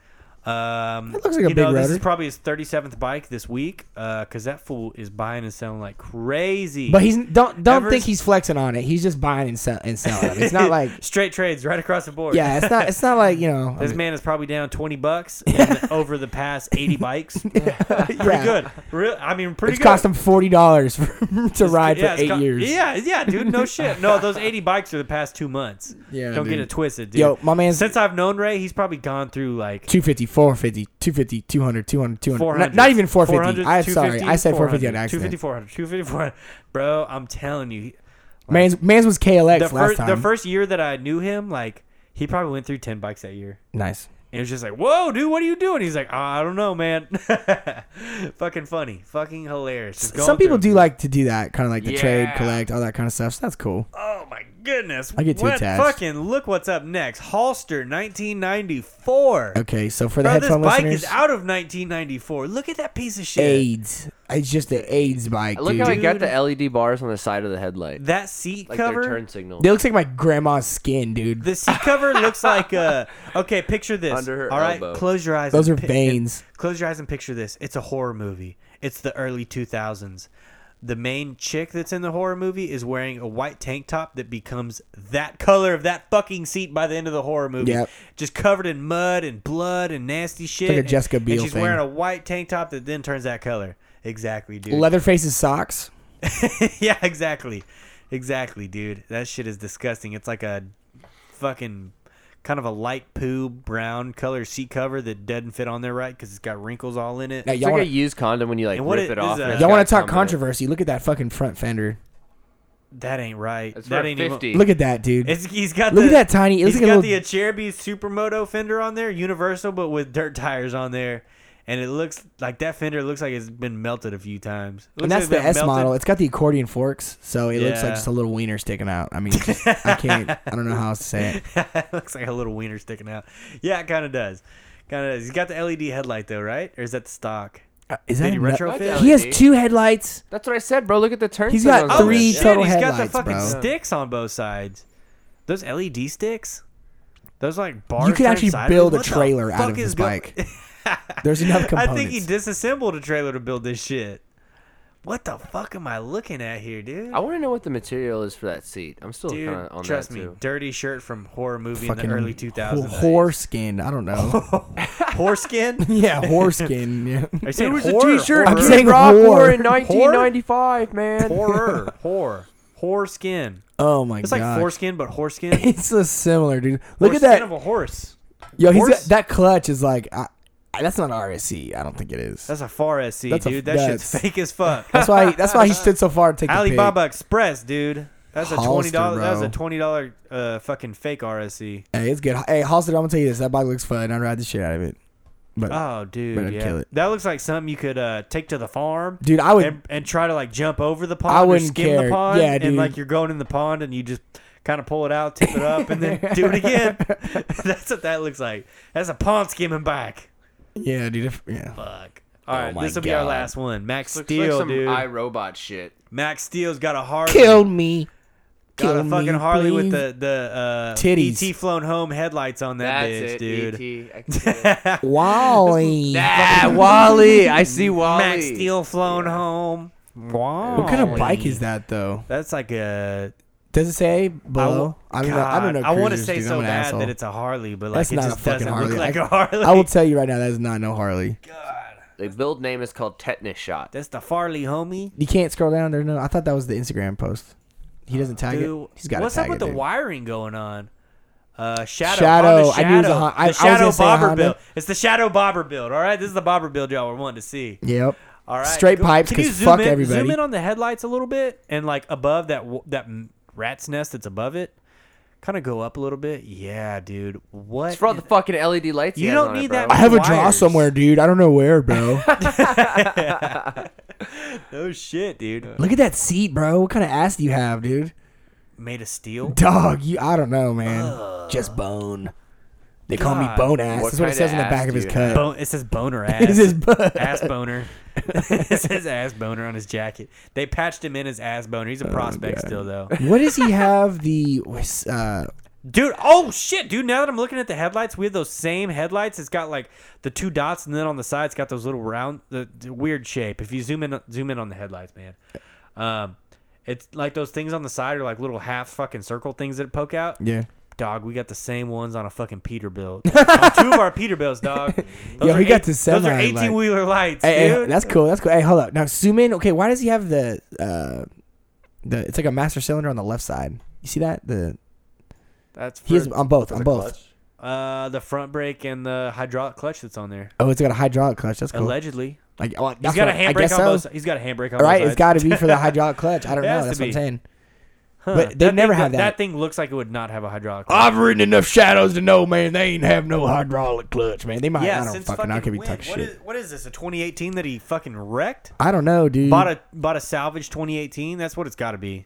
Um,
That looks like a
you know,
big
this is
rotor.
probably his 37th bike this week because that fool is buying and selling like crazy.
But he's don't don't
Ever-
think he's flexing on it. He's just buying and, sell, and selling. It's
*laughs*
not like
straight trades right across the board.
yeah, it's not it's not like you know. I
*laughs* This
mean,
man is probably down
*laughs*
20 bucks in, over the past 80 bikes.
yeah.
Pretty good. Real, I mean, pretty
It's
good.
cost him forty dollars *laughs* to ride
yeah,
for
it's
eight
co-
years.
Yeah, yeah,
*laughs*
dude. No shit. No, those 80 bikes are the past two months.
Yeah,
Don't
dude.
get it twisted, dude.
Yo, my man's
Since I've known Ray, he's probably gone through like
250, 450, 250, 200, 200, 200.
400.
Not, not even 450.
400,
I'm sorry.
250,
I said 450 on
400,
accident.
250, 400, 250, 400. Bro, I'm telling you.
Man's, man's was KLX
The,
last
first,
time.
the first year that I knew him, like, he probably went through 10 bikes that year.
nice.
And it was just like, whoa, dude, what are you doing? He's like, "Ah, I don't know, man. *laughs* Fucking funny. Fucking hilarious. Just going
Some people
through.
do like to do that, kind of like the trade,
Yeah.
collect, all that kind of stuff. So that's cool.
Oh my goodness!
I get too
what
attached.
Fucking look what's up next. Holster, 1994.
Okay, so for the
Bro, this
headphone
bike
listeners,
is out of 1994. Look at that piece of shit.
AIDS. It's just the AIDS bike,
Look
dude.
how I
Dude.
got the LED bars on the side of the headlight,
That seat
like
cover.
their turn signal.
It looks like my grandma's skin, dude.
The seat cover looks
*laughs*
like a. Okay, picture this.
Under her
All right,
elbow.
close your eyes.
Those
and
are
pi-
veins.
and- close your eyes and picture this. It's a horror movie. It's the early 2000s. The main chick that's in the horror movie is wearing a white tank top that becomes that color of that fucking seat by the end of the horror movie.
Yep.
Just covered in mud and blood and nasty shit.
like a
and-
Jessica Biel
And she's
thing.
wearing a white tank top that then turns that color. Exactly, dude.
Leatherface's socks.
*laughs* yeah, exactly. Exactly, dude. That shit is disgusting. It's like a fucking kind of a light poo brown color seat cover that doesn't fit on there right because it's got wrinkles all in it.
Now,
It's
y'all
like
wanna-
a used condom when you like
And what
rip
it-
it
this
off.
is
and
a-
it's
Y'all want
got
to talk
cum in it.
controversy? Look at that fucking front fender.
That ain't right.
It's
that
for
ain't
fifty.
even.
Look at that, dude.
It's, he's got
Look
the,
at that tiny- it looks
He's
like a
got
little-
the Cherokee Supermoto fender on there, universal, but with dirt tires on there, and it looks like that fender looks like it's been melted a few times. It
and
looks
that's
like
the
it's
S
been melted.
model. It's got the accordion forks, so it looks like
Yeah.
just a little wiener sticking out. I mean, just-
*laughs*
I can't. I don't know how else to say it.
it looks like a little wiener sticking out. Yeah, it kind of does. Kind of does. He's got the LED headlight though, right? Or is that the stock?
Uh, Is that
Did he
a nut-
retrofit?
He has two headlights.
That's what I said, bro. Look at the turn.
He's got
signals on
three
this.
shit,
total
Oh, he's got
headlights,
the fucking
bro.
sticks on both sides. Those LED sticks. Those like bars.
You could
turned
actually
sideways?
build a
What the
trailer out
fuck
of
is
this
go-
bike. There's enough
*laughs* I
components.
think he disassembled a trailer to build this shit. What the fuck am I looking at here, dude?
I want to know what the material is for that seat. I'm still kind
Dude,
of on
trust
that
me,
too.
dirty shirt from horror movie in
Fucking
the early 2000s. *laughs*
Horse skin. I don't know.
Horse skin?
yeah, horse skin. Yeah. *laughs*
*laughs* Are you saying
was a
horror?
T-shirt.
I'm
Horror? *laughs*
saying
Rock
whore.
War in 1995, man.
horror, horror, horror skin.
Oh my
It's
god.
like foreskin, but horse skin.
It's so similar, dude. *laughs* Look at that.
of a horse.
Yo, he's got,
horse?
that clutch is like. I, I- that's not RSC. I don't think it is.
That's a far SC,
That's a-
dude. that
that's-
shit's fake as fuck.
*laughs* That's why. That's why he stood so far to take the pic.
Alibaba Express, dude. That's a twenty
Hollister,
dollar. That's
bro.
a twenty dollar uh, fucking fake RSC.
Hey, it's good. Hey, Halstead, I'm gonna tell you this. That bike looks fun. I'd ride the shit out of it. But
Oh, dude,
Better
yeah.
kill it.
That looks like something you could uh, take to the farm.
dude, I would.
and, and try to like jump over the pond.
I
I
wouldn't
wouldn't or skim
care.
The pond,
Yeah, dude.
And like you're going in the pond and you just kind of pull it out, tip it up, and then do
*laughs*
it again. *laughs* That's what that looks like. That's a pond skimming bike.
yeah, dude. If, yeah.
Fuck. All
Oh
right,
my
this will be our
God.
last one. Max
Looks
Steel,
like some
dude.
iRobot shit.
Max Steel's got a Harley.
Kill me.
got
Kill
a fucking
me,
Harley
please.
with the the uh,
Titties.
ET flown home headlights on that bitch, dude.
E
*laughs*
*laughs*
dude.
Wally.
ah, Wally. I see Wally.
Max Steel flown home. Wow.
What kind of bike is that though?
That's like a
Does it say below? I, don't know. I don't know.
I want to
cruisers,
say
dude.
so
I'm an
bad
asshole.
that it's a Harley, but like
That's
it
not a
just
fucking
doesn't
Harley.
look like
I-
a Harley.
I will tell you right now, that is not no Harley.
The build name is called Tetanus Shot.
That's the Farley homie.
You can't scroll down. There's no. I thought that was the Instagram post. He doesn't tag
Dude,
it. He's got.
what's up with the
dude.
wiring going on? Uh, shadow,
Shadow.
Honda
I knew it was a
Shadow.
Hon- I- I
the
was
shadow
gonna say a
bobber
Honda.
build. It's the shadow bobber build. All right, this is the bobber build y'all were wanting to see.
Yep.
All right,
Straight pipes,
Can you
'cause
zoom
fuck
in,
everybody.
Zoom in on the headlights a little bit, and like above that w- that m- rat's nest that's above it, Kind of go up a little bit. Yeah, dude. What?
It's for all the
in-
fucking LED lights. he
You
has
don't
on
need
it, bro.
that
I have a draw
Wires.
somewhere, dude. I don't know where, *laughs* bro.
no Oh, shit, dude.
Look at that seat, bro. What kind of ass do you have, dude?
Made
*laughs*
of steel.
Dog, you. I don't know, man. Just bone. They call me
God.
bone ass.
What
That's what it
kinda
says on the
ass
back
do
of his
you
cut.
Bone, it says boner ass.
It says bo-
ass boner. *laughs* it says ass boner on his jacket. They patched him in as ass boner.
Oh,
He's a prospect still though.
*laughs* *laughs* What does he have? The uh,
Dude, oh shit, dude, now that I'm looking at the headlights, we have those same headlights. It's got like the two dots and then on the side it's got those little round the, the weird shape. If you zoom in zoom in on the headlights, man. Um it's like those things on the side are like little half fucking circle things that poke out.
yeah.
Dog, we got the same ones on a fucking Peterbilt. *laughs* on two of our
*laughs*
Peterbilts, dog. Those
Yo,
are
he got
eight-
the
Those are
semi, like-
18 wheeler lights,
Hey, hey,
dude.
that's cool. That's cool. Hey, hold up. Now zoom in. Okay, why does he have the uh, the? It's like a master cylinder on the left side. You see that? The
That's for
he has on both.
Is
On
it
both.
clutch?
uh, the front brake and the hydraulic clutch that's on there.
Oh, it's got a hydraulic clutch. That's cool.
Allegedly,
Like, oh,
he's
that's
got a
what- I guess
handbrake on
so.
both. He's got a handbrake on
All right,
both
it's got to be for
*laughs*
the hydraulic clutch. I don't
It has
know.
to
That's what I'm
be.
saying.
Huh.
But they
That
never
thing,
had that.
That thing looks like it would not have a hydraulic. clutch.
I've ridden enough shadows to know, man. They ain't have no hydraulic clutch, man. They might. I don't fucking. I could be
when?
talking
What
shit. Mm.
is- what is this? A 2018 that he fucking wrecked?
I don't know, dude.
Bought a bought a salvage 2018. That's what it's got to be.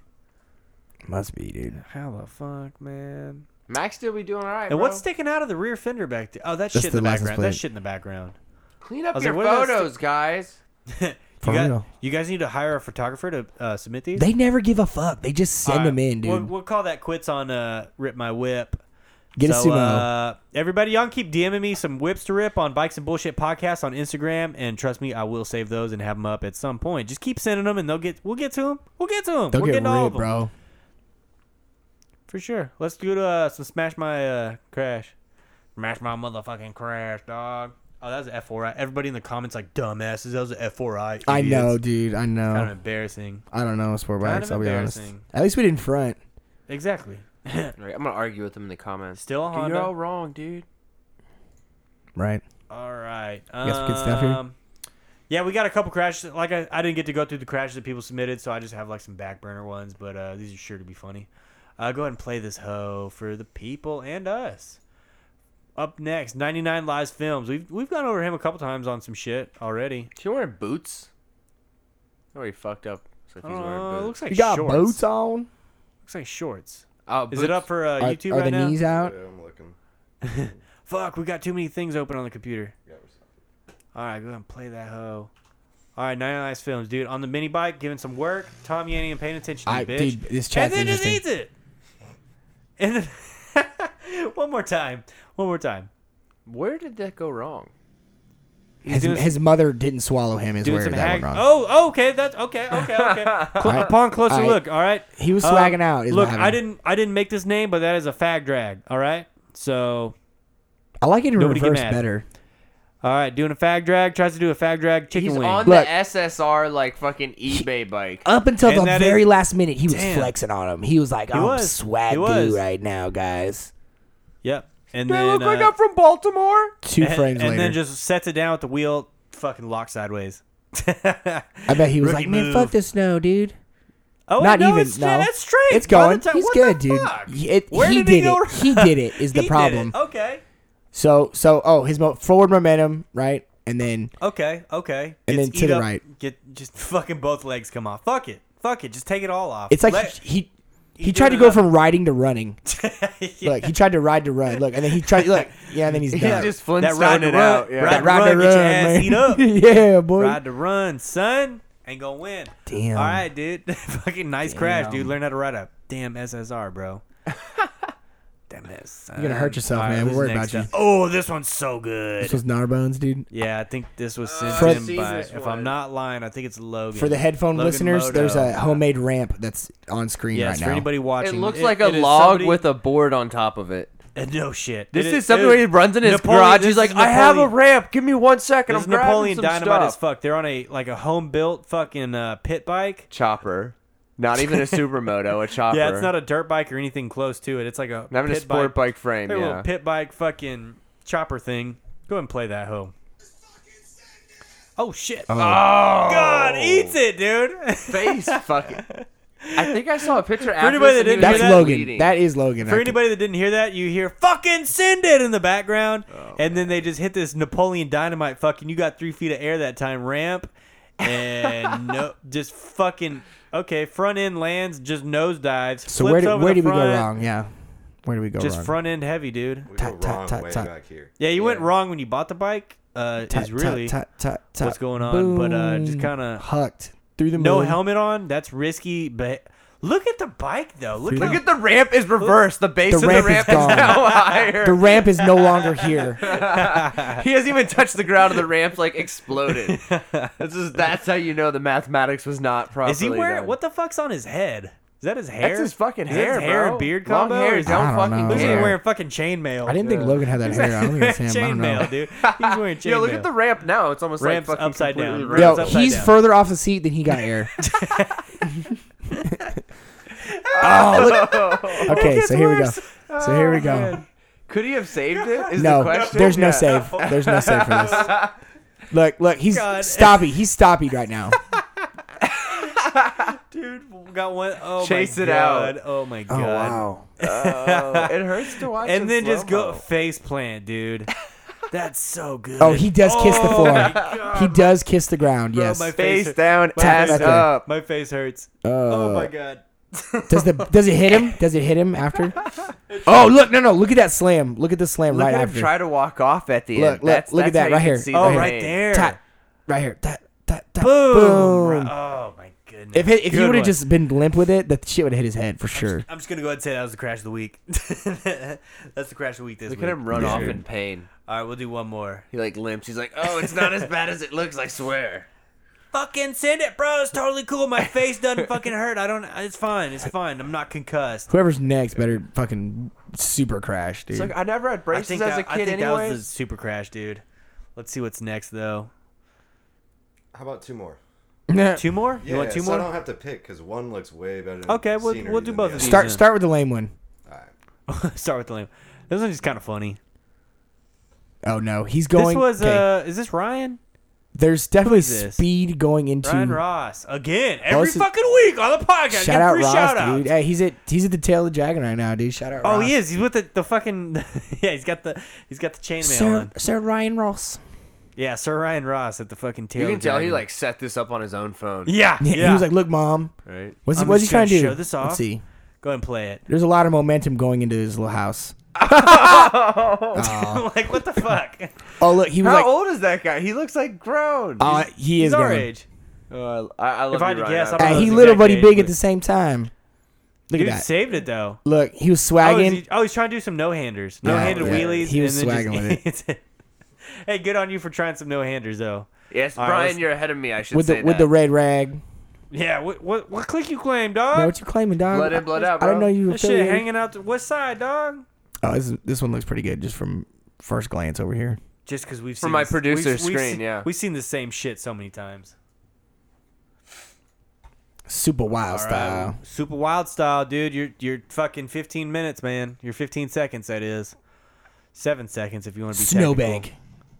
Must be, dude.
How the fuck, man?
Max still be doing all right.
And
bro.
what's sticking out of the rear fender back there? Oh, that
That's
shit in the,
the license
background. That
plate.
shit in the background.
Clean up
was
your
like, what is that
photos, guys.
*laughs*
For
you, got-
real.
you guys need to hire a photographer to uh, submit these.
They never give a fuck. They just send
All right,
them in, dude.
We'll, we'll call that quits on uh, Rip My Whip.
Get
so,
a sumo.
Uh, everybody, y'all keep DMing me some whips to rip on Bikes and Bullshit podcast on Instagram, and trust me, I will save those and have them up at some point. Just keep sending them, and they'll get. We'll get to them. We'll get to them.
Don't
we're
get
getting all of
ripped,
them
bro.
for sure. Let's do uh, some smash my uh, crash. Smash my motherfucking crash, dog. Oh, that was an F4I. Everybody in the comments like dumbasses. That was an F4I.
I
idiots."
know, dude. I know.
Kind of embarrassing.
I don't know sport
Kind
bikes.
of
I'll be honest.
embarrassing.
At least we didn't front.
Exactly.
Right, I'm gonna argue with them in the comments.
Still a
Dude,
Honda.
you're all wrong, dude.
Right.
All right.
got some good stuff here?
Um, Yeah, we got a couple crashes. Like I, I didn't get to go through the crashes that people submitted, so I just have like some back burner ones. But uh, these are sure to be funny. Uh, go ahead and play this hoe for the people and us. Up next, 99 Lives Films. We've we've gone over him a couple times on some shit already.
She wearing boots. Oh, he fucked up. So if he's
Uh,
wearing
looks
boots.
like
You got
shorts.
boots on?
Looks like shorts.
Oh,
Is it
boots.
up for
Are,
uh, YouTube
are
right
the
now?
knees out?
Yeah, I'm looking.
Fuck, we got too many things open on the computer.
Yeah, we're stopped.
All right, go ahead and play that hoe. All right, 99 Lives Films, dude. On the mini bike, giving some work. Tom Yanni and paying attention to
I-
you, bitch.
dude, this chat's
and then just eats
interesting.
it. And then *laughs* one more time. One more time.
Where did that go wrong?
His,
doing-
his mother didn't swallow him. Is
Doing
where
some
that
hag.
went wrong.
Oh, oh, okay. That's okay. Okay.
*laughs*
Okay. Cl-
Alright,
Upon closer
alright.
look. All right.
He was
Um,
swagging out. is what
look, I
happened.
didn't. I didn't make this name, but that is a fag drag. All right. So
I like it in
Nobody get
reverse
mad.
better.
all right, doing a fag drag. Tries to do a fag drag. Chicken
He's
wing.
on
Look.
the SSR like fucking eBay
*laughs*
bike.
Up until
And
the
that
very
is-
last minute, he was
Damn.
flexing on him. He was like, "I'm
was.
swag
He was.
dude right now, guys."
yep. And
They
then
look like
uh,
I'm from Baltimore.
Two
and,
frames
and
later,
then just sets it down at the wheel. Fucking locked sideways.
*laughs* I bet he was
Rookie
like, "Man,
move.
fuck this snow, dude."
Oh,
Not
no,
even.
it's,
no,
that's straight.
It's
By the
going.
time-
He's
what the
good, dude.
fuck?
He- it-
Where
he
did,
did
he go
it.
wrong?
He did it,
*laughs*
is the
He did it. Oh.
problem.
Okay.
So, so, oh, his mo- forward momentum, right, and then
Okay. Okay.
And
Gets
then to
eat
the
up,
right.
Get just *laughs* fucking both legs come off. Fuck it. Fuck it. Just take it all off.
it's like
Let-
he he,
he
tried
did
to go
it up.
from riding to running.
*laughs* Yeah.
Look, he tried to ride to run. Look, and then he tried. Look, yeah, and then he's done.
just
that ride
Flintstone
to
it
run,
out. Yeah.
Ride,
That ride
to run. Get your ass
man.
eat up.
*laughs* yeah, boy.
Ride to run, son. Ain't gonna win.
Damn.
All right, dude. *laughs* fucking nice crash, dude.
Damn.
Learn how to ride a damn
*laughs*
SSR, bro. damn it. Son.
You're gonna hurt yourself,
All
man.
who's
We're worried
next
about you.
up? Oh, this one's so good.
This was Narbones, dude.
Yeah, I think this was sent
I've
in
seen
by.
this
If
Uh, one.
I'm not lying, I think it's Logan.
For the headphone
Logan
listeners,
Moto.
there's a homemade ramp that's on screen
Yes,
right
for
now.
anybody
It
watching,
looks like a
it is
log
somebody-
with a board on top of it.
Uh, *laughs* no shit.
This
It
is something
dude,
where he runs in his
Napoleon-
garage.
this
He's like,
is
I have a
Napoleon-
ramp. Give me one second.
This
I'm
is
grabbing
Napoleon
some
Dynamite
stuff.
as fuck. They're on a like a home built fucking uh, pit bike.
Chopper. Not
*laughs*
even a supermoto. A chopper.
Yeah, it's not a dirt bike or anything close to it. It's like a
Not even a
pit
sport bike frame,
Their little
yeah.
pit bike fucking chopper thing. Go ahead and play that hoe. Oh shit! Oh, God, eats it, dude.
*laughs* face. Fucking. I think I saw a
*laughs*
picture after
anybody
this and
that
he
didn't
was
That's
hear that-
Logan.
bleeding.
That is Logan.
*laughs* For
I-
anybody that didn't hear that, you hear fucking send it in the background,
Oh,
and then they just hit this Napoleon Dynamite fucking you got three feet of air that time ramp,
*laughs*
and no, just fucking okay front end lands just nose dives.
So
flips
where did
over
where
the
did we go
front,
wrong? Yeah, where did we go
Just
wrong?
front end heavy, dude.
We
Tut,
go
tut,
wrong
tut,
way
tut.
back here.
Yeah, you went wrong when you bought the bike. Uh,
Tut,
is
tut,
really
tut, tut, tut.
what's going on, but, uh, just
Boom.
kinda-
hucked through the
no
moon.
helmet on. That's risky, but look at the bike though. Look,
Dude.
how-
Look at the ramp is reversed. The base
The
of
ramp
the
is
ramp is,
gone.
*laughs*
now higher.
The ramp is no longer here.
*laughs* he hasn't even touched the ground, and the ramp's like
*laughs*
exploded. this is that's how you know the mathematics was not properly.
is he wearing
done.
what the fuck's on his head? Is that his hair?
That's his fucking
Is that
hair,
his hair
bro.
and beard
Long
combo.
hair,
or
his
is
I
own
don't
fucking
know.
Looks like
Yeah.
he's
hair.
wearing fucking chainmail.
I didn't think Logan had that hair. I don't think
*laughs*
it's him. I don't know.
chainmail, dude. He's wearing chainmail.
Yeah, look at the ramp now. It's almost
Ramp's
like fucking
upside down.
completely
Ramp's
Yo,
reversed.
upside
he's
down.
further off the seat than he got
*laughs*
air. *laughs* oh, look.
*laughs*
Okay, so here we go. So
Oh,
here we go.
Could he have *laughs* saved it? Is the
No,
question?
there's no
Yeah.
*laughs*
save. There's no save for this. Look, look, he's
God.
stoppy. He's stoppy right
*laughs*
now.
dude. Got one. Oh
Chase
my
it
god.
out.
Oh my god.
Oh wow.
Oh, it hurts to watch. in
And then just go
slow-mo.
face plant, dude. That's so good.
Oh, he does kiss the
Oh
floor.
my God.
He does kiss the ground.
Bro,
Yes.
my face
face
hurt.
down,
My
ass
face-
up.
My face hurts.
Uh,
oh my god.
Does the does it hit
*laughs*
him? Does it hit him after? Oh look, no, no, look at that slam. Look at the slam
Look
right
at
after.
him try to walk off at the
Look,
end.
look,
That's,
look at
that's
that
how you
right
can
here.
see
Oh,
the
right
pain.
there.
Tap. right here. Tap, tap, tap,
Boom.
boom.
Oh my goodness.
If it, if
Good
you would
one.
have just been limp with it, the shit would have hit his head for sure.
I'm just gonna go ahead and say that was the crash of the week. *laughs* That's the crash of the week this
Look
week.
at him run off
Dude.
in pain.
All right, we'll do one more.
He like limps. He's like, "Oh, it's not as bad as it looks. I swear."
Fucking send it, bro. It's totally cool. My face doesn't fucking hurt. I don't. It's fine. It's fine. I'm not concussed.
Whoever's next better fucking super crash, dude.
It's like I never had
I
braces
think,
as
that,
a
I
kid
think
anyway.
that was the super crash, dude. Let's see what's next though.
How about two more?
Two more?
Yeah,
you want two
so
more?
I don't have to pick because one looks way better. Than
Okay, we'll-
scenery
we'll do
than
both of
the other.
these.
start start with the lame one.
Alright.
*laughs* Start with the lame. This one's just kind of funny.
Oh no, he's going.
this was
'kay.
uh, is this Ryan?
There's definitely
is this?
speed going into.
Ryan Ross again every
this is-
fucking week on the podcast.
Shout out
free
Ross,
shout out.
dude. Hey, he's at he's at the tail of the dragon right now, dude. Shout out.
Oh,
Ross.
he is. He's with the, the fucking *laughs* yeah. He's got the he's got the chainmail
Sir,
on.
Sir Ryan Ross.
Yeah, Sir Ryan Ross at the fucking tail.
you can tell he
dragon.
like set this up on his own phone.
yeah,
Yeah, *laughs*
yeah.
He was like, "Look, mom,
Right.
what's he,
I'm
what's he
just
trying to
gonna
do?"
show this off.
Let's see.
go ahead and play it.
There's a lot of momentum going into his little house.
I'm *laughs*
*laughs*
like what the fuck? He's
Oh look, Oh. he was
How
like,
old is that guy? He looks like grown.
uh, he is
our
grown.
age.
Uh, I, I love
If I had
you,
to
Ryan.
guess, I'm
Uh,
Oh,
he
it's
little
exact
buddy
age,
big at
but-
the same time. Look
Dude
at that.
saved it though.
Look, he was
Oh, is
swagging.
he, oh, he's trying to do some no-handers,
Yeah,
no-handed
yeah.
wheelies.
He was
and then
swagging
just, *laughs* hey, good on you for trying some no-handers though.
yes,
All right,
Brian,
let's-
you're ahead of me. I should
with
say
the with
that.
the red rag.
Yeah, what what, what click you claim, dog?
Man, what you claiming, dog?
Blood in, blood
I-
out,
I didn't know
bro.
you were
that shit
affiliated.
hanging out the what side, dog?
Oh, this, this one looks pretty good just from first glance over here.
Just because we've
For
seen
my
this-
producer's
we've, we've
screen,
seen-
yeah.
we've seen the same shit so many times.
Super wild
All
style.
right. Super wild style, dude. You're you're fucking 15 minutes, man. You're 15 seconds. That is seven seconds if you want to be
Snowbank.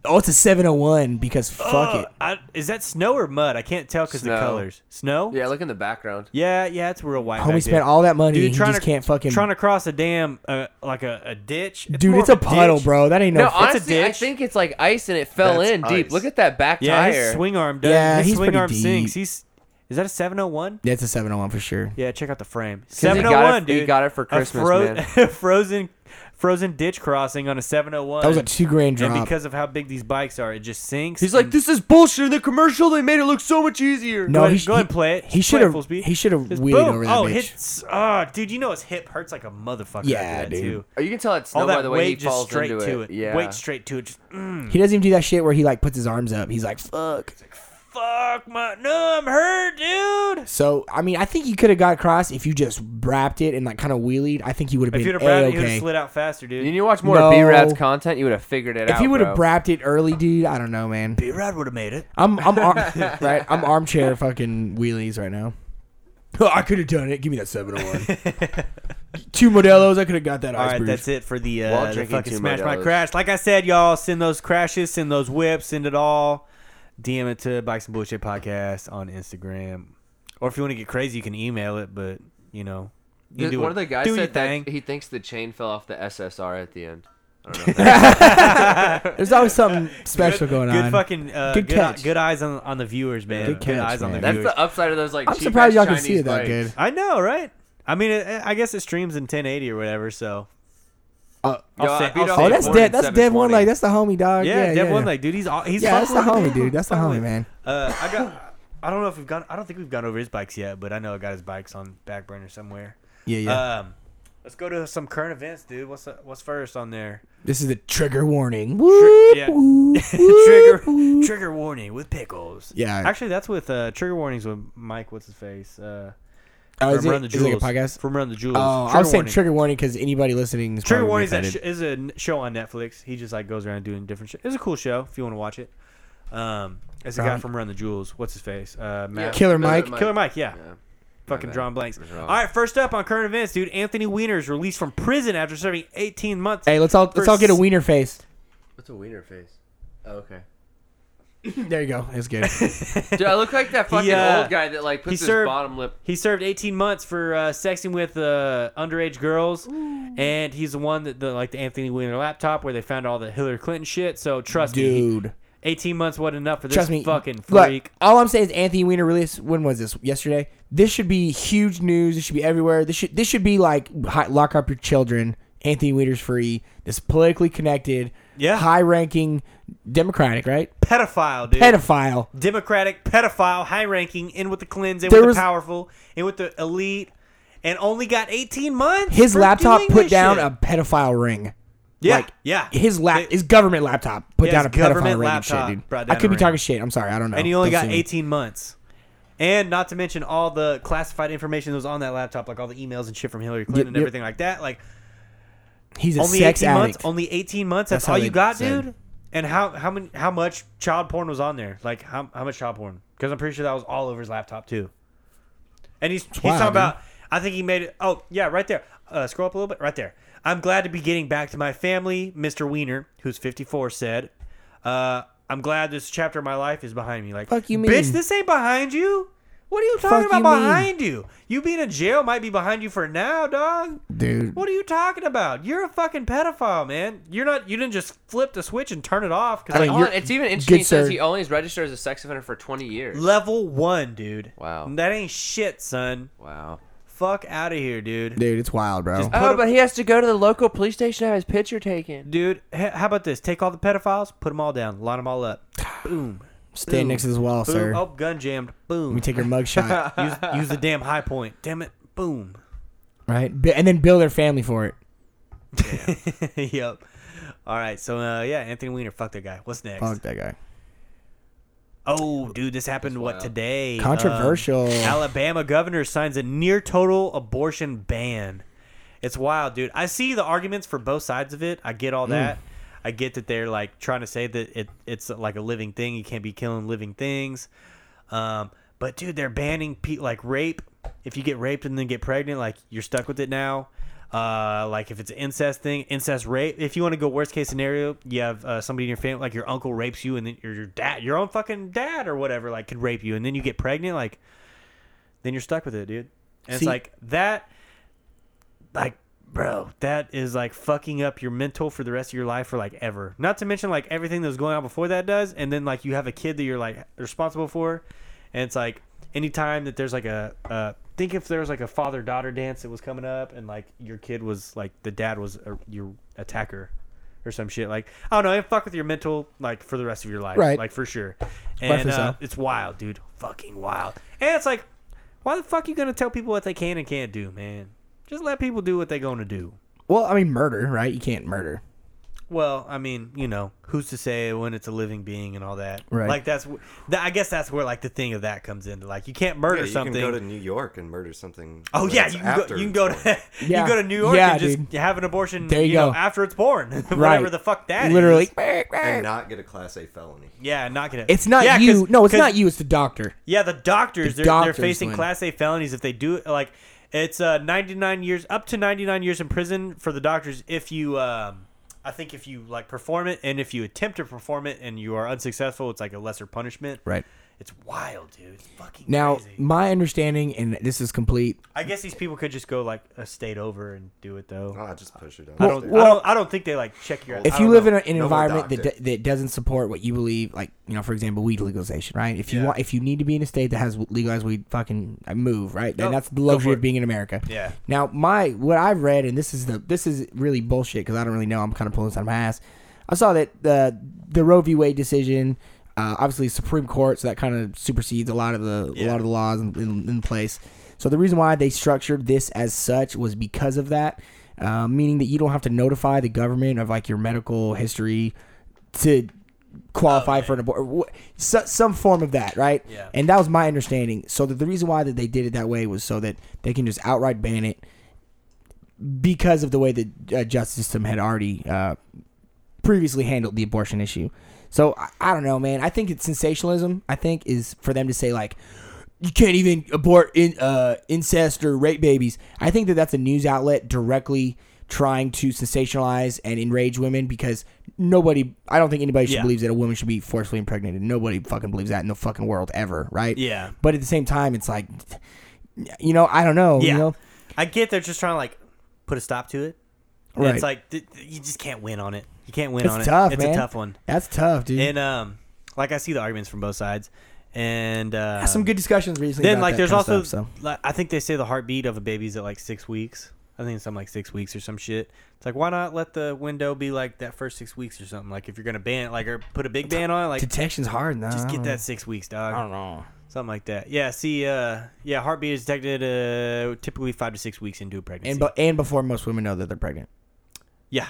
Oh, it's a 701 because fuck it.
Uh, I, is that snow or mud? I can't tell because the
Snow.
colors. Snow.
yeah, look in the background.
Yeah, yeah, it's real white.
Homie
back
spent
there.
all that money
Dude,
and he
trying
just
to,
can't fucking.
trying to cross a dam, uh, like a, a ditch. It's
dude,
more
it's a
of
puddle,
ditch.
bro. That ain't no.
No,
fucking-
it's a
honestly, I
ditch.
think it's like ice and it fell
That's
in deep.
ice.
Look at that back
Yeah,
tire.
his swing arm does.
Yeah,
his
he's
swing
pretty
arm sinks.
deep.
He's is that a 701?
That's a 701 for sure.
Yeah, check out the frame.
got it-
701,
he
dude.
got it for
A
Christmas,
*laughs* frozen, frozen ditch crossing on a 701.
That was a two grand drop.
And because of how big these bikes are, it just sinks.
He's like,
and-
this is bullshit. In the commercial, they made it look so much easier.
no,
go ahead-
he,
go ahead and play it.
He
Play
should
it full
have.
speed.
He should have
Just
wheeled
boom.
over that
oh,
bitch.
hits. Ah, dude, you know his hip hurts like a motherfucker.
Yeah,
after that,
dude.
Too.
Oh, you can tell it's
All
snow
that
by the way
weight
he
just
falls
straight
into
to
it.
it.
Yeah.
Weight straight to it. Just mm,
He doesn't even do that shit where he like puts his arms up. He's like, fuck.
fuck my. No, I'm hurt, dude.
So I mean, I think you could have got across if you just wrapped it and like kind of wheelied. I think he would have
If you'd
been
have
a
grabbed it, he would have
okay.
slid out faster, dude.
You need to watch more
No.
of B Rad's content. You would have figured it out.
If he would have
bro.
wrapped it early, dude, I don't know, man.
Rod would have made it.
I'm I'm
*laughs*
ar- right. I'm armchair fucking wheelies right now. *laughs* Oh, I could have done it. Give me that
*laughs*
701. Two Modelo's. I could have got that
All
ice
right,
brew.
that's it for the,
While
uh, the
drinking
fucking
two
Smash My
Modelos.
Crash. Like I said, y'all, send those crashes, send those whips, send it all. DM it to Bikes and Bullshit Podcast on Instagram. Or if you want to get crazy, you can email it. But you know, you
Th- one of
it-
the guys
do your
said
thing.
that he thinks the chain fell off the SSR at the end. I don't know. if that's-
There's always something special
*laughs* good,
going
good
on.
fucking uh,
Good
good,
catch.
good eyes on, on the viewers, man.
Good
Good,
catch,
eyes on the
man.
that's
viewers.
the uh, upside of those like.
I'm
cheap
surprised y'all
ass
can
Chinese
see it that
bikes.
good.
I know, right? I mean, it, I guess it streams in 1080 or whatever. So
Uh,
I'll
Yo, I
say,
beat
I'll
up
say
oh,
Dave
that's
Warren
dead.
at
That's dead one
720.
leg. That's the homie dog.
yeah,
yeah,
Dev
yeah.
One Leg, dude. He's all, he's
Yeah, that's the
fucking with me.
homie, dude. That's the
Fucking with
homie,
me.
man.
Uh, I got. I don't know if we've gone. I don't think we've gone over his bikes yet, but I know I got his bikes on back burner somewhere.
Yeah, yeah.
Um, let's go to some current events, dude. What's what's first on there? *laughs*
This is the trigger warning. Whoop,
yeah. *laughs*
whoop,
trigger
whoop.
trigger warning with pickles.
Yeah.
Actually, that's with uh, trigger warnings with Mike. What's his face? Uh,
Oh, is
from
it,
Run the
is it like a
Jewels.
podcast?
From Run the Jewels.
Oh, I
Trigger
was saying
warning.
trigger warning because anybody listening is
Trigger
probably
Warning is, that sh-
offended.
is a n- show on Netflix. He just like goes around doing different shit. It's a cool show if you want to watch it. Um, it's a guy
John-
from Run the Jewels. What's his face? Uh,
Yeah.
Matt.
Killer Mike.
Killer Mike. Yeah.
Yeah.
Fucking
bad.
drawing blanks.
It was
All
wrong.
right, first up on current events, dude. Anthony Weiner is released from prison after serving 18 months.
Hey, let's all
for
let's all get a
s-
wiener face.
*laughs*
What's a wiener face? Oh, *laughs* okay.
There you go. It's good.
Dude, I look like that fucking
uh,
old guy that like
he
puts his
served-
bottom lip.
He served 18 months for uh, sexting with uh, underage girls, and he's the one that the, like the Anthony Weiner laptop where they found all the Hillary Clinton shit. So trust me,
Dude,
18 months wasn't enough for this
trust me.
fucking
Look,
freak.
all I'm saying is Anthony Weiner released. When was this? Yesterday. This should be huge news. It should be everywhere. This should this should be like hi- lock up your children. Anthony Weiner's free. This politically connected,
Yeah.
high ranking Democratic, right?
pedophile, dude.
Pedophile.
Democratic, pedophile, high ranking, in with the cleanse, in
There
with
was-
the powerful, in with the elite, and only got 18 months.
His
for
laptop
doing
put
this
down
shit.
a pedophile ring.
yeah,
like,
yeah.
His lap,
They-
his government laptop put
Yeah,
down a
his
pedophile
government
ring and shit,
laptop
dude.
brought
I
down
could
a
be
ring.
talking shit. I'm sorry. I don't know.
and he only
Don't
got
sue me.
18 months. And not to mention all the classified information that was on that laptop, like all the emails and shit from Hillary Clinton and
yep.
everything like that. Like
He's a
only
sex
18
addict.
months. Only 18 months. That's,
That's how
all
they
you got,
said.
dude. And how how many how much child porn was on there? Like how how much child porn? Because I'm pretty sure that was all over his laptop too. And he's he's
wild,
talking about. I think he made it. Oh yeah, right there. Uh, scroll up a little bit. Right there. I'm glad to be getting back to my family. Mr. Wiener, who's 54, said, uh, "I'm glad this chapter of my life is behind me." Like,
Fuck you mean?
bitch. This ain't behind you. What are you talking
Fuck you
about
mean?
behind you? You being in jail might be behind you for now, dog.
dude.
What are you talking about? You're a fucking pedophile, man. You're not. You didn't just flip the switch and turn it off. Cause
I
like,
mean,
On,
you're-
it's even interesting. He says
sir.
he only is registered as a sex offender for 20 years.
level one, dude.
Wow.
That ain't shit, son.
Wow.
Fuck out of here, dude.
Dude, it's wild, bro.
Just-
Oh,
Put a-
but he has to go to the local police station to have his picture taken.
Dude, h- how about this? Take all the pedophiles, put them all down, line them all *sighs* up. Boom.
Stand
boom,
next to this wall,
boom.
sir.
Oh, gun jammed. Boom.
Let
*laughs*
me take your *laughs* mugshot,
use, use the damn high point. Damn it. *laughs* Boom.
right? B- and then build their family for it.
yep. All right. So uh, yeah, Anthony Weiner. Fuck that guy. What's next?
Fuck that guy.
Oh, dude, this happened what
wild.
today?
Controversial.
Um, Alabama governor signs a near total abortion ban. It's wild, dude. I see the arguments for both sides of it. I get all that. I get that they're like trying to say that it it's like a living thing. You can't be killing living things. Um, but dude, they're banning pe- like rape. If you get raped and then get pregnant, like you're stuck with it now. Uh, like if it's an incest thing, incest rape. If you want to go worst case scenario, you have uh, somebody in your family, like your uncle rapes you, and then your, your dad, your own fucking dad or whatever, like could rape you, and then you get pregnant, like then you're stuck with it, dude. And
See-
it's like that, like bro, that is like fucking up your mental for the rest of your life or like ever. Not to mention like everything that was going on before that does, and then like you have a kid that you're like responsible for, and it's like anytime that there's like a uh, think if there was like a father daughter dance that was coming up, and like your kid was like the dad was a, your attacker. Or some shit like I don't know. It fuck with your mental like for the rest of your life,
Right.
Like for sure.
Rightfully
And uh,
so.
it's wild, dude. Fucking wild. And it's like, why the fuck you gonna tell people what they can and can't do, man? Just let people do what they gonna do.
Well, I mean, murder, right? You can't murder.
Well, I mean, you know, who's to say when it's a living being and all that?
Right.
Like that's, wh- that, I guess that's where like the thing of that comes into like you can't murder
Yeah, you
something.
can go to New York and murder something.
oh yeah,
that's
you can go,
after
you can
it's
go
born.
to *laughs* you
Yeah.
can go to New York
Yeah,
and just
dude.
have an abortion.
There you
know,
go.
after it's born, *laughs* whatever
Right.
the fuck that is.
Literally.
and not get a Class A felony.
Yeah, not gonna.
It's not
yeah, 'cause-
you. No, it's
'cause-
not you. It's the doctor.
Yeah, the doctors,
The
they're,
doctors
they're facing
win.
class A felonies if they do it. Like, it's uh, 99 years, up to 99 years in prison for the doctors if you, um, I think if you, like, perform it and if you attempt to perform it and you are unsuccessful, it's like a lesser punishment.
Right.
It's wild, dude. It's fucking
Now,
crazy.
my understanding, and this is complete.
I guess these people could just go like a state over and do it though.
Ah, just push it down.
I don't. I
well-
don't. I don't think they like check your.
If
I
you
don't
live
know.
in, a, in an
No more
environment that,
doctor.
do- that doesn't support what you believe, like you know, for example, weed legalization, right? If you
Yeah.
want, if you need to be in a state that has legalized weed, fucking uh, move, right?
No,
And that's the
go for
luxury
it.
of being in America.
Yeah.
Now, my what I've read, and this is the this is really bullshit because I don't really know. I'm kind of pulling this out of my ass. I saw that the the Roe v. Wade decision, uh, obviously Supreme Court, so that kind of supersedes a lot of the a lot of the laws in, in, in place. So the reason why they structured this as such was because of that, uh, meaning that you don't have to notify the government of like your medical history to qualify for an abortion, so, some form of that, right?
Yeah.
And that was my understanding. So that the reason why that they did it that way was so that they can just outright ban it because of the way the uh, justice system had already uh, previously handled the abortion issue. So I, I don't know, man. I think it's sensationalism. I think is for them to say like you can't even abort in, uh, incest or rape babies. I think that that's a news outlet directly trying to sensationalize and enrage women because nobody, I don't think anybody should
Yeah.
believes that a woman should be forcefully impregnated. Nobody fucking believes that in the fucking world ever, right?
Yeah.
But at the same time, it's like, you know, I don't know.
Yeah.
You know?
I get they're just trying to like put a stop to it. And
Right.
It's like th- th- you just can't win on it. You can't win
It's
on
tough,
it. It's
man.
a tough one.
That's tough, dude.
And um, like I see the arguments from both sides, and uh,
some good discussions recently.
Then
about
like
that
there's
kind of
also
stuff,
like, I think they say the heartbeat of a baby's at like six weeks. I think it's something like six weeks or some shit. It's like why not let the window be like that first six weeks or something? Like if you're gonna ban it, like or put a big ban on it,
so.
like
detection's hard. No,
just get that six weeks, dog.
I don't know.
Something like that. Yeah. See. Uh. Yeah. Heartbeat is detected uh, typically five to six weeks into a pregnancy.
And but and before most women know that they're pregnant.
yeah.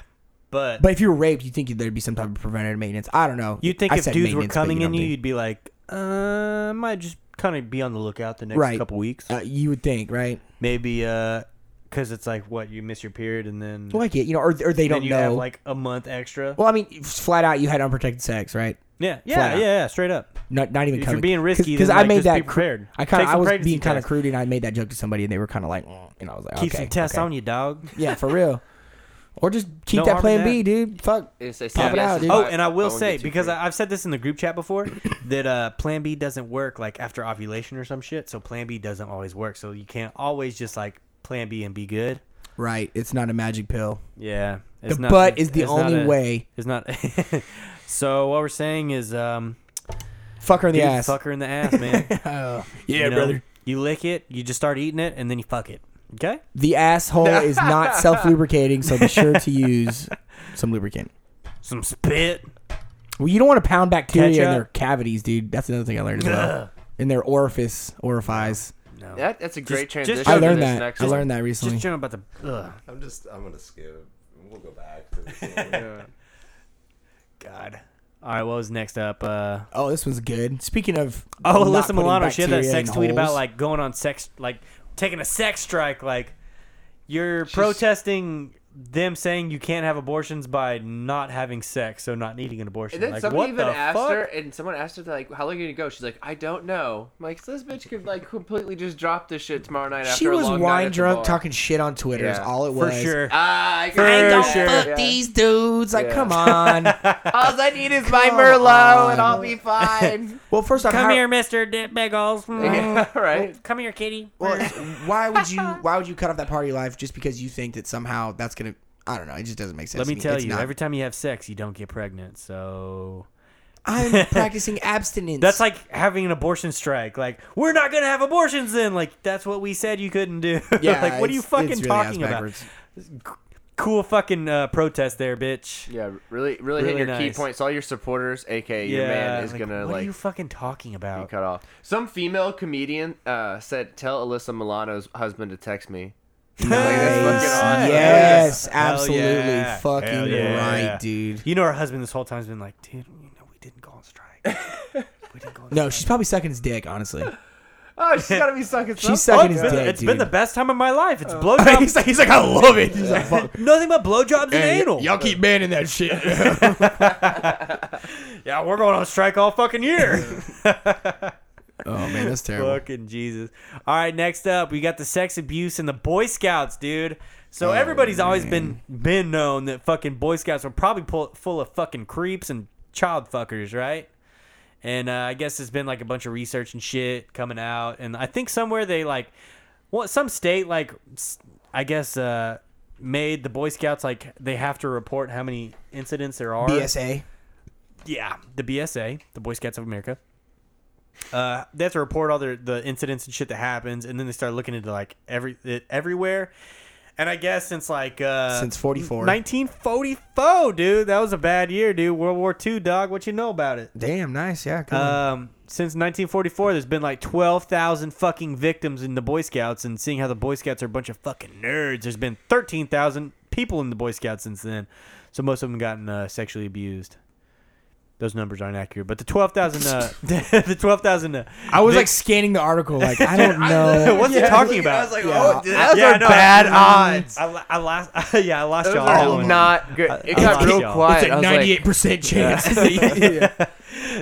But,
But if you were raped, you think there'd be some type of preventative maintenance. I don't know.
you'd think
I
if
said
dudes were
maintenance, but
coming in
don't
you,
think-
you'd be like, uh, might just kind of be on the lookout the next
Right.
couple weeks.
uh, you would think, right?
Maybe. Uh. Because it's like what you miss your period and then
Like it, you know, or, or they
then
don't
you
know.
have like a month extra.
well, I mean, flat out, you had unprotected sex, right?
yeah,
flat
yeah, yeah,
out.
yeah, straight up.
Not not even
If
coming.
you're being risky,
because
then,
I
like,
made
just
that
be
cr-
prepared.
I kind
Take
of I
some
was
pregnancy
being kind of
tests.
crude, and I made that joke to somebody, and they were kind of like, "Mm," and I was like,
Keep
okay,
some tests
okay.
on you, dog.
Yeah, for real. Or just keep
No
that
harm
Plan
in
B,
that.
dude. Fuck.
It's- it's-
*laughs* Pop it
yeah,
out,
it's-
dude.
Oh, and I will
won't
say
get too
because
crazy.
I, I've said this in the group chat before *coughs* that uh, Plan B doesn't work like after ovulation or some shit. So Plan B doesn't always work. So you can't always just like Plan B and be good.
Right, it's not a magic pill.
Yeah, it's
The
not-
butt is the
it's not
only
a-
way.
It's not. *laughs* so what we're saying is, um,
Fuck her in the
dude,
ass.
fuck her in the ass, man.
*laughs* yeah,
You know, You lick it, you just start eating it, and then you fuck it. Okay.
The asshole is
*laughs*
not self lubricating, so be sure to use some lubricant.
Some spit.
Well, you don't want to pound bacteria in
Ketchup?
their cavities, dude. That's another thing I learned as
Ugh.
well. In their orifice, orifice.
No.
That, that's a great
just
transition.
I
to
learned
this
that.
next
I
one.
learned that recently.
Just general about the. Ugh,
I'm just. I'm gonna skip. We'll go back. To
*laughs*
this one.
God. All right, what was next up? Uh,
Oh, this one's good. Speaking of
oh,
not
Alyssa
putting
Milano, she had that
bacteria in
sex tweet about
holes.
like going on sex, like taking a sex strike. Like you're protesting them saying you can't have abortions by not having sex, so not needing an abortion.
And then
like,
somebody
what
even
the
asked
fuck?
her, and someone asked her like, "How long are you gonna go?" She's like, "I don't know." I'm like, so this bitch could like completely just drop this shit tomorrow night after
she
a
was
long night
wine
at the
drunk,
bar.
talking shit on Twitter. Is
Yeah.
all it
for
was.
sure.
Ah, I,
I
I
don't
sure.
fuck
Yeah.
these dudes. Like, come on.
*laughs*
All I need is my
Come
Merlot,
on.
and I'll be fine. *laughs*
well, first off,
Come
how-
here, Mister *laughs* Dickbagels.
yeah,
*laughs*
right.
Come here, kitty.
Well, it's- why would you? Why would you cut off that part of your life just because you think that somehow that's gonna? I don't know. It just doesn't make sense.
Let me
to
tell
It's
you,
not-
every time you have sex, you don't get pregnant. So
*laughs*
*laughs*
I'm practicing abstinence.
that's like having an abortion strike. Like we're not gonna have abortions then. Like that's what we said you couldn't do. *laughs*
Yeah,
like what are you
it's-
fucking
it's really ass
talking about? *laughs*
backwards.
Cool fucking uh, protest there, bitch.
Yeah, really, really,
Really
hitting your key
nice.
points. All your supporters, aka your man, is gonna
What are
like
you fucking talking
be
about?
cut off. Some female comedian uh, said, "Tell Alyssa Milano's husband to text me."
Nice.
fucking awesome.
Yes,
Hell
absolutely,
yeah. Hell
fucking
yeah.
right, dude.
You know her husband this whole time's been like, dude, you know we didn't go on *laughs* strike. we didn't go on
No, she's probably sucking his dick.
*laughs*
Honestly,
Oh, she's gotta be sucking.
she's
something.
sucking his
strike.
dick,
Oh, It's
dude.
been the best time of my life. It's
*laughs*
blowjobs.
he's like, he's like, I love it. He's like, fuck.
Nothing but blowjobs and anal.
Y'all keep banning that shit.
Yeah, we're going on strike all
*laughs*
fucking year.
*laughs* oh man, that's terrible.
Fucking Jesus. All right, next up, we got the sex abuse and the Boy Scouts, dude. So everybody's always been been known that fucking Boy Scouts were probably pull, full of fucking creeps and child fuckers, right? and uh, I guess it's been like a bunch of research and shit coming out, and I think somewhere they like, well, some state like, s- I guess uh, made the Boy Scouts like they have to report how many incidents there are.
BSA.
Yeah, the BSA, the Boy Scouts of America. Uh, they have to report all their the incidents and shit that happens, and then they start looking into like every it, everywhere. And I guess since like uh,
Since 44.
1944, dude, that was a bad year, dude. World War II, dog. What you know about it?
Damn, nice. Yeah. Cool.
Um, since 1944, there's been like 12,000 fucking victims in the Boy Scouts, and seeing how the Boy Scouts are a bunch of fucking nerds, there's been 13,000 people in the Boy Scouts since then. So most of them gotten uh, sexually abused. Those numbers aren't accurate, but the 12,000, uh, *laughs* the 12,000. Uh,
I was
vic-
like scanning the article, like *laughs* I don't
Uh,
know.
*laughs* What's it talking about?
I was like,
Yeah.
oh, dude,
Those
Yeah,
are
no,
bad
mm,
odds.
I, la- I lost. *laughs* yeah, I lost
Those
y'all. on that
are
one.
not good. It
I
got
lost
real
y'all.
quiet.
it's
I
a
was like,
ninety-eight percent chance. *laughs* Yeah.
*laughs*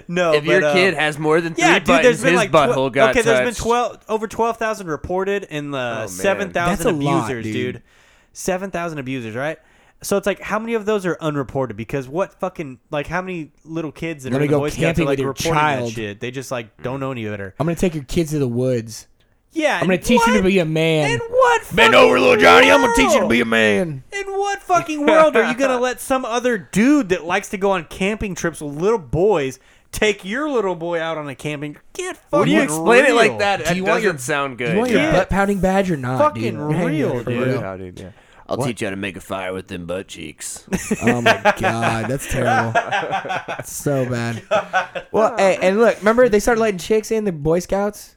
No,
if your
but, uh,
kid has more than three
Yeah, dude. There's
buttons,
been
his
like twe-
butthole got
okay. There's been
touched.
twelve over twelve thousand reported and the
man.
seven
Oh, That's a
thousand
lot,
abusers,
dude.
dude. Seven thousand abusers, right? So it's like how many of those are unreported? Because what fucking like how many little kids that
Let
are
me
in the
go
Boy Scouts
camping
are like
with your
reporting
child.
that shit? They just like don't know any better.
I'm gonna take your kids to the woods.
Yeah,
I'm gonna teach you to be a man.
In what?
Bend
fucking
over, little Johnny. I'm gonna teach you to
world?
be a man.
In what fucking world are you
*laughs*
gonna let some other dude that likes to go on camping trips with little boys take your little boy out on a camping? Get fucking.
When you explain it
real.
like that, it
you want
doesn't
your-
sound good.
You want your
Yeah.
butt pounding badge or not?
Fucking
dude? Yeah,
real,
for
dude.
real.
I'll teach you how to make a fire with them butt cheeks.
*laughs*
Oh my god, that's terrible. That's so *laughs* bad. Well, hey, and look, remember they started letting chicks in the Boy Scouts.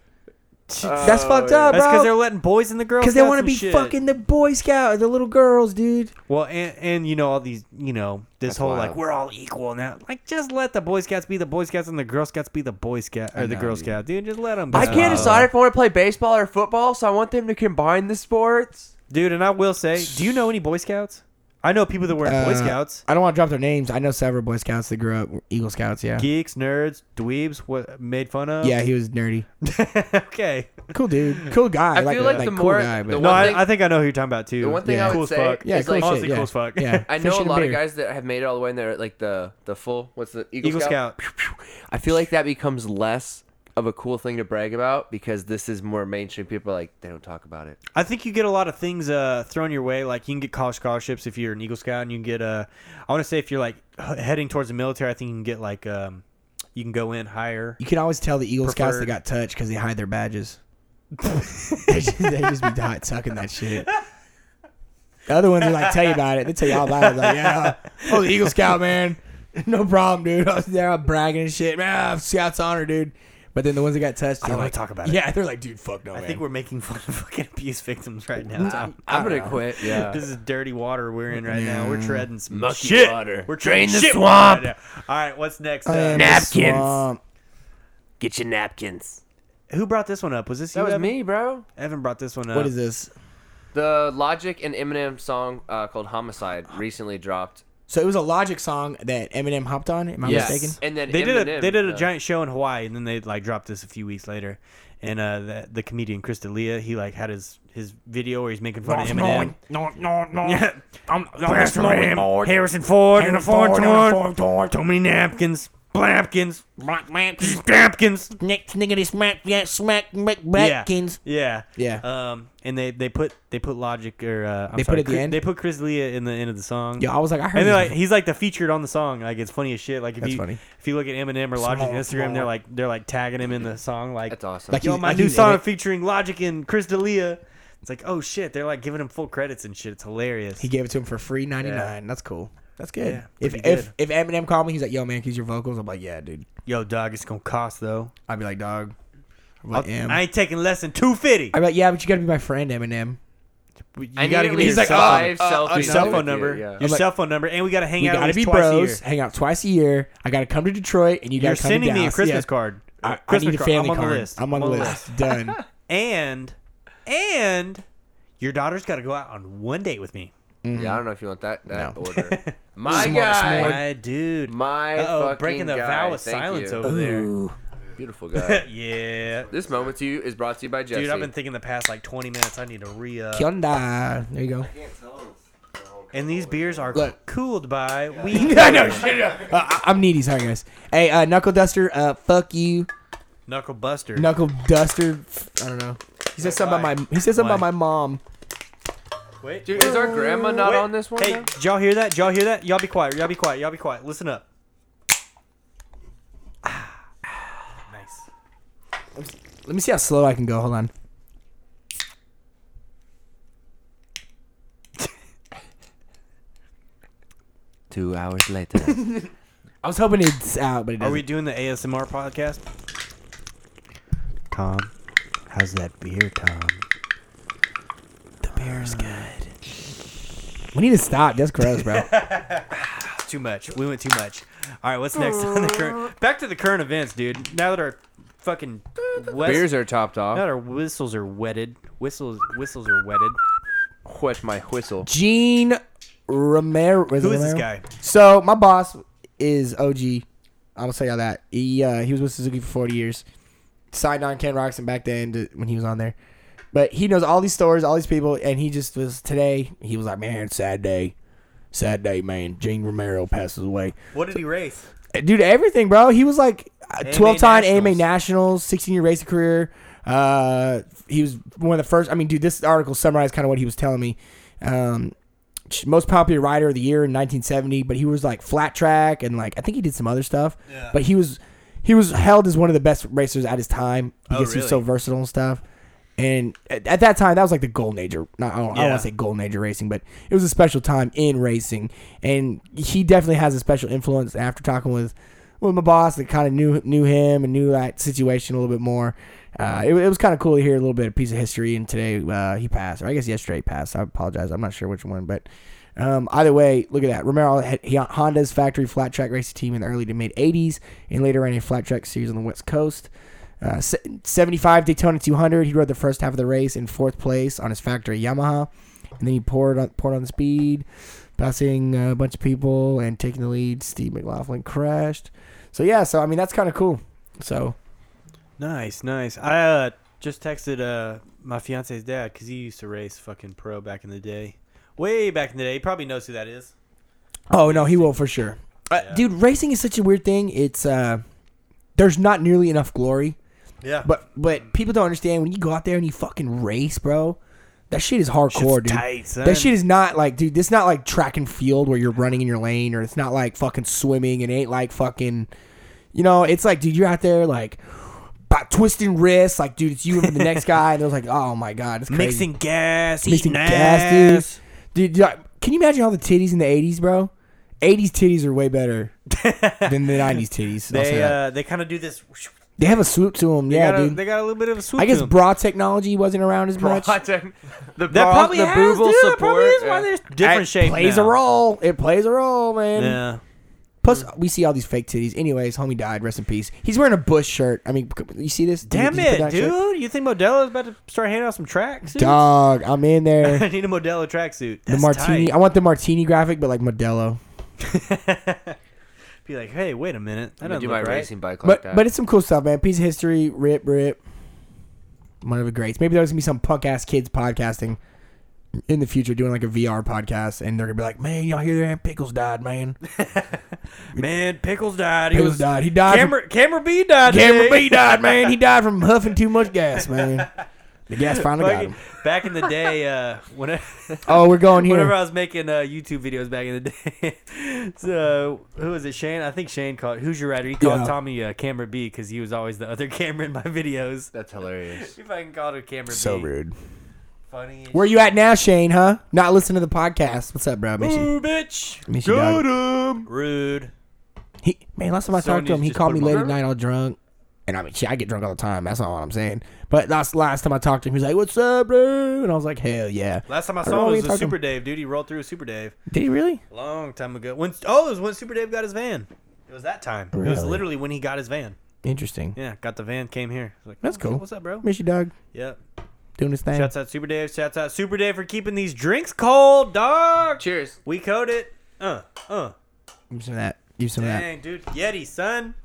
Oh, that's fucked up,
That's because they're
bro.
letting boys and the girls.
Because they
want to
be fucking the Boy Scout, the little girls, dude.
Well, and, and you know all these, you know this whole
wild.
like we're all equal now. Like just let the Boy Scouts be the Boy Scouts and the Girl Scouts be the Boy Scout or the Girl Scout, dude. Just let them.
I
Uh,
can't decide if I want to play baseball or football, so I want them to combine the sports.
dude. And I will say, do you know any Boy Scouts? I know people that were in Boy
Uh,
Scouts,
I don't want to drop their names. I know several Boy Scouts that grew up Eagle Scouts. Yeah,
geeks, nerds, dweebs. What made fun of?
yeah, he was nerdy.
*laughs* okay.
Cool dude, cool guy.
I feel like the
cool
more-
guy, but
the
No,
One
I,
thing-
I think I know who you're talking about too.
The one thing
Yeah.
I
cool
would say,
as fuck.
yeah,
is
cool
like,
shit.
honestly
yeah.
cool as fuck.
Yeah,
I
fish
know a
and
lot of
beer.
guys that have made it all the way in there, like the the full. What's the Eagle,
*laughs* Eagle Scout.
I feel like that becomes less of a cool thing to brag about because this is more mainstream. People are like they don't talk about it.
I think you get a lot of things uh, thrown your way. Like you can get college scholarships if you're an Eagle Scout, and you can get. Uh, I want to say if you're like h- heading towards the military, I think you can get like um, you can go in higher.
You can always tell the Eagle Scouts that
Preferred.
got touched because they hide their
*laughs*
badges. they, just, they just be hot tucking that shit. The other ones are like, tell you about it. They tell you all about it. Like, yeah, I
*laughs*
was an Eagle Scout, man. No problem, dude. I was there, I'm bragging and shit. Man, I'm Scout's honor, dude. But then the ones that got touched, they're
wanna
like,
talk about it.
yeah, they're like, dude, fuck no,
I
man.
think we're making fun of *laughs* fucking abuse victims right now.
I'm gonna quit.
uh,
Yeah.
This is dirty water we're in right now. We're treading some
Mucky
shit.
water.
We're
Drain
treading
the
shit
swamp.
Right now. All right, what's next?
I am
Uh,
the
Napkins.
swamp.
Get your napkins.
who brought this one up? Was this
That
you?
was
Evan?
me, bro.
Evan brought this one up.
What is this?
The Logic and Eminem song uh, called "Homicide" recently dropped.
So it was a Logic song that Eminem hopped on. Am I mistaken?
and then
They did a
Eminem,
they did a
uh,
giant show in Hawaii, and then they like dropped this a few weeks later. And uh, the, the comedian Chris D'Elia, he like had his his video where he's making fun of Eminem.
No, no, no.
Yeah.
I'm, I'm
Harrison,
Mr.
Ford,
Lord.
Harrison Ford and a
Harrison Ford
Ford
and a
torn. Too many napkins, blampkins,
Black man.
napkins.
Next nigga this smack, yeah, smack, make
Yeah.
Yeah.
Um, and they they put they put Logic or uh, I'm
They put
sorry,
at the
Chris-
end?
They put Chris D'Elia in the end of the song.
Yeah, I was like, I heard.
And
this
they're like,
before.
he's like the featured on the song. Like it's funny as shit. Like if
That's
you
funny.
if you look at Eminem or Logic on
Small,
Instagram,
small.
they're like they're like tagging him in the song. Like
That's awesome.
Like
yo,
he's-
my
like
new
he's in
song
it.
featuring Logic and Chris D'Elia. It's like, oh shit, they're like giving him full credits and shit. It's hilarious.
He gave it to him for free ninety nine. That's cool. That's good.
Yeah,
if
pretty
if if Eminem called me, he's like, "Yo, man, can you use your vocals?" I'm like, "Yeah, dude."
Yo, dog, it's gonna cost though.
I'd be like, "Dog." I'm
I'll-
like, "Em."
I ain't taking less than two fifty.
I'd be like, "Yeah, but you gotta be my friend, Eminem."
You
I need
gotta
at
give me your
least
cell,
five
phone-
selfies
your Uh, cell
with
phone
you,
number,
yeah.
your
I'm like,
cell phone number, and we gotta hang
We
out at
gotta
least
be
twice
bros,
a year.
hang out twice a year. I gotta come to Detroit, and you
You're
gotta come
sending
to
me a
Dallas.
Christmas
Yeah.
card.
I, I
Christmas
need a
card.
family
I'm on
card.
the list.
I'm on the list.
*laughs*
Done.
And and your daughter's got to go out on one date with me.
Yeah, I don't know if you want that that
No.
order. My
Smart,
guy,
smart.
My dude.
my
Uh-oh,
fucking
breaking the
guy.
vow of
Thank
silence
you.
over there.
Ooh.
Beautiful
*laughs*
guy.
Yeah.
this moment to you is brought to you by Jesse.
Dude, I've been thinking the past like 20 minutes I need to re up.
Kyunda. There you go.
I can't tell. if- Oh,
And these beers are
Look.
cooled by
*laughs*
weed.
I know. Shut up. Uh, I- I'm needy. Sorry, guys. Hey, uh, Knuckle Duster, uh, fuck you.
Knuckle Buster.
Knuckle Duster. I don't know. He said something about my. He said something about my mom.
Wait.
Dude, is our grandma not
Wait.
on this one?
Hey,
though?
did y'all hear that? Did y'all hear that? Y'all be quiet. Y'all be quiet. Y'all be quiet. Listen up. *sighs* nice.
Let me see how slow I can go. Hold on.
Two hours later.
*laughs* I was hoping it's out, but it
Are
doesn't.
we doing the ASMR podcast? Tom, how's that beer, Tom?
the beer's good. We need to stop. That's gross,
*laughs*
bro.
Too much. We went too much. All right, what's next? on the current? Back to the current events, dude. Now that our fucking west-
Beers are topped
now that
off.
our whistles are wetted, whistles whistles are wetted.
Whet my *laughs* whistle.
Gene Romero. it
Who is this
Romero?
guy?
So my boss is OG. I will tell y'all that he uh, he was with Suzuki for 40 years. Signed on Ken Roxon back then to, when he was on there, but he knows all these stores, all these people, and he just was today. He was like, man, sad day, sad day, man. Gene Romero passes away. Uh,
What did he race?
dude, everything, bro. He was like
AMA
12 time AMA
Nationals.
Nationals, 16 year racing career. Uh, he was one of the first. I mean, dude, this article summarized kind of what he was telling me. Um, most popular rider of the year in 1970, but he was like flat track and like I think he did some other stuff. But he was he was held as one of the best racers at his time because he was
Oh,
so
really?
versatile and stuff. And at, at that time, that was like the golden age. Or not, I don't, I don't
Yeah.
want to say golden age of racing, but it was a special time in racing. And he definitely has a special influence. After talking with with my boss, that kind of knew knew him and knew that situation a little bit more. Uh, it, wa- it was kind of cool to hear a little bit of piece of history. And today uh, he passed, or I guess yesterday he passed. I apologize. I'm not sure which one, but um, either way, look at that. Romero had he, Honda's factory flat track racing team in the early to mid 80s and later ran a flat track series on the West Coast. Uh, se- 75 Daytona 200. He rode the first half of the race in fourth place on his factory Yamaha, and then he poured on poured on the speed, passing uh, a bunch of people and taking the lead. Steve McLaughlin crashed. So yeah, so I mean that's kind of cool. So
Nice, nice. I uh, just texted uh, my fiance's dad because he used to race fucking pro back in the day. Way back in the day. He probably knows who that is.
oh no, he will for sure. Uh,
Yeah.
Dude, racing is such a weird thing. It's uh, there's not nearly enough glory.
Yeah.
But but people don't understand when you go out there and you fucking race, bro. That shit is hardcore, dude.
tight, son.
That shit is not like, dude. This not like track and field where you're running in your lane, or it's not like fucking swimming. It ain't like fucking, you know. It's like, dude, you're out there like, by twisting wrists, like, dude, it's you and the
*laughs*
next guy, and they're like, oh my god, it's crazy.
Mixing gas,
mixing
eating
gas,
ass.
dude. Dude, like, can you imagine all the titties in the '80s, bro? '80s titties are way
*laughs*
better than the '90s titties. I'll say
They
that.
uh, they kind of do this.
they have a swoop to them,
They
yeah,
got a,
dude.
They got a little bit of a swoop.
I
to
guess
them.
bra technology wasn't around as much.
the
that
bra-
probably
the
has,
booble
dude. That
support.
probably is why
yeah.
there's different
It
shape
plays
now.
a role. It plays a role, man.
Yeah.
Plus, we see all these fake titties. Anyways, homie died. Rest in peace. He's wearing a Bush shirt. I mean, you see this? Did you-
Damn
did you put
it,
that shirt?
dude! You think Modelo's about to start handing out some tracks?
Dog, I'm in there.
*laughs* I need a Modelo tracksuit.
the
That's
martini.
tight.
I want the martini graphic, but like Modelo.
Be like, hey, wait a minute. That
I'm gonna
doesn't
do my
look right.
racing bike like
But
that.
but it's some cool stuff, man. Piece of history. Rip rip. One of the greats. Maybe there's gonna be some punk ass kids podcasting in the future, doing like a VR podcast, and they're gonna be like, man, y'all hear that? Pickles died,
*laughs*
man.
Man, Pickles died. He
Pickles
was
died. He died. from-
Camera, camera B
*laughs*
died. eh?
Cameron
today.
B died, man. He died from huffing too much
*laughs*
gas, man. The gas finally got
Fucking-
him.
Back in the day, uh, when I- *laughs*
Oh, we're going here.
whenever I was making uh, YouTube videos back in the *laughs* day, so who was it? Shane. I think Shane called. Who's your writer? He called
Yeah.
Tommy uh, Camera B because he was always the other *laughs* camera in my videos.
That's hilarious.
If I can call it Camera
so
B.
rude.
Funny. as
Where you at now, Shane? Huh? Not listening to the podcast. What's up, bro? Miss you.
Ooh, bitch.
Miss you, dog.
him. Rude.
He, man, last time I talked to
Sonya's
him, he
just
called
put
me
him on
late
her.
at night, all drunk. And I mean, shit, I get drunk all the time. That's not what I'm saying. But last last time I talked to him, he was like, "What's up, bro?" And I was like, "Hell yeah."
Last time I
don't know
saw him
what
was
you're
with
talking-
Super Dave, dude. He rolled through with Super Dave
Did he really?
a long time ago. When oh, it was when Super Dave got his van. It was that time. It was
Really?
literally when he got his van.
Interesting.
Yeah, got the van, came here. I was like,
That's
"Okay,
cool.
What's up, bro?
Miss you, dog.
Yep.
Doing his thing.
Shouts out Super Dave. Shouts out Super Dave for keeping these drinks cold, dog.
Cheers.
We code it. Uh, uh.
Give me some of that. Give me some of that.
Dang, dude. Yeti, son.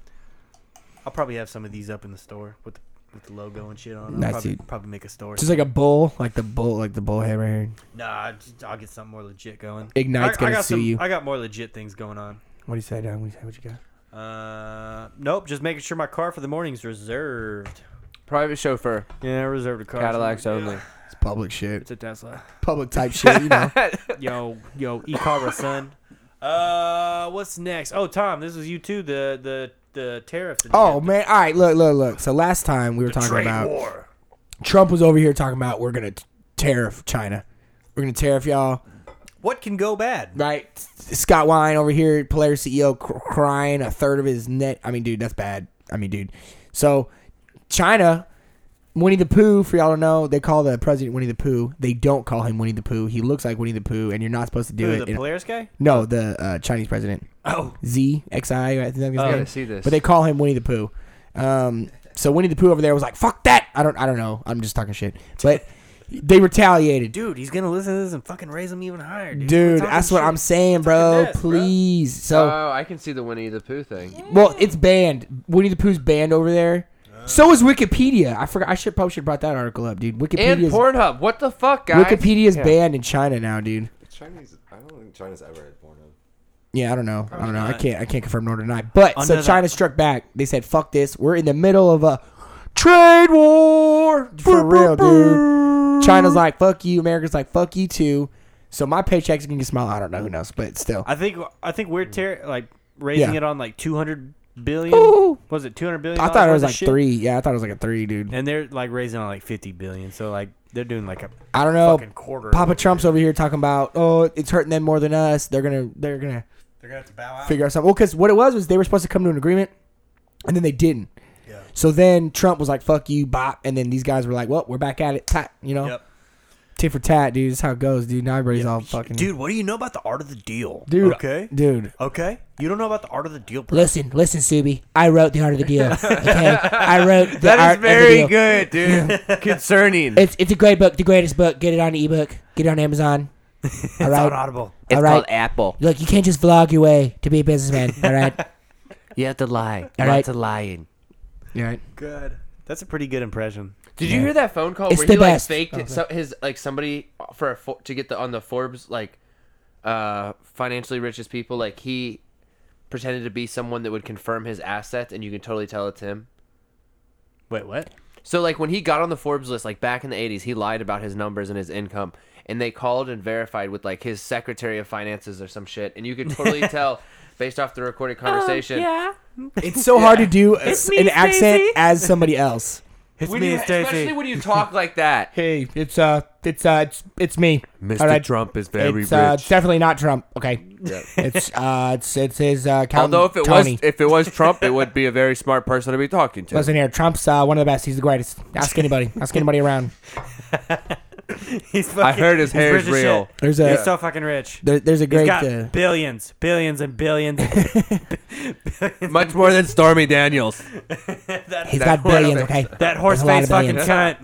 I'll probably have some of these up in the store with the, with the logo and shit on. I'll
Nice,
probably,
dude.
probably make a story.
Just like a bull, like the bull, like the bullhead right here.
nah, just- I'll get something more legit going.
Ignite's
I,
gonna
I got
sue
some,
you.
I got more legit things going on.
What do you say, Dad? What do you say? What you got?
Uh, nope. Just making sure my car for the morning's reserved.
Private chauffeur,
Yeah, I reserved a car. for-
Cadillacs only.
It's public shit.
It's a Tesla.
Public
*laughs*
type shit, you know.
Yo, yo, Ikara son. Uh, what's next? Oh, Tom, this was you too. The the the tariffs. and
Oh
shit.
man! All right, look, look, look. So last time we were talking
trade
about
war.
Trump was over here talking about we're gonna t- tariff China, we're gonna tariff y'all,
What can go bad?
right? Scott Wine over here, player CEO, cr- crying a third of his net. I mean, dude, that's bad. I mean, dude. So China, Winnie the Pooh, for y'all to know, they call the president Winnie the Pooh. They don't call him Winnie the Pooh. He looks like Winnie the Pooh, and you're not supposed to do
Who,
it.
the
in-
Polaris guy?
no, the uh, Chinese president.
Oh,
Z X I. I think that's his
I
name.
gotta see this.
Um, But they call him Winnie the Pooh. Um, so Winnie the Pooh over there was like, "Fuck that!" I don't, I don't know. I'm just talking shit. But they retaliated, dude.
dude, he's gonna listen to this and fucking raise him even higher, dude. We're talking
that's what
shit.
I'm saying,
talking
bro.
this, bro.
Please.
Oh, I can see the Winnie the Pooh thing.
So, well, it's banned. Winnie the Pooh's banned over there. So is Wikipedia. I forgot. I should probably should have brought that article up, dude.
And
Wikipedia's
Pornhub. What the fuck, guys?
Wikipedia is
Yeah.
banned in China now, dude.
*laughs*
Chinese. I don't think China's ever had porno.
Yeah, I don't know. I don't know. I
not.
can't. I can't confirm nor deny. But
Under
so
the-
China struck back. They said, "Fuck this. We're in the middle of a trade war for real, dude." China's like, "Fuck you." America's like, "Fuck you too." So my paycheck's gonna get small. I don't know who knows, but still,
I think I think we're ter- like raising
Yeah.
it on like 200 billion.
Ooh.
Was it 200 billion?
I thought it was
dollars worth of
like
shit?
three. Yeah, I thought it was like a three, dude.
And they're like raising on like 50 billion. So like they're doing like a
I don't know.
fucking quarter.
Oh, Papa Trump's over here talking about, "Oh, it's hurting them more than us. They're gonna, they're gonna
They're gonna have to bow out.
figure out something." Well, because what it was was they were supposed to come to an agreement, and then they didn't.
Yeah.
So then Trump was like, "Fuck you, bop," and then these guys were like, "Well, we're back at it, tat," you know.
Yep.
tit for tat, dude. That's how it goes, dude. Now everybody's all fucking
Dude, what do you know about the art of the deal?
dude.
Okay.
dude.
Okay. You don't know about the art of the deal. bro.
Listen, listen, Subi. I wrote the art of the deal. Okay, I
*laughs*
wrote the
That
art
is
of the deal.
very good, dude. Concerning.
It's it's a great book, the greatest book. Get it on ebook. Get it on
*laughs*
Amazon. All
It's on
right.
Audible.
All right.
Apple.
Look, you can't just vlog your way to be a *laughs* businessman. All right.
You have to lie.
All right.
lying.
You're right.
Good. That's a pretty good impression.
Did you hear that phone call
It's
where
the
he
best.
like faked
Oh,
it, so, his like somebody for a, for- to get the on the Forbes like uh financially richest people like he pretended to be someone that would confirm his assets and you can totally tell it's him.
Wait, what?
So like when he got on the Forbes list like back in the 80s he lied about his numbers and his income and they called and verified with like his secretary of finances or some shit and you could
*laughs*
totally tell based off the recorded
Oh,
conversation.
Yeah.
It's so hard to do a-
It's me,
an accent
Stacey.
as somebody else.
It's
When
me
you-
and Stacy.
especially when you talk like that.
Hey, it's uh, it's uh, it's it's me.
Mr.
All right.
Trump is very
It's uh,
rich.
definitely not Trump. Okay. It's uh, it's it's his uh. Count
Although if it
Tony.
was if it was Trump, it would be a very smart person to be talking to.
Listen here, Trump's uh, one of the best. He's the greatest. Ask anybody. Ask anybody around.
*laughs* He's fucking-
heard his
he's
hair
rich
is
as
real.
shit.
There's a
He's so fucking rich.
there, there's a
He's
great
got
uh,
billions, billions,
*laughs*
and billions.
Much more than Stormy Daniels.
he's
that
got billions.
horse-
Okay,
that
There's
horse
a lot
face
of
fucking
billions.
cunt.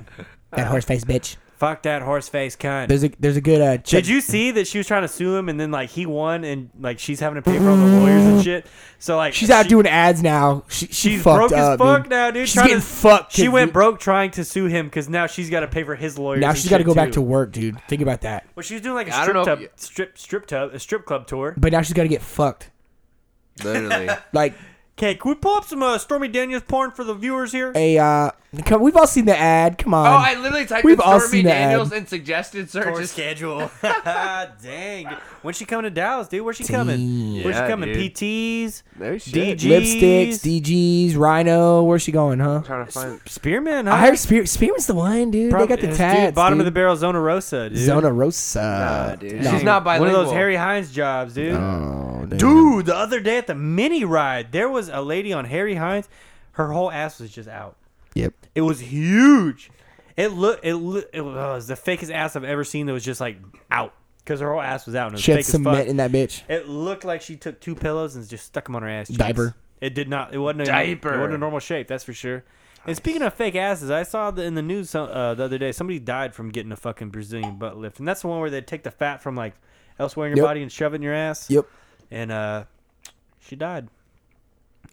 that horse face bitch.
Fuck that horse face cunt.
There's a there's a good uh. Check,
Did you see that she was trying to sue him and then like he won and like she's having to pay for all the lawyers and shit? So like
She's out
she-
doing ads now. She, she
She's
fucked
broke
up,
as fuck
dude.
now, dude.
She's
trying
getting
to,
fucked.
*laughs* She
'cause
went
we-
broke trying to sue him because now she's got to pay for his lawyers.
Now
and
she's got to
shit,
go back
too.
to work, dude. Think about that.
Well, she's doing like a
I don't
strip
know
tub,
if you-
strip strip tub, a strip club tour.
But now she's got to get fucked.
*laughs* Literally.
Like
Okay, can we pull up some uh, Stormy Daniels porn for the viewers here?
a uh, come, we've all seen the ad. Come on.
Oh, I literally typed
We've
in
all
Stormy
seen the
Daniels
ad.
and suggested
Tour
searches.
schedule.
*laughs*
*laughs* Dang. dude. When's she coming to Dallas, dude? Where's she coming? Where's she
Yeah,
coming?
dude.
PTs,
No shit.
DGs,
Lipsticks, DGs, Rhino. Where's she going, huh?
Trying to find.
Spearman. Huh?
I heard Spear. Spearman's the one, dude.
Prob-
they got the
dude,
tats.
bottom of
dude.
the barrel, Zona Rosa, dude.
Zona Rosa.
Nah, dude. She's not
One of
bilingual.
those Harry Hines jobs, dude.
Oh, dude.
Dude, the other day at the mini ride, there was a lady on Harry Hines. Her whole ass was just out.
Yep.
It was huge. It looked. It look. It was the fakest ass I've ever seen. That was just like out because her whole ass was out. And it was
She
fake
had
as fuck.
cement in that bitch.
It looked like she took two pillows and just stuck them on her ass. cheeks.
Diaper.
It did not. It wasn't a
Diaper.
It wasn't a normal shape. That's for sure. And speaking of fake asses, I saw the, in the news some, uh, the other day somebody died from getting a fucking Brazilian butt lift, and that's the one where they take the fat from like elsewhere in your
Yep.
body and shove it in your ass.
Yep.
And uh, she died.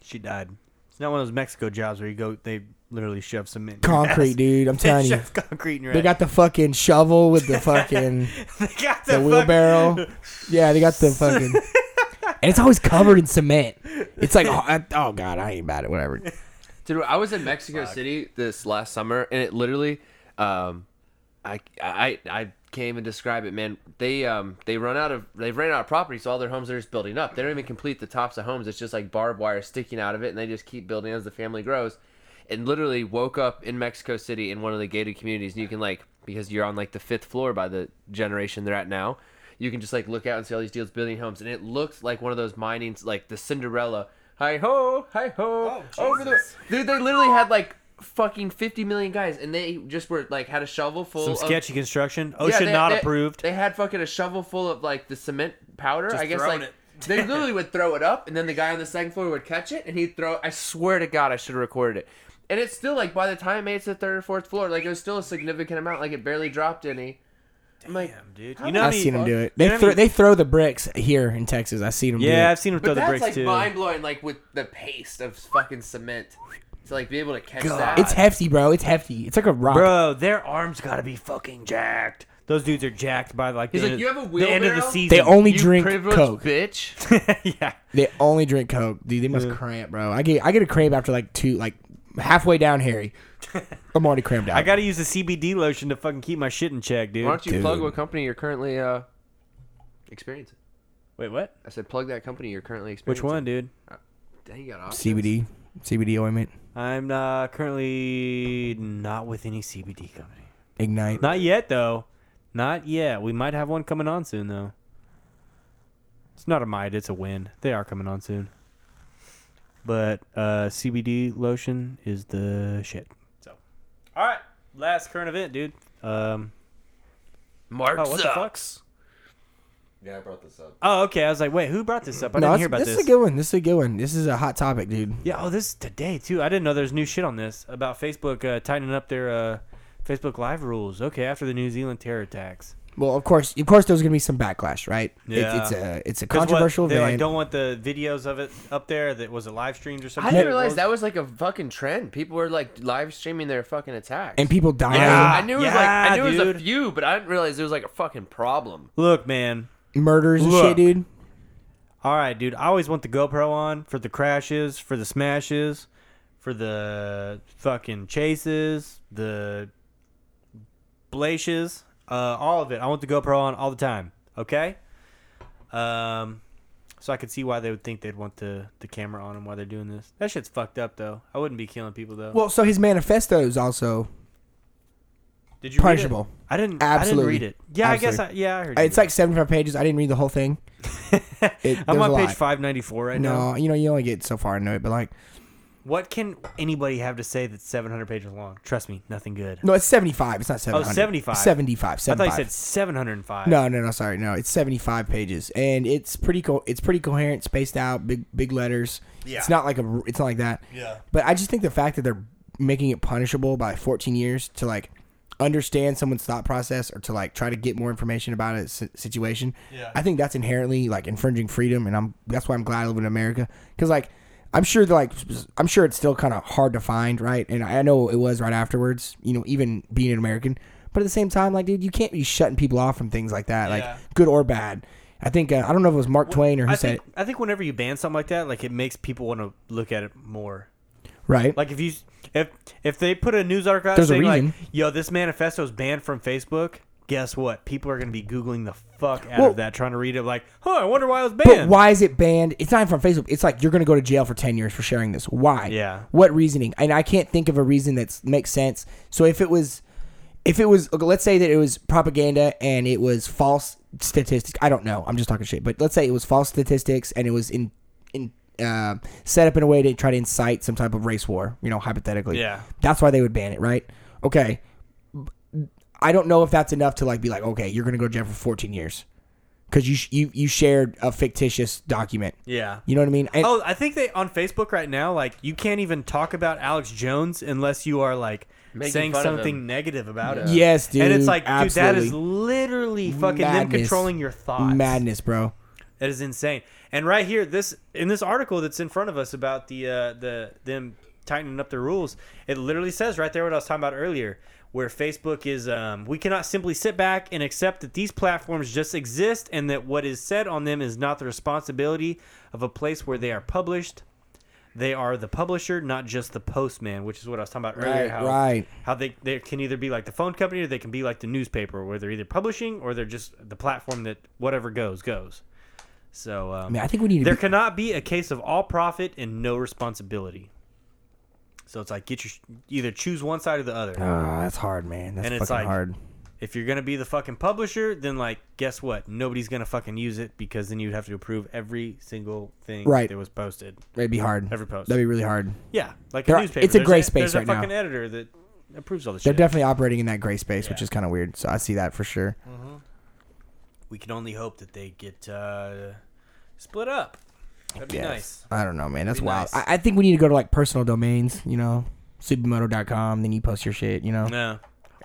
She died. It's not one of those Mexico jobs where you go, they literally shove cement. in your
Concrete,
ass. *laughs*
dude. I'm
They
telling you.
shove concrete in your
They
ass.
got the fucking shovel with the
*laughs*
fucking
they got
the
the, fuck-
wheelbarrow. Yeah, they got
*laughs*
the fucking. And it's always covered in cement. It's like, oh, I- oh god, I ain't about it. Whatever.
Dude, I was in Mexico City this last summer, and it literally, um, I I I can't even describe it, man. They um they run out of they've ran out of property, so all their homes are just building up. They don't even complete the tops of homes. It's just like barbed wire sticking out of it, and they just keep building as the family grows. And literally woke up in Mexico City in one of the gated communities, and you can like because you're on like the fifth floor by the generation they're at now. You can just like look out and see all these dudes building homes, and it looked like one of those mining, like the Cinderella. Hi ho, hi ho, over the dude. They literally had like fucking fifty million guys, and they just were like had a shovel full
Some
of
sketchy construction.
Yeah,
OSHA
they-
not
they-
approved.
They had fucking a shovel full of like the cement powder. I guess
throwing
like
it.
they literally would throw it up, and then the guy on the second floor would catch it, and he'd throw. I swear to God, I should have recorded it. And it's still like by the time it made it to the third or fourth floor, like it was still a significant amount. Like it barely dropped any. I'm like,
dude.
how
You know
the
how
I've
many-
seen them do it. They
You know what I
throw
mean?
they throw the bricks here in Texas. I've seen them. do
yeah,
it.
I've seen them throw
But
the
that's
bricks
like
too.
mind blowing, like with the pace of fucking cement to like be able to catch that.
It's hefty, bro. It's hefty. It's like a rock.
Bro, their arms gotta be fucking jacked. Those dudes are jacked by like,
He's
the,
like,
end
"You
of-
have a
the end of the
wheelbarrow?"
season.
They only
You
drink
privileged
Coke.
bitch.
*laughs* yeah.
They only drink Coke. Dude, they must cramp, bro. I get I get a cramp after like two, like halfway down,
*laughs*
Harry. I'm already cramped out.
I gotta use the CBD lotion to fucking keep my shit in check, dude.
Why don't you
Dude.
plug what company you're currently uh experiencing?
Wait, what?
I said plug that company you're currently
Which
experiencing.
one, dude?
Dang, you got options.
CBD, CBD ointment,
I'm uh, currently not with any CBD company.
ignite.
Not yet, though. Not yet. We might have one coming on soon, though. It's not a might, it's a win. They are coming on soon. But uh, CBD lotion is the shit. So, all right, last current event, dude. Um,
Mark
oh, what the fuck?
sucks.
Yeah, I brought this up.
Oh, okay. I was like, wait, who brought this up?
no,
I didn't
that's-
hear about
this
this.
is a good one. This is a good one. This is a hot topic, dude.
Yeah. Oh, this is today too. I didn't know there's new shit on this about Facebook uh, tightening up their uh, Facebook Live rules. Okay, after the New Zealand terror attacks.
Well, of course, of course, there was gonna be some backlash, right?
Yeah.
It's, it's a it's a
'Cause what,
controversial
They like
event.
don't want the videos of it up there. That was it live streams or something.
I didn't
It
realize that was like a fucking trend. People were like live streaming their fucking attacks.
and people dying,
I knew it was like I
Yeah,
knew it was a
dude.
few, but I didn't realize it was like a fucking problem.
Look, man.
murders and
Look.
shit, dude.
All right, dude. I always want the GoPro on for the crashes, for the smashes, for the fucking chases, the blashes, uh, all of it. I want the GoPro on all the time. Okay. Um, so I could see why they would think they'd want the the camera on them while they're doing this. That shit's fucked up though. I wouldn't be killing people though.
Well, so his manifesto is also
Did you read it?
punishable.
I didn't.
Absolutely.
I didn't read it. Yeah, I guess. I,
Absolutely. Uh,
yeah, I heard. you
it's
did.
like seventy five pages. I didn't read the whole
*laughs*
thing. It-
I'm
there's
on
a
page
lot.
594 right now.
No, you know you only get so far into it, but like
What can anybody have to say that's 700 pages long? Trust me, nothing good.
no, it's seventy five. It's not seven.
75.
75.
Oh, I thought you
75.
said 705.
No, no, no. Sorry, no. It's seventy-five pages, and it's pretty co- It's pretty coherent, spaced out, big, big letters. Yeah. It's not like a. It's not like that. Yeah. But I just think the fact that they're making it punishable by fourteen years to like understand someone's thought process or to like try to get more information about a si- situation. Yeah. I think that's inherently like infringing freedom, and I'm that's why I'm glad I live in America because like. I'm sure, that, like, I'm sure it's still kind of hard to find, right? And I know it was right afterwards, you know, even being an American. But at the same time, like, dude, you can't be shutting people off from things like that,
Yeah.
like good or bad. I think uh, I don't know if it was Mark Twain or who
I
said
think, I think whenever you ban something like that, like it makes people want to look at it more.
it, right?
Like if you if if they put a news article out
There's a
saying like,
reason.
"Yo, this manifesto is banned from Facebook." Guess what? People are going to be googling the fuck out
Well-
of that, trying to read it. Like, huh? I wonder why it was
but
banned.
why is it banned? It's not even from Facebook. It's like you're going to go to jail for ten years for sharing this. Why?
Yeah.
What reasoning? And I can't think of a reason that makes sense. So if it was, if it was, okay, let's say that it was propaganda and it was false statistics. I don't know. I'm just talking shit. But let's say it was false statistics and it was in in uh, set up in a way to try to incite some type of race war. You know, hypothetically.
Yeah.
That's why they would ban it, right? Okay. I don't know if that's enough to like be like, okay, you're gonna go to jail for 14 years because you sh- you you shared a fictitious document.
Yeah.
You know what I mean? And-
Oh, I think they on Facebook right now, like you can't even talk about Alex Jones unless you are like
Making
saying
fun of
something
him.
negative about it.
Yes, dude.
And it's like, dude, that is
absolutely.
literally fucking them
Madness.
controlling your thoughts.
Madness, bro.
That is insane. And right here, this in this article that's in front of us about the uh, the them tightening up the rules, it literally says right there what I was talking about earlier, where Facebook is. Um, we cannot simply sit back and accept that these platforms just exist and that what is said on them is not the responsibility of a place where they are published. They are the publisher, not just the postman, which is what I was talking about earlier.
Right,
how,
right.
How they, they can either be like the phone company or they can be like the newspaper, where they're either publishing or they're just the platform that whatever goes goes. So um,
I mean, I think we need to
there
be-
cannot be a case of all profit and no responsibility. So it's like get your either choose one side or the other.
Ah, that's hard, man. That's
And
fucking
it's like-
hard.
If you're gonna be the fucking publisher, then like guess what? Nobody's gonna fucking use it because then you'd have to approve every single thing
Right.
that was posted.
It'd be hard.
Every post.
That'd be really hard.
Yeah, like
There
a
are-
newspaper.
it's a
There's
gray
There's
space
a
right now.
fucking editor that approves all the
They're
shit.
definitely operating in that gray space, which
Yeah.
is kind of weird. So I see that for sure.
we can only hope that they get uh, split up. That'd be
Yes.
nice.
I don't know, man. That's
Be
wild.
nice.
I, I think we need to go to like personal domains, you know, supermoto.com, then you post your shit, you know.
Yeah.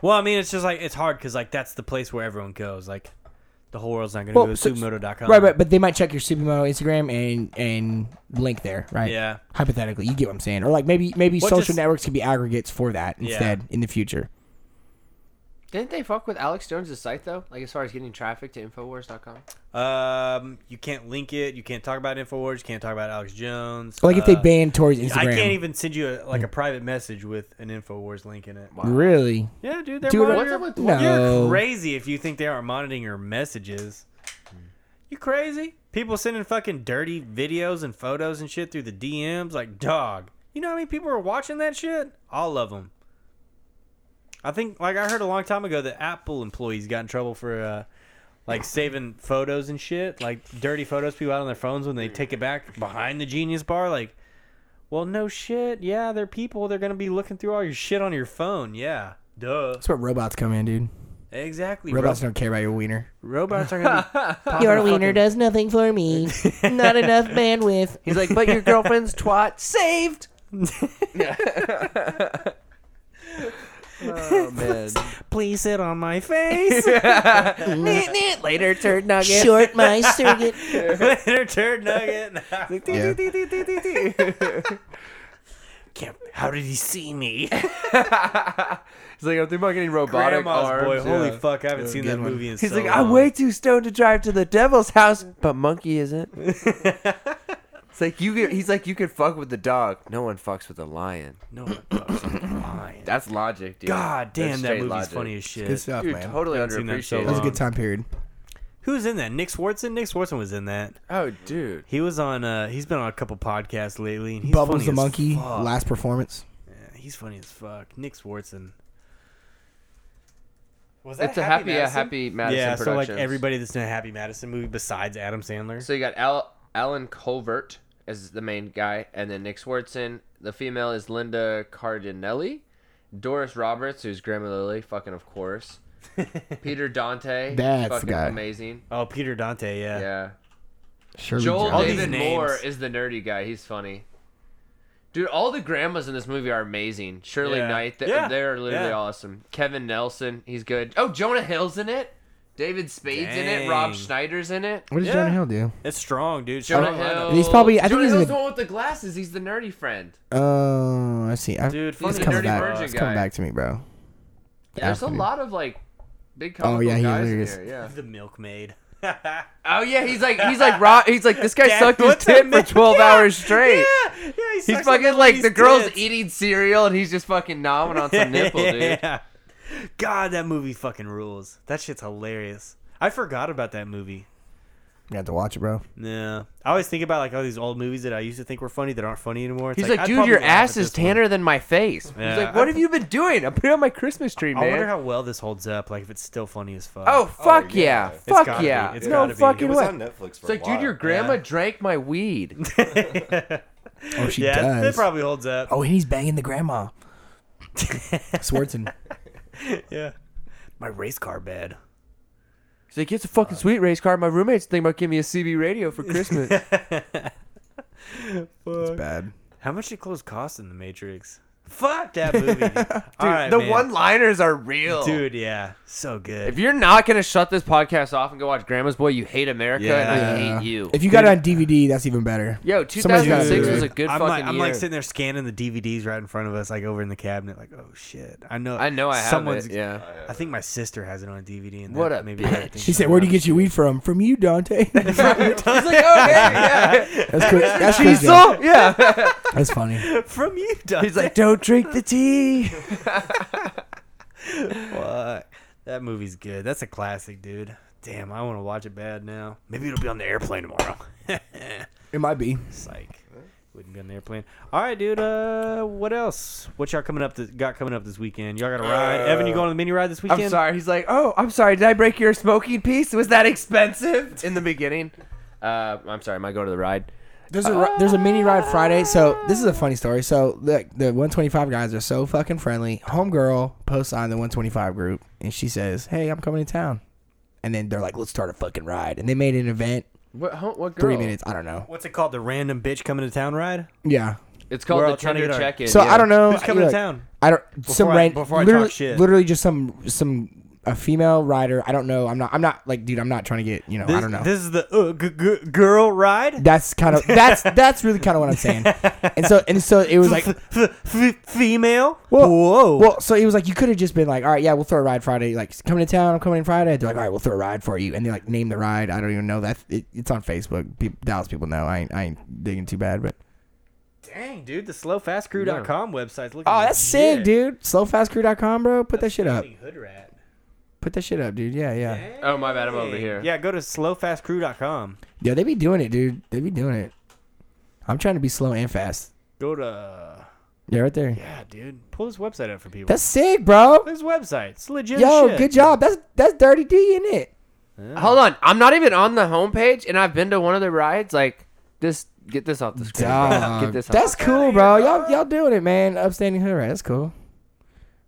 Well, I mean, it's just like it's hard because like that's the place where everyone goes. Like, the whole world's not gonna
Well,
go to
so-
supermoto.com.
Right, but but they might check your supermoto Instagram and and link there, right?
Yeah.
Hypothetically, you get what I'm saying, or like maybe maybe
What
social
just-
networks could be aggregates for that
Yeah.
instead in the future.
Didn't they fuck with Alex Jones' site though? Like as far as getting traffic to Infowars.com?
Um, you can't link it. You can't talk about Infowars. You can't talk about Alex Jones.
Like if they
Uh,
ban Tori's Instagram, Hmm.
I can't even send you a, like a private message with an Infowars link in it.
really.
Yeah, dude, they're
Dude,
monitoring-
what's up with-
You're
No.
crazy if you think they aren't monitoring your messages. You crazy? People sending fucking dirty videos and photos and shit through the DMs, like dog. You know how many people are watching that shit? All of them. I think, like, I heard a long time ago that Apple employees got in trouble for, uh, like, saving photos and shit, like dirty photos people had on their phones when they take it back behind the Genius Bar, like. Well, no shit. Yeah, they're people. They're gonna be looking through all your shit on your phone. Yeah, duh.
That's where robots come in, dude.
Exactly.
Robots
Ro-
don't care about your wiener.
robots are gonna be popping a
Your wiener
fucking-
does nothing for me. Not enough bandwidth.
He's like, but your girlfriend's *laughs* twat saved. oh man.
Please sit on my face. *laughs*
Later, turd nugget.
Short my circuit.
Later, turd nugget. *laughs*
Yeah.
Can't- How did he see me? *laughs*
He's like, I'm through my getting robotic
Grandma's boy.
arms.
Holy
yeah.
fuck! I haven't seen that
good one.
movie in
He's
so
like,
long.
I'm way too stoned to drive to the devil's house, but monkey *laughs* isn't. it's like you. Could, he's like, you could fuck with the dog. No one fucks with the lion.
No, I'm fucking lying.
That's logic, dude.
God damn,
That's
that
straight
movie's
logic.
funny as shit.
Good stuff,
Dude,
man.
totally
Haven't seen that in so
It was a
underappreciated.
long.
good time period.
Who's in that? Nick Swartzen. Nick Swartzen was in that.
Oh, dude.
He was on. uh He's been on a couple podcasts lately. And he's
Bubbles
funny
the
as
monkey,
fuck.
last performance.
Yeah, he's funny as fuck. Nick Swartzen. Was
It's a happy, yeah, happy Madison
yeah, so like
Productions.
everybody that's in a Happy Madison movie besides Adam Sandler.
So you got Al- Alan Colvert as the main guy, and then Nick Swartzen. The female is Linda Cardinelli, Doris Roberts, who's Grandma Lily, fucking of
*laughs*
course. Peter Dante,
That's the
fucking
guy.
amazing.
oh, Peter Dante, yeah.
Yeah,
Sure,
Joel
All these
David
names.
Moore is the nerdy guy. He's funny. Dude, all the grandmas in this movie are amazing. Shirley
Yeah.
Knight, th-
Yeah.
they're literally
Yeah.
awesome. Kevin Nelson, he's good. Oh, Jonah Hill's in it. David Spade's in it.
Dang.
Rob Schneider's in it.
What does
Yeah.
Jonah Hill do?
It's strong, dude.
Jonah
Strong lineup.
Hill.
He's probably- I think
Jonah
he's in
Hill's
the-
the one with the glasses. He's the nerdy friend.
Oh, I see. I,
Dude,
Dude,
fucking
it's coming
Nerdy
back.
Virgin
It's coming
guy.
back to me, bro.
Yeah, there's a
Absolutely.
lot of like big
Oh,
comical
yeah, he
guys in
hilarious.
here. Yeah.
The milkmaid.
Oh yeah, he's like he's like Rob. He's like this guy
Dad,
sucked his
what's that
tit for
man-
twelve
*laughs* Yeah,
hours straight.
yeah, yeah, he
He's
sucks on
fucking
that
like
lady's
the girl's
tits.
eating cereal and he's just fucking nomming on some nipple, dude.
*laughs* yeah. *laughs* God, that movie fucking rules. That shit's hilarious. I forgot about that movie.
You have to watch it, bro.
Yeah, I always think about like all these old movies that I used to think were funny that aren't funny anymore. It's
He's like,
I'd
dude,
probably
your
laugh at
ass is
this one."
tanner than my face.
Yeah.
He's like, what have you been doing? I put it on my Christmas tree,
I wonder
man.
how well this holds up. Like if it's still funny as fuck.
oh fuck yeah,
yeah. It's
fuck
gotta
yeah,
be. It's
no
gotta be.
It
fucking
was
way.
on Netflix for
It's like,
a while.
dude, your grandma
Yeah.
drank my
*laughs*
weed.
Oh, she
yeah, it-
does.
it probably holds up.
Oh, and he's banging the *laughs* grandma. Swartzen.
Yeah, my race car bed.
He's like, it's a fucking sweet race car. My roommate's thinking about giving me a CB radio
*laughs*
for Christmas.
Bad.
How much did clothes cost in the Matrix? Fuck that
*laughs*
movie. All right,
the
man.
one-liners are real,
dude. Yeah, so good.
If you're not gonna shut this podcast off and go watch Grandma's Boy, you hate America and I
Yeah.
hate you.
If you got it on DVD, that's even better.
Yo,
Somebody's gotta
2006
do
was
it.
a good
I'm
fucking
like, I'm
year.
like sitting there scanning the DVDs right in front of us, like over in the cabinet. Like, oh shit, I know.
I know I have
someone's,
it. Yeah.
I think my sister has it on a DVD. And
What
that
a
maybe that
bitch.
thing
He said,
comes
"Where do you
up.
get your weed from?" From you,
*laughs*
Dante. That's
He's
*laughs*
like, oh, yeah,
cool. That's
*laughs*
cool. Joe.
yeah. yeah.
That's funny.
*laughs* from you?" Dante.
He's like, don't drink the tea.
Fuck. That movie's good. That's a classic, dude. Damn, I want to watch it bad now. Maybe it'll be on the airplane tomorrow. *laughs*
It might be.
Psych. Wouldn't be on the airplane. All right, dude. Uh, what else? What y'all coming up? This, got coming up this weekend? Y'all got a ride? Evan, you
Uh,
going on the mini ride this weekend?
I'm sorry. He's like, oh, I'm sorry. Did I break your smoking piece? Was that expensive *laughs* in the beginning? Uh, I'm sorry. Am I going to the ride?
There's a ri- there's a mini ride Friday. So this is a funny story. So the the 125 guys are so fucking friendly. Homegirl posts on the 125 group and she says, "Hey, I'm coming to town," and then they're like, "Let's start a fucking ride." And they made an event
What? Huh, what girl?
Oh.
three minutes. I don't know.
What's it called? The random bitch coming to town ride?
Yeah.
It's
We're
called
all
the
trying to
Tinder
get our-
check-in.
So
yeah.
I don't know.
Who's coming to
Look,
town?
I don't. some
I-
ran-
before I talk
literally,
shit.
literally just some some a female rider. I don't know. I'm not. I'm not like, dude. I'm not trying to get. You know.
This,
I don't know.
This is the uh, g- g- girl ride.
that's kind of that's that's really kind of what I'm
*laughs*
saying. And so and so it was like
F- f- female.
Well,
Whoa.
Well, so he was like, you could have just been like, all right, yeah, we'll throw a ride Friday. Like, coming to town, I'm coming in Friday. They're like, all right, we'll throw a ride for you. And they like name the ride. I don't even know that. It, it's on Facebook. Peop Dallas people know. I ain't, I ain't digging too bad, but
Dang, dude, the slowfastcrew.com website's looking.
oh, that's sick,
legit.
dude. Slowfastcrew.com, bro. Put that shit up.
Fucking Hood rat.
Put that shit up, dude. Yeah, yeah,
Oh, my bad. I'm over here.
Yeah, go to slowfastcrew.com.
yeah. They be doing it, dude. They be doing it. I'm trying to be slow and fast.
Go to
Yeah, right there.
yeah, dude. Pull this website up for people.
That's sick, bro.
this website. It's legit.
Yo,
shit.
good job. That's that's Dirty D in it.
Hold on. I'm not even on the homepage, and I've been to one of the rides. Like this. Get this off the screen. bro.
Dog.
*laughs* Get this. Off
That's cool, bro. Y'all y'all doing it, man. Upstanding hood rat. That's cool.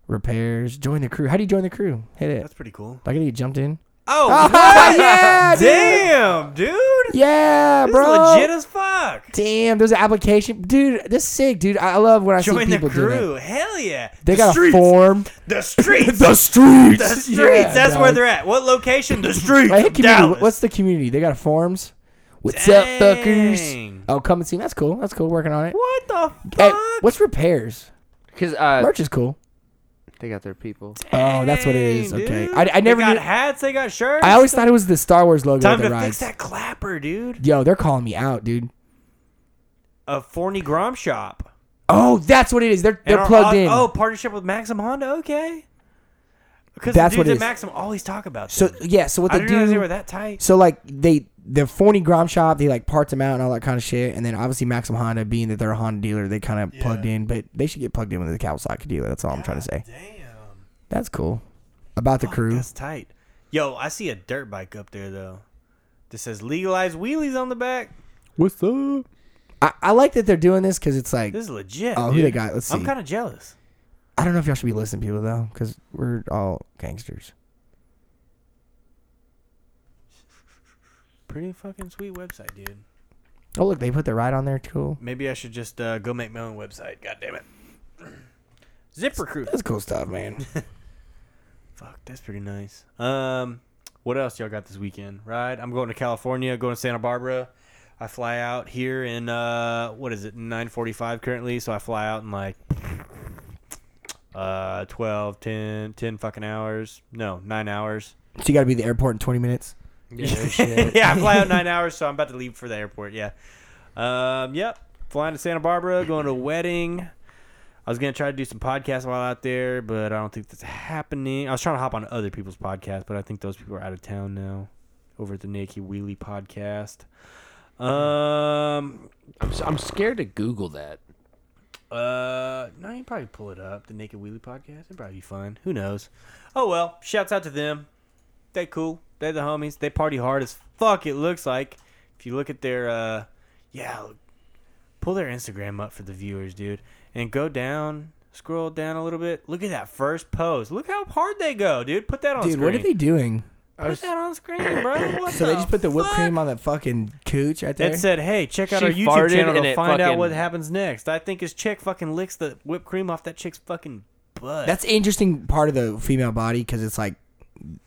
Repairs. Join the crew. How do you join the crew? Hit it.
That's pretty cool.
Like I get jumped
*laughs*
in.
Oh,
Ah, *laughs* yeah, dude.
damn, dude.
Yeah,
This
bro.
is legit as fuck.
Damn, there's an application, dude. This is sick, dude. I I love when I
Join
see
the
people doing
crew.
it.
Hell yeah.
They
the
got
streets.
a form. *laughs*
The streets.
The streets.
The streets. That's where they're at. What location? The
Like, *laughs*
streets.
hey,
of
community.
Dallas.
What's the community? They got a forms. What's up,
Dang.
fuckers? Oh, come and see. me. That's cool. That's cool. Working on it.
what the fuck?
Hey, what's repairs?
Because uh,
Merch is cool.
they got their people.
Oh, that's what it is.
Dang,
Okay,
dude.
I, I never
they got
knew.
hats. They got shirts.
I always thought it was the Star Wars logo
time
at
to
the rides.
fix that clapper, dude.
Yo, they're calling me out, dude.
A Forney Grom shop.
Oh, that's what it is. They're
And
they're
our-
plugged
oh,
in.
Oh, partnership with Maxim Honda. Okay. Because
That's
the
what
dudes
it
at
is.
Maxim always talk about.
So
them.
yeah, so what
I
they
didn't realize they were
do?
that tight.
So like they the phony Grom shop, they like parts them out and all that kind of shit. And then obviously Maxim Honda, being that they're a Honda dealer, they kind of plugged in. But they should get plugged in with the Kawasaki dealer. That's all I'm trying to say.
Damn.
That's cool. About the crew.
That's tight. Yo, I see a dirt bike up there though. This says legalized wheelies on the back.
What's up? I, I like that they're doing this because it's like
This is legit.
Oh, who
dude.
they got? Let's
I'm
see.
kind of jealous.
I don't know if y'all should be listening, people though, because we're all gangsters.
Pretty fucking sweet website, dude.
Oh look, they put the ride on there. Cool.
Maybe I should just uh, go make my own website. God damn it. *clears throat* Zip recruit.
That's cool stuff,
*laughs*
man.
Fuck, that's pretty nice. Um, what else y'all got this weekend? Right, I'm going to California, going to Santa Barbara. I fly out here in uh, what is it, 9:45 currently, so I fly out in like uh 12, 10, 10 fucking hours. No, nine hours.
so you got to be at the airport in 20 minutes.
*laughs* yeah, I fly out nine hours, so I'm about to leave for the airport. Yeah. Um, yep. Flying to Santa Barbara, going to a wedding. I was gonna try to do some podcasts while out there, but I don't think that's happening. I was trying to hop on other people's podcasts, but I think those people are out of town now. Over at the Naked Wheelie podcast. Um,
I'm, s- I'm scared to Google that.
uh, no, you can probably pull it up. The Naked Wheelie podcast. It'd probably be fun. Who knows? Oh well. Shouts out to them. They cool. They the homies. They party hard as fuck. It looks like. If you look at their, uh, yeah, pull their Instagram up for the viewers, dude, and go down. Scroll down a little bit. Look at that first post. Look how hard they go, dude. Put that on
Dude,
Oh,
screen.
what are they doing?
Put that on
*coughs*
screen, bro. What
So they
the
just put
Oh,
the whipped
fuck?
cream on the fucking cooch right there.
It said, "Hey, check out
She
our YouTube
farted
channel
and
to
it
find out
fucking-
what happens next." I think his chick fucking licks the whipped cream off that chick's fucking butt.
That's an interesting part of the female body because it's like,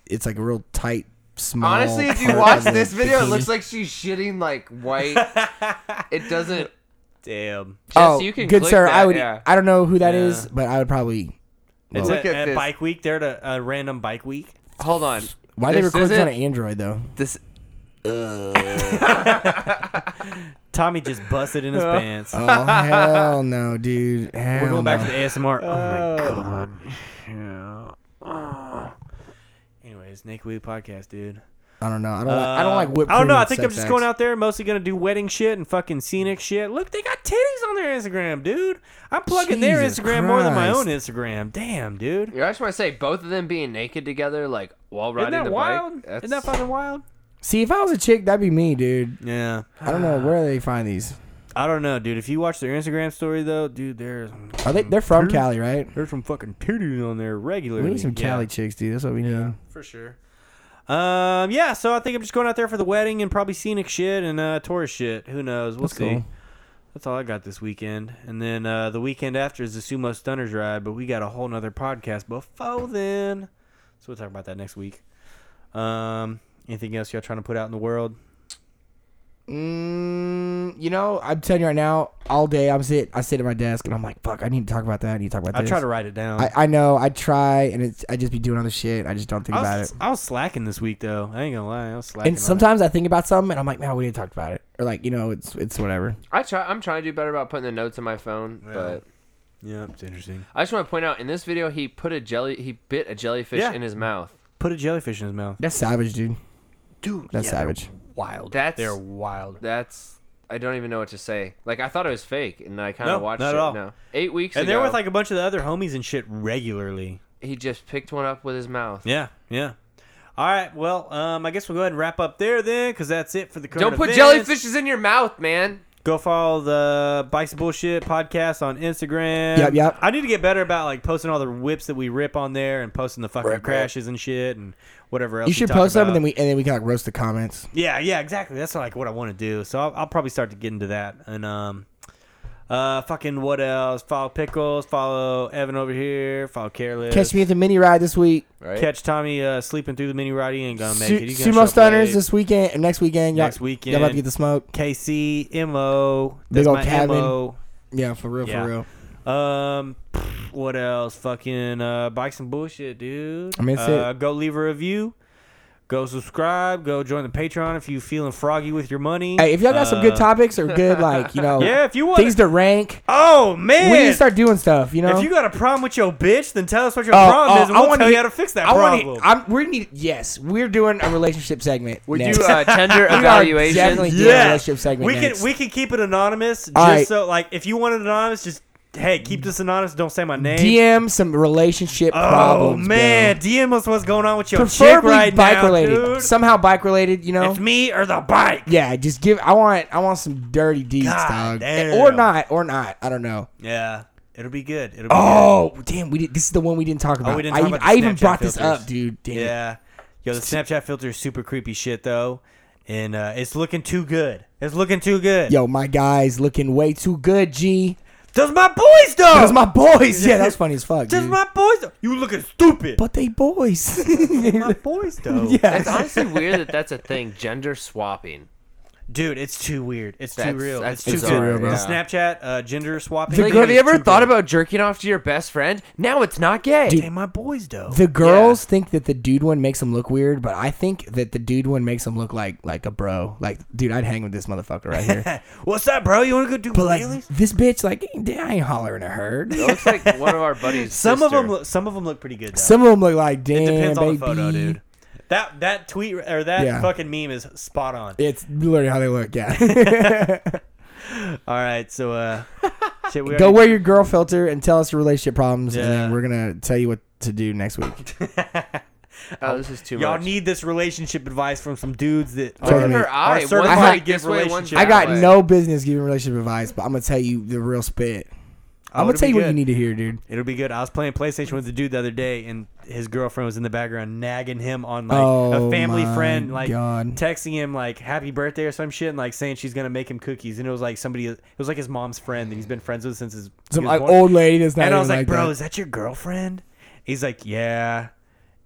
it's like a real tight, small.
Honestly, if you
part
watch
of the
this video, it
bikini. *laughs*
looks like she's shitting like *laughs* white. it doesn't.
damn.
oh,
Jess, you can
good
click
sir. I
that,
would.
yeah.
I don't know who that is,
Yeah.
but I would probably.
It's
Look
a,
at
a
this.
bike week. They're at a, a random bike week.
Hold on.
Why they
This
record this on an
isn't-
Android
*laughs*
though?
This
Tommy just busted in his pants.
*laughs* Oh hell no, dude. Hell
We're going
no.
back to the ASMR. oh my god. Oh. Anyways, Nick Wee podcast, dude.
I don't know. I don't. like, I don't like
Uh,
whipped. Cream
I don't know. I
with
think I'm
sex
just
acts.
going out there, mostly gonna do wedding shit and fucking scenic shit. Look, they got titties on their Instagram, dude. I'm plugging their
Jesus
Instagram more than my
Christ.
own Instagram. Damn, dude.
Yeah, I just want to say both of them being naked together, like while
Isn't
riding
that
the
wild?
bike. That's,
Isn't that fucking wild?
See, if I was a chick, that'd be me, dude.
Yeah.
I don't know where they find these.
I don't know, dude. If you watch their Instagram story though, dude, there's
Are they? They're from Cali, right?
there's some fucking titties on there regularly.
We need some
Yeah.
Cali chicks, dude. That's what we need.
for sure. Um, yeah, so I think I'm just going out there for the wedding and probably scenic shit and uh, tourist shit. Who knows? We'll
That's
see.
cool.
That's all I got this weekend. And then uh, the weekend after is the Sumo Stunners ride, but we got a whole nother podcast before then. So we'll talk about that next week. Um, anything else y'all trying to put out in the world?
Mm, you know, I'm telling you right now, all day I'm sit, I sit at my desk and I'm like, fuck, I need to talk about that. I need to talk about
I
this.
try to write it down.
I, I know. I try, and it's I just be doing other shit. I just don't think
I
about
was,
it.
I was slacking this week though. I ain't gonna lie, I was slacking. on
And
it.
sometimes I think about something, and I'm like, man, we didn't talk about it, or like, you know, it's it's whatever.
I try. I'm trying to do better about putting the notes in my phone, but
yeah, it's interesting.
I just want to point out in this video he put a jelly. He bit a jellyfish
Yeah.
in his mouth.
Put a jellyfish in his mouth.
That's savage, dude.
Dude,
That's
yeah, they're
savage.
Wild.
That's-
they're wild.
That's. I don't even know what to say. Like I thought it was fake, and I kind
No,
of watched
not at
it.
all.
No, eight weeks
And
ago,
they're with like a bunch of the other homies and shit regularly.
he just picked one up with his mouth.
Yeah, yeah. All right, well, um, I guess we'll go ahead and wrap up there then, because that's it for the current
Don't put
events.
jellyfishes in your mouth, man.
Go follow the Bikes and Bullshit podcast on Instagram.
Yep, yep.
I need to get better about like posting all the whips that we rip on there and posting the fucking crashes and shit and whatever else.
You
we
should
talk
post
about.
them, and then we and then we can like roast the comments.
Yeah, yeah, exactly. That's like what I want to do. So I'll, I'll probably start to get into that. And um, uh, fucking what else? Follow Pickles. Follow Evan over here. Follow Careless.
Catch me at the mini ride this week.
Right?
Catch Tommy uh, sleeping through the mini ride. He ain't gonna make
Su-
it. He's gonna show
sumo
up
stunners
late.
this weekend, or next weekend. Y'all,
Next weekend.
y'all about to get the smoke.
KC Mo. That's
Big ol'
my
cabin.
MO.
Yeah, for real,
Yeah.
for real.
Um, pff, what else? Fucking uh, bikes and bullshit, dude.
I mean, that's
uh, Go leave a review. Go subscribe. Go join the Patreon if you feeling froggy with your money.
Hey, if y'all got some
Uh,
good topics or good, like
*laughs*
you know,
yeah, if you want
things to rank,
Oh man!
we need to start doing stuff. You know,
If you got a problem with your bitch, then tell us what your
Oh,
problem
oh,
is, and we'll
wanna
tell you
hear-
how to fix that
I wanna-
problem.
I'm, we need. Yes, we're doing a relationship segment.
Would
next. *laughs*
you uh, tender
We are definitely
evaluation?
doing a relationship segment.
we
next.
can we can keep it anonymous. Just
All right.
so like, if you want it anonymous, just hey, keep this anonymous. Don't say my name.
DM some relationship
oh
problems.
man,
bro.
DM us what's going on with your chick
preferably
right
bike
now,
related.
dude.
Somehow bike related. You know.
it's me or the bike.
yeah, just give. I want. I want some dirty deeds,
God
dog.
damn.
Or not. Or not. I don't know.
Yeah, it'll be good. It'll be
Oh damn! We did. This is the one we didn't talk about.
Oh, we didn't
I,
talk
even-
about the
I even
Snapchat
brought this
filters.
up, dude. Damn
good.
it.
yeah. Yo, the Snapchat filter is super creepy shit though, and uh, it's looking too good. It's looking too good.
Yo, my guy's looking way too good, G.
those my boys though.
Those my
*laughs*
boys. Yeah, that's funny as fuck.
Oh. Just
dude.
my boys. though. You looking stupid.
but they
*laughs*
boys.
my
*laughs*
boys though.
yeah.
It's honestly weird that that's a thing. Gender swapping.
Dude, it's too weird. It's too
That's-
real.
that's
it's too
bizarre,
good.
bro.
Snapchat, uh, gender swapping.
The
Like,
girl-
have you ever
Too
thought
good.
about jerking off to your best friend? Now it's not gay. *laughs*
Hey, my boys though.
The girls think that the dude one makes them look weird, but I think that the dude one makes them look like like a bro. Like, dude, I'd hang with this motherfucker right
*laughs*
here.
What's up, bro? You want to go do
but like
wheelies?
this bitch, like I ain't hollering at
*laughs*
her.
It looks like one of our buddies.
Some of
sister.
them. Look, some of them look pretty good. Though.
Some of them look like damn
it depends
baby.
on the photo, dude. That that tweet or that
Yeah.
fucking meme is spot on.
It's literally how they look.
*laughs*
Yeah.
All right,
*laughs*
so uh, shit, we
Go
already-
wear your girl filter and tell us your relationship problems, and
Yeah.
then we're gonna tell you what to do next week.
*laughs*
Oh, this is too
Y'all
much.
need this relationship advice from some dudes that
Totally.
Look at her
Our
eye. One's
certified
like this
gift
way, one's
relationship
that
I got
way.
no business giving relationship advice, but I'm gonna tell you the real spit. I'm gonna
Oh, it'll
tell
be
you what you
good.
need to hear, dude.
It'll be good. I was playing PlayStation with a dude the other day, and his girlfriend was in the background nagging him on like
Oh,
a family
my
friend, like
God.
texting him like "Happy birthday" or some shit, and like saying she's gonna make him cookies. And it was like somebody, it was like his mom's friend that he's been friends with since his he
Some
was
like
born.
old lady that's not.
And I was
even like,
like, "Bro,
that.
is that your girlfriend?" He's like, "Yeah."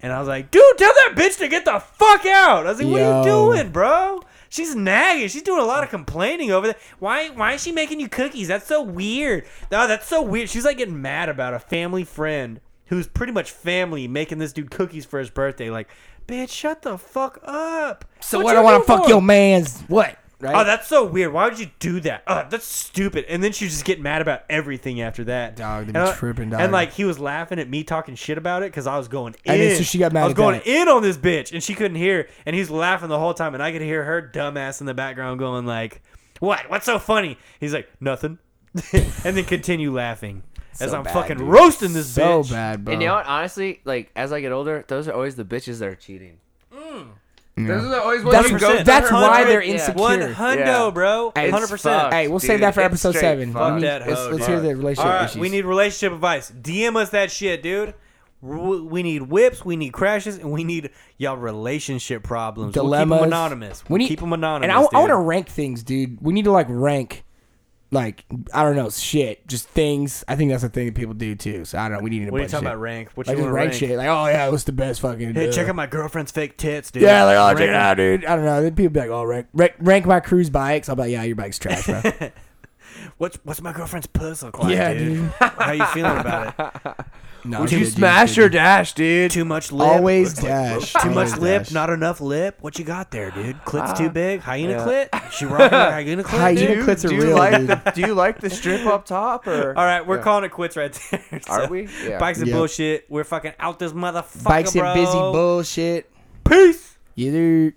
And I was like, "Dude, tell that bitch to get the fuck out." I was like, "What are you
Yo.
doing, bro?" She's nagging. She's doing a lot of complaining over there. Why? Why is she making you cookies? That's so weird. No, that's so weird. She's like getting mad about a family friend who's pretty much family making this dude cookies for his birthday. Like, bitch, shut the fuck up.
so what? I want to fuck
your
your man's what?
Oh, that's so weird. Why would you do that? Oh, that's stupid. And then she just get mad about everything after that.
Dog, they
and
be
I-
tripping, dog.
And like he was laughing at me talking shit about it because I was going in.
And then so she got mad
I was
at
going
that.
in on this bitch, and she couldn't hear. And he's laughing the whole time, and I could hear her dumbass in the background going like, "What? What's so funny?" He's like, "Nothing," *laughs* and then continue laughing as
So
I'm
bad,
fucking
dude.
roasting this
So
bitch.
bad, bro.
And you know what? Honestly, like as I get older, those are always the bitches that are cheating.
Mm.
Those are the always ones
That's-
you go.
that's
through.
why they're
Yeah.
insecure.
One
Yeah.
hundo, bro.
Hey, it's
Hundred percent.
fucked.
Hey, we'll save
Dude,
that for
it's
episode
straight
seven.
fuck.
We need-
Fuck that
let's
hoe,
let's hear
dude.
the relationship
All right,
issues.
we need relationship advice. DM us that shit, dude. R- We need whips, we need crashes, and we need y'all relationship problems.
dilemmas.
We'll keep them anonymous. We'll
We need
keep them anonymous.
And I, I want to
dude.
rank things, dude. We need to like rank, like I don't know, shit, just things. I think that's the thing that people do too. So I don't know. We need to.
What are you talking about? Rank? What
Like
you
just
want
rank, shit. Like oh yeah, what's the best fucking?
Hey,
uh,
check out my girlfriend's fake tits, dude.
Yeah, like oh check
Rank
it
them.
out, dude. I don't know. Then people be like, oh rank rank, rank my cruise bikes. I'll be like, yeah, your bike's trash,
*laughs*
bro.
What's what's my girlfriend's puss look like,
Yeah,
dude?
dude.
How you feeling about
*laughs*
it?
no,
Would
dude,
you
dude,
smash
dude.
or dash, dude?
Too much lip.
Always
Looks like-
dash.
Too
Always
much lip,
dash. Ah.
not enough lip. What you got there, dude? Clip's too big. Hyena clit. She rocking her
*laughs*
hyena clit.
Hyena
dude?
Your clits are
do you
real,
like
dude.
the Do you like the strip up top or?
All right, we're calling it quits right there. *laughs*
Are
So,
we? Yeah.
Bikes and
Yep.
bullshit. We're fucking out this motherfucker.
Bikes and busy
bro.
bullshit.
Peace.
Either.